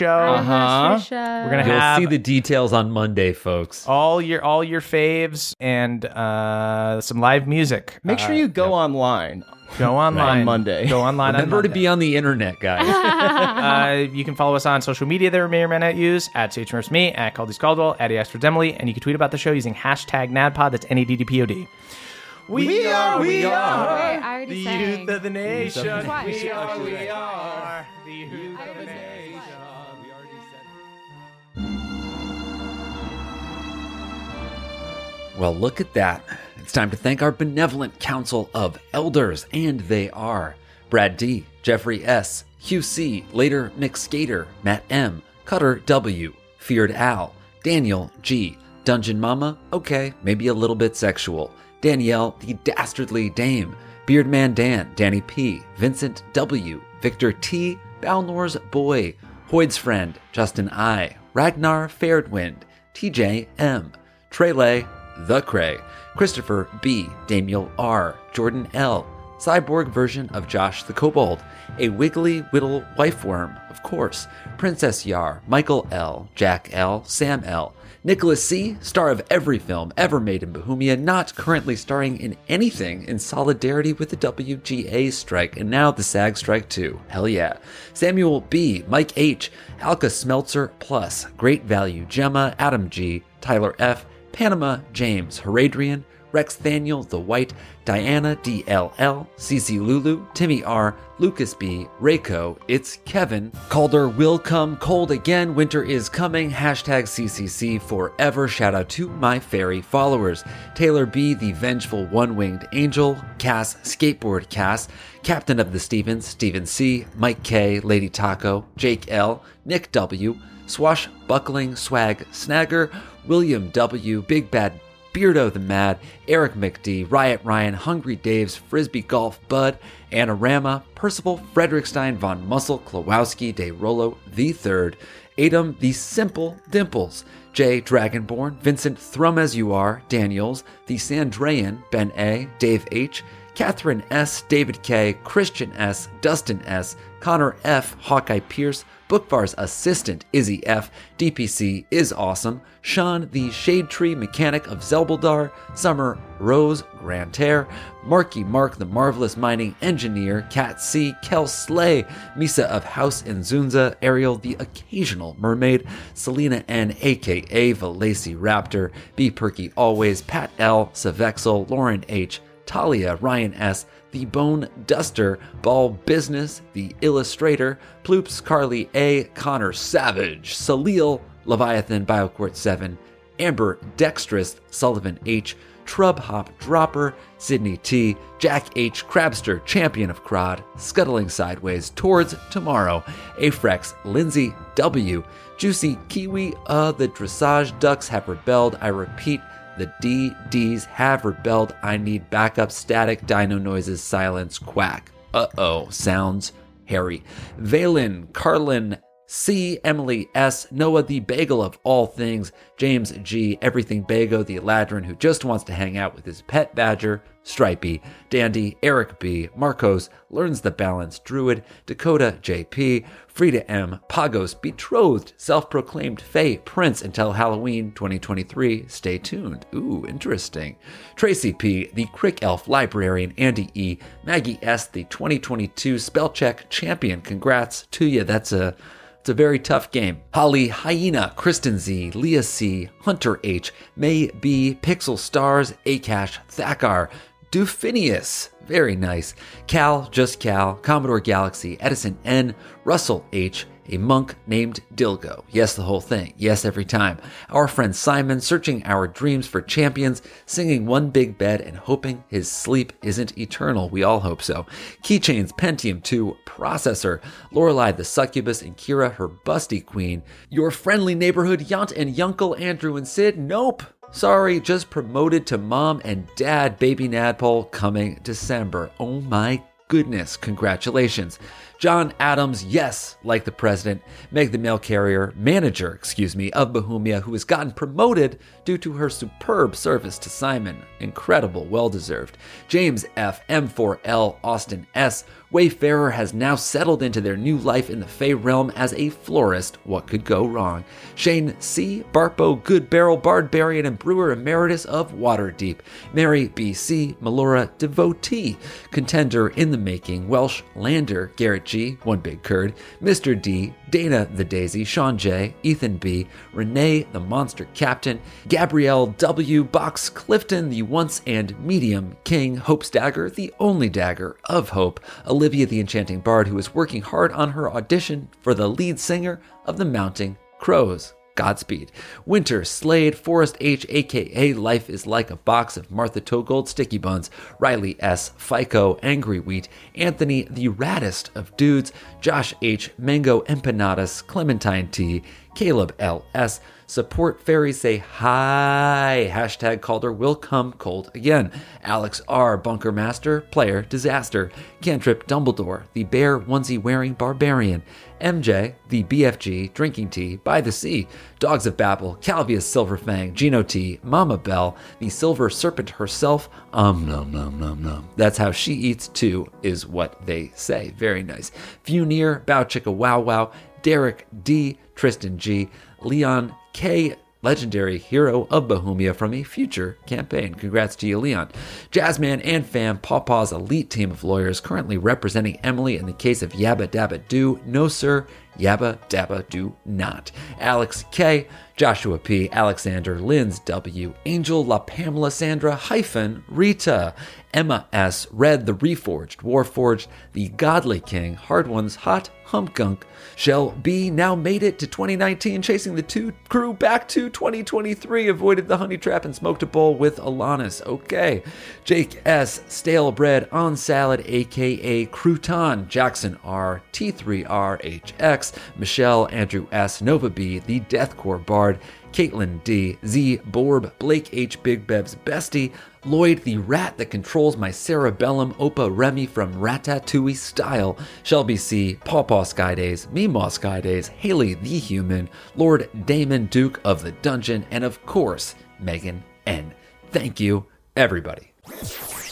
Speaker 6: Anniversary
Speaker 3: uh,
Speaker 2: Uh-huh. We're going to
Speaker 6: You'll
Speaker 2: have Oh,
Speaker 6: see the details on Monday, folks.
Speaker 2: all your all your faves and uh, some live music.
Speaker 5: Make sure you go online.
Speaker 2: Go online
Speaker 5: On Monday.
Speaker 2: Go online.
Speaker 6: Remember
Speaker 2: on
Speaker 6: to be on the internet, guys.
Speaker 2: uh, you can follow us on social media that we may or may not use at CHMRSMe, at Caldy's Caldwell, at EXtraDemily, and you can tweet about the show using hashtag NADPOD. That's N A D D P O D. We,
Speaker 13: are, we
Speaker 3: are.
Speaker 13: Wait,
Speaker 3: I already
Speaker 2: the
Speaker 3: sang.
Speaker 2: youth of the nation.
Speaker 3: What? We should-
Speaker 2: are, we are. The
Speaker 13: youth of the nation.
Speaker 6: Well, look at that. It's time to thank our benevolent council of elders, and they are Brad D, Jeffrey S, QC, later Nick Skater, Matt M, Cutter W, Feared Al, Daniel G, Dungeon Mama, okay, maybe a little bit sexual, Danielle the Dastardly Dame, Beardman Dan, Danny P, Vincent W, Victor T, Balnor's Boy, Hoyd's Friend, Justin I, Ragnar Fairwind, TJ M, Trele, The Cray, Christopher B, Damiel R, Jordan L, Cyborg version of Josh the Kobold, a Wiggly Whittle wife worm, of course, Princess Yar, Michael L, Jack L, Sam L, Nicholas C, star of every film ever made in Bohemia, not currently starring in anything in solidarity with the WGA strike and now the SAG strike too. Hell yeah. Samuel B, Mike H, Alka Smeltzer Plus, Great Value, Gemma, Adam G, Tyler F, Panama James, Heradrian, Rex Thaniel the White, Diana DLL, CC Lulu, Timmy R, Lucas B, Rayco, It's Kevin, Calder will come cold again, winter is coming, hashtag CCC forever, shout out to my fairy followers, Taylor B, the vengeful one-winged angel, Cass, skateboard Cass, Captain of the Stevens, Steven C, Mike K, Lady Taco, Jake L, Nick W, Swashbuckling Swag Snagger, William W, Big Bad Beardo the Mad, Eric McD, Riot Ryan, Hungry Dave's, Frisbee Golf Bud, Anorama, Percival Frederickstein, Von Muscle, Klawowski, De Rolo the Third, Adam the Simple Dimples, Jay Dragonborn, Vincent Thrum as You Are, Daniels, The Sandrean, Ben A, Dave H, Catherine S., David K., Christian S., Dustin S., Connor F., Hawkeye Pierce, Bookvar's assistant, Izzy F., DPC is awesome, Sean, the shade tree mechanic of Zelbeldar, Summer, Rose, Grantaire, Marky Mark, the marvelous mining engineer, Cat C, Kel Slay, Misa of House and Zunza, Ariel, the occasional mermaid, Selena N, aka Valacy Raptor, B Perky Always, Pat L, Savexel, Lauren H, Talia, Ryan S., The Bone Duster, Ball Business, The Illustrator, Ploops Carly A, Connor Savage, Salil, Leviathan Bioquart 7, Amber Dextrous, Sullivan H, Trub Hop Dropper, Sydney T, Jack H, Crabster, Champion of Crod, Scuttling Sideways Towards Tomorrow, Afrex, Lindsay W, Juicy Kiwi, uh, the Dressage Ducks have rebelled, I repeat, the DDs have rebelled, I need backup, static, dino noises, silence, quack. Uh oh, sounds hairy. Valen, Carlin, C. Emily S. Noah, the bagel of all things. James G. Everything Bago, the Eladrin who just wants to hang out with his pet badger, Stripey. Dandy, Eric B. Marcos, Learns the Balance, Druid. Dakota JP. Frida M. Pagos, Betrothed, Self Proclaimed Fae Prince until Halloween 2023. Stay tuned. Ooh, interesting. Tracy P., the Crick Elf Librarian, Andy E., Maggie S., the 2022 Spellcheck Champion. Congrats to you. That's a it's a very tough game. Holly, Hyena, Kristen Z, Leah C, Hunter H, May B, Pixel Stars, Akash, Thakar, Dufinius, very nice. Cal, Just Cal, Commodore Galaxy, Edison N, Russell H, a monk named Dilgo. Yes, the whole thing. Yes, every time. Our friend Simon searching our dreams for champions, singing One Big Bed and hoping his sleep isn't eternal. We all hope so. Keychains Pentium 2 processor, Lorelei the succubus, and Kira her busty queen. Your friendly neighborhood Yant and Yunkel, Andrew and Sid. Nope. Sorry, just promoted to mom and dad, baby Nadpole, coming December. Oh my goodness, congratulations. John Adams, yes, like the president, Meg the mail carrier, manager, excuse me, of Bohemia, who has gotten promoted due to her superb service to Simon. Incredible, well deserved. James F, M4L, Austin S, Wayfarer has now settled into their new life in the Fey realm as a florist. What could go wrong? Shane C, Barpo, Good Barrel, Bardbarian, and Brewer Emeritus of Waterdeep. Mary BC, Melora, Devotee, Contender in the Making, Welsh Lander, Garrett G, One Big Curd, Mr. D, Dana the Daisy, Sean J, Ethan B, Renee the Monster Captain, Gabrielle W, Box Clifton, the once and medium King, Hope's Dagger, the only dagger of hope, Olivia the Enchanting Bard, who is working hard on her audition for the lead singer of the Mounting Crows. Godspeed. Winter, Slade, Forest H, aka Life is Like a Box of Martha Togold Sticky Buns, Riley S, FICO, Angry Wheat, Anthony, the raddest of dudes, Josh H, Mango Empanadas, Clementine T, Caleb L S, support fairy say hi, hashtag Calder will come cold again, Alex R, Bunker Master, Player Disaster, Cantrip Dumbledore, the bear onesie wearing barbarian, MJ, the BFG, Drinking Tea, By the Sea, Dogs of Babel, Calvius Silverfang, Gino T, Mama Bell, the Silver Serpent herself, um nom nom nom nom. That's how she eats too, is what they say. Very nice. Funir, Bow Chicka Wow Wow, Derek D, Tristan G, Leon K, legendary hero of Bohemia from a future campaign. Congrats to you, Leon. Jazzman and fam, Pawpaw's elite team of lawyers currently representing Emily in the case of Yabba Dabba Do. No, sir, Yabba Dabba Do not. Alex K, Joshua P, Alexander, Linz W, Angel La Pamela Sandra hyphen Rita, Emma S, Red the Reforged, Warforged, the Godly King, Hard Ones, Hot Hump Gunk, Shell B now made it to 2019, chasing the two crew back to 2023, avoided the honey trap and smoked a bowl with Alanis. Okay. Jake S, Stale Bread on Salad, aka Crouton, Jackson R, T3RHX, Michelle, Andrew S, Nova B, the Deathcore Bard, Caitlin D, Z Borb, Blake H, Big Bev's bestie, Lloyd the rat that controls my cerebellum, Opa Remy from Ratatouille style, Shelby C, Pawpaw Sky Days, Meemaw Sky Days, Haley the human, Lord Damon Duke of the Dungeon, and of course, Megan N. Thank you, everybody.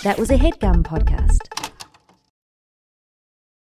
Speaker 15: That was a headgum podcast.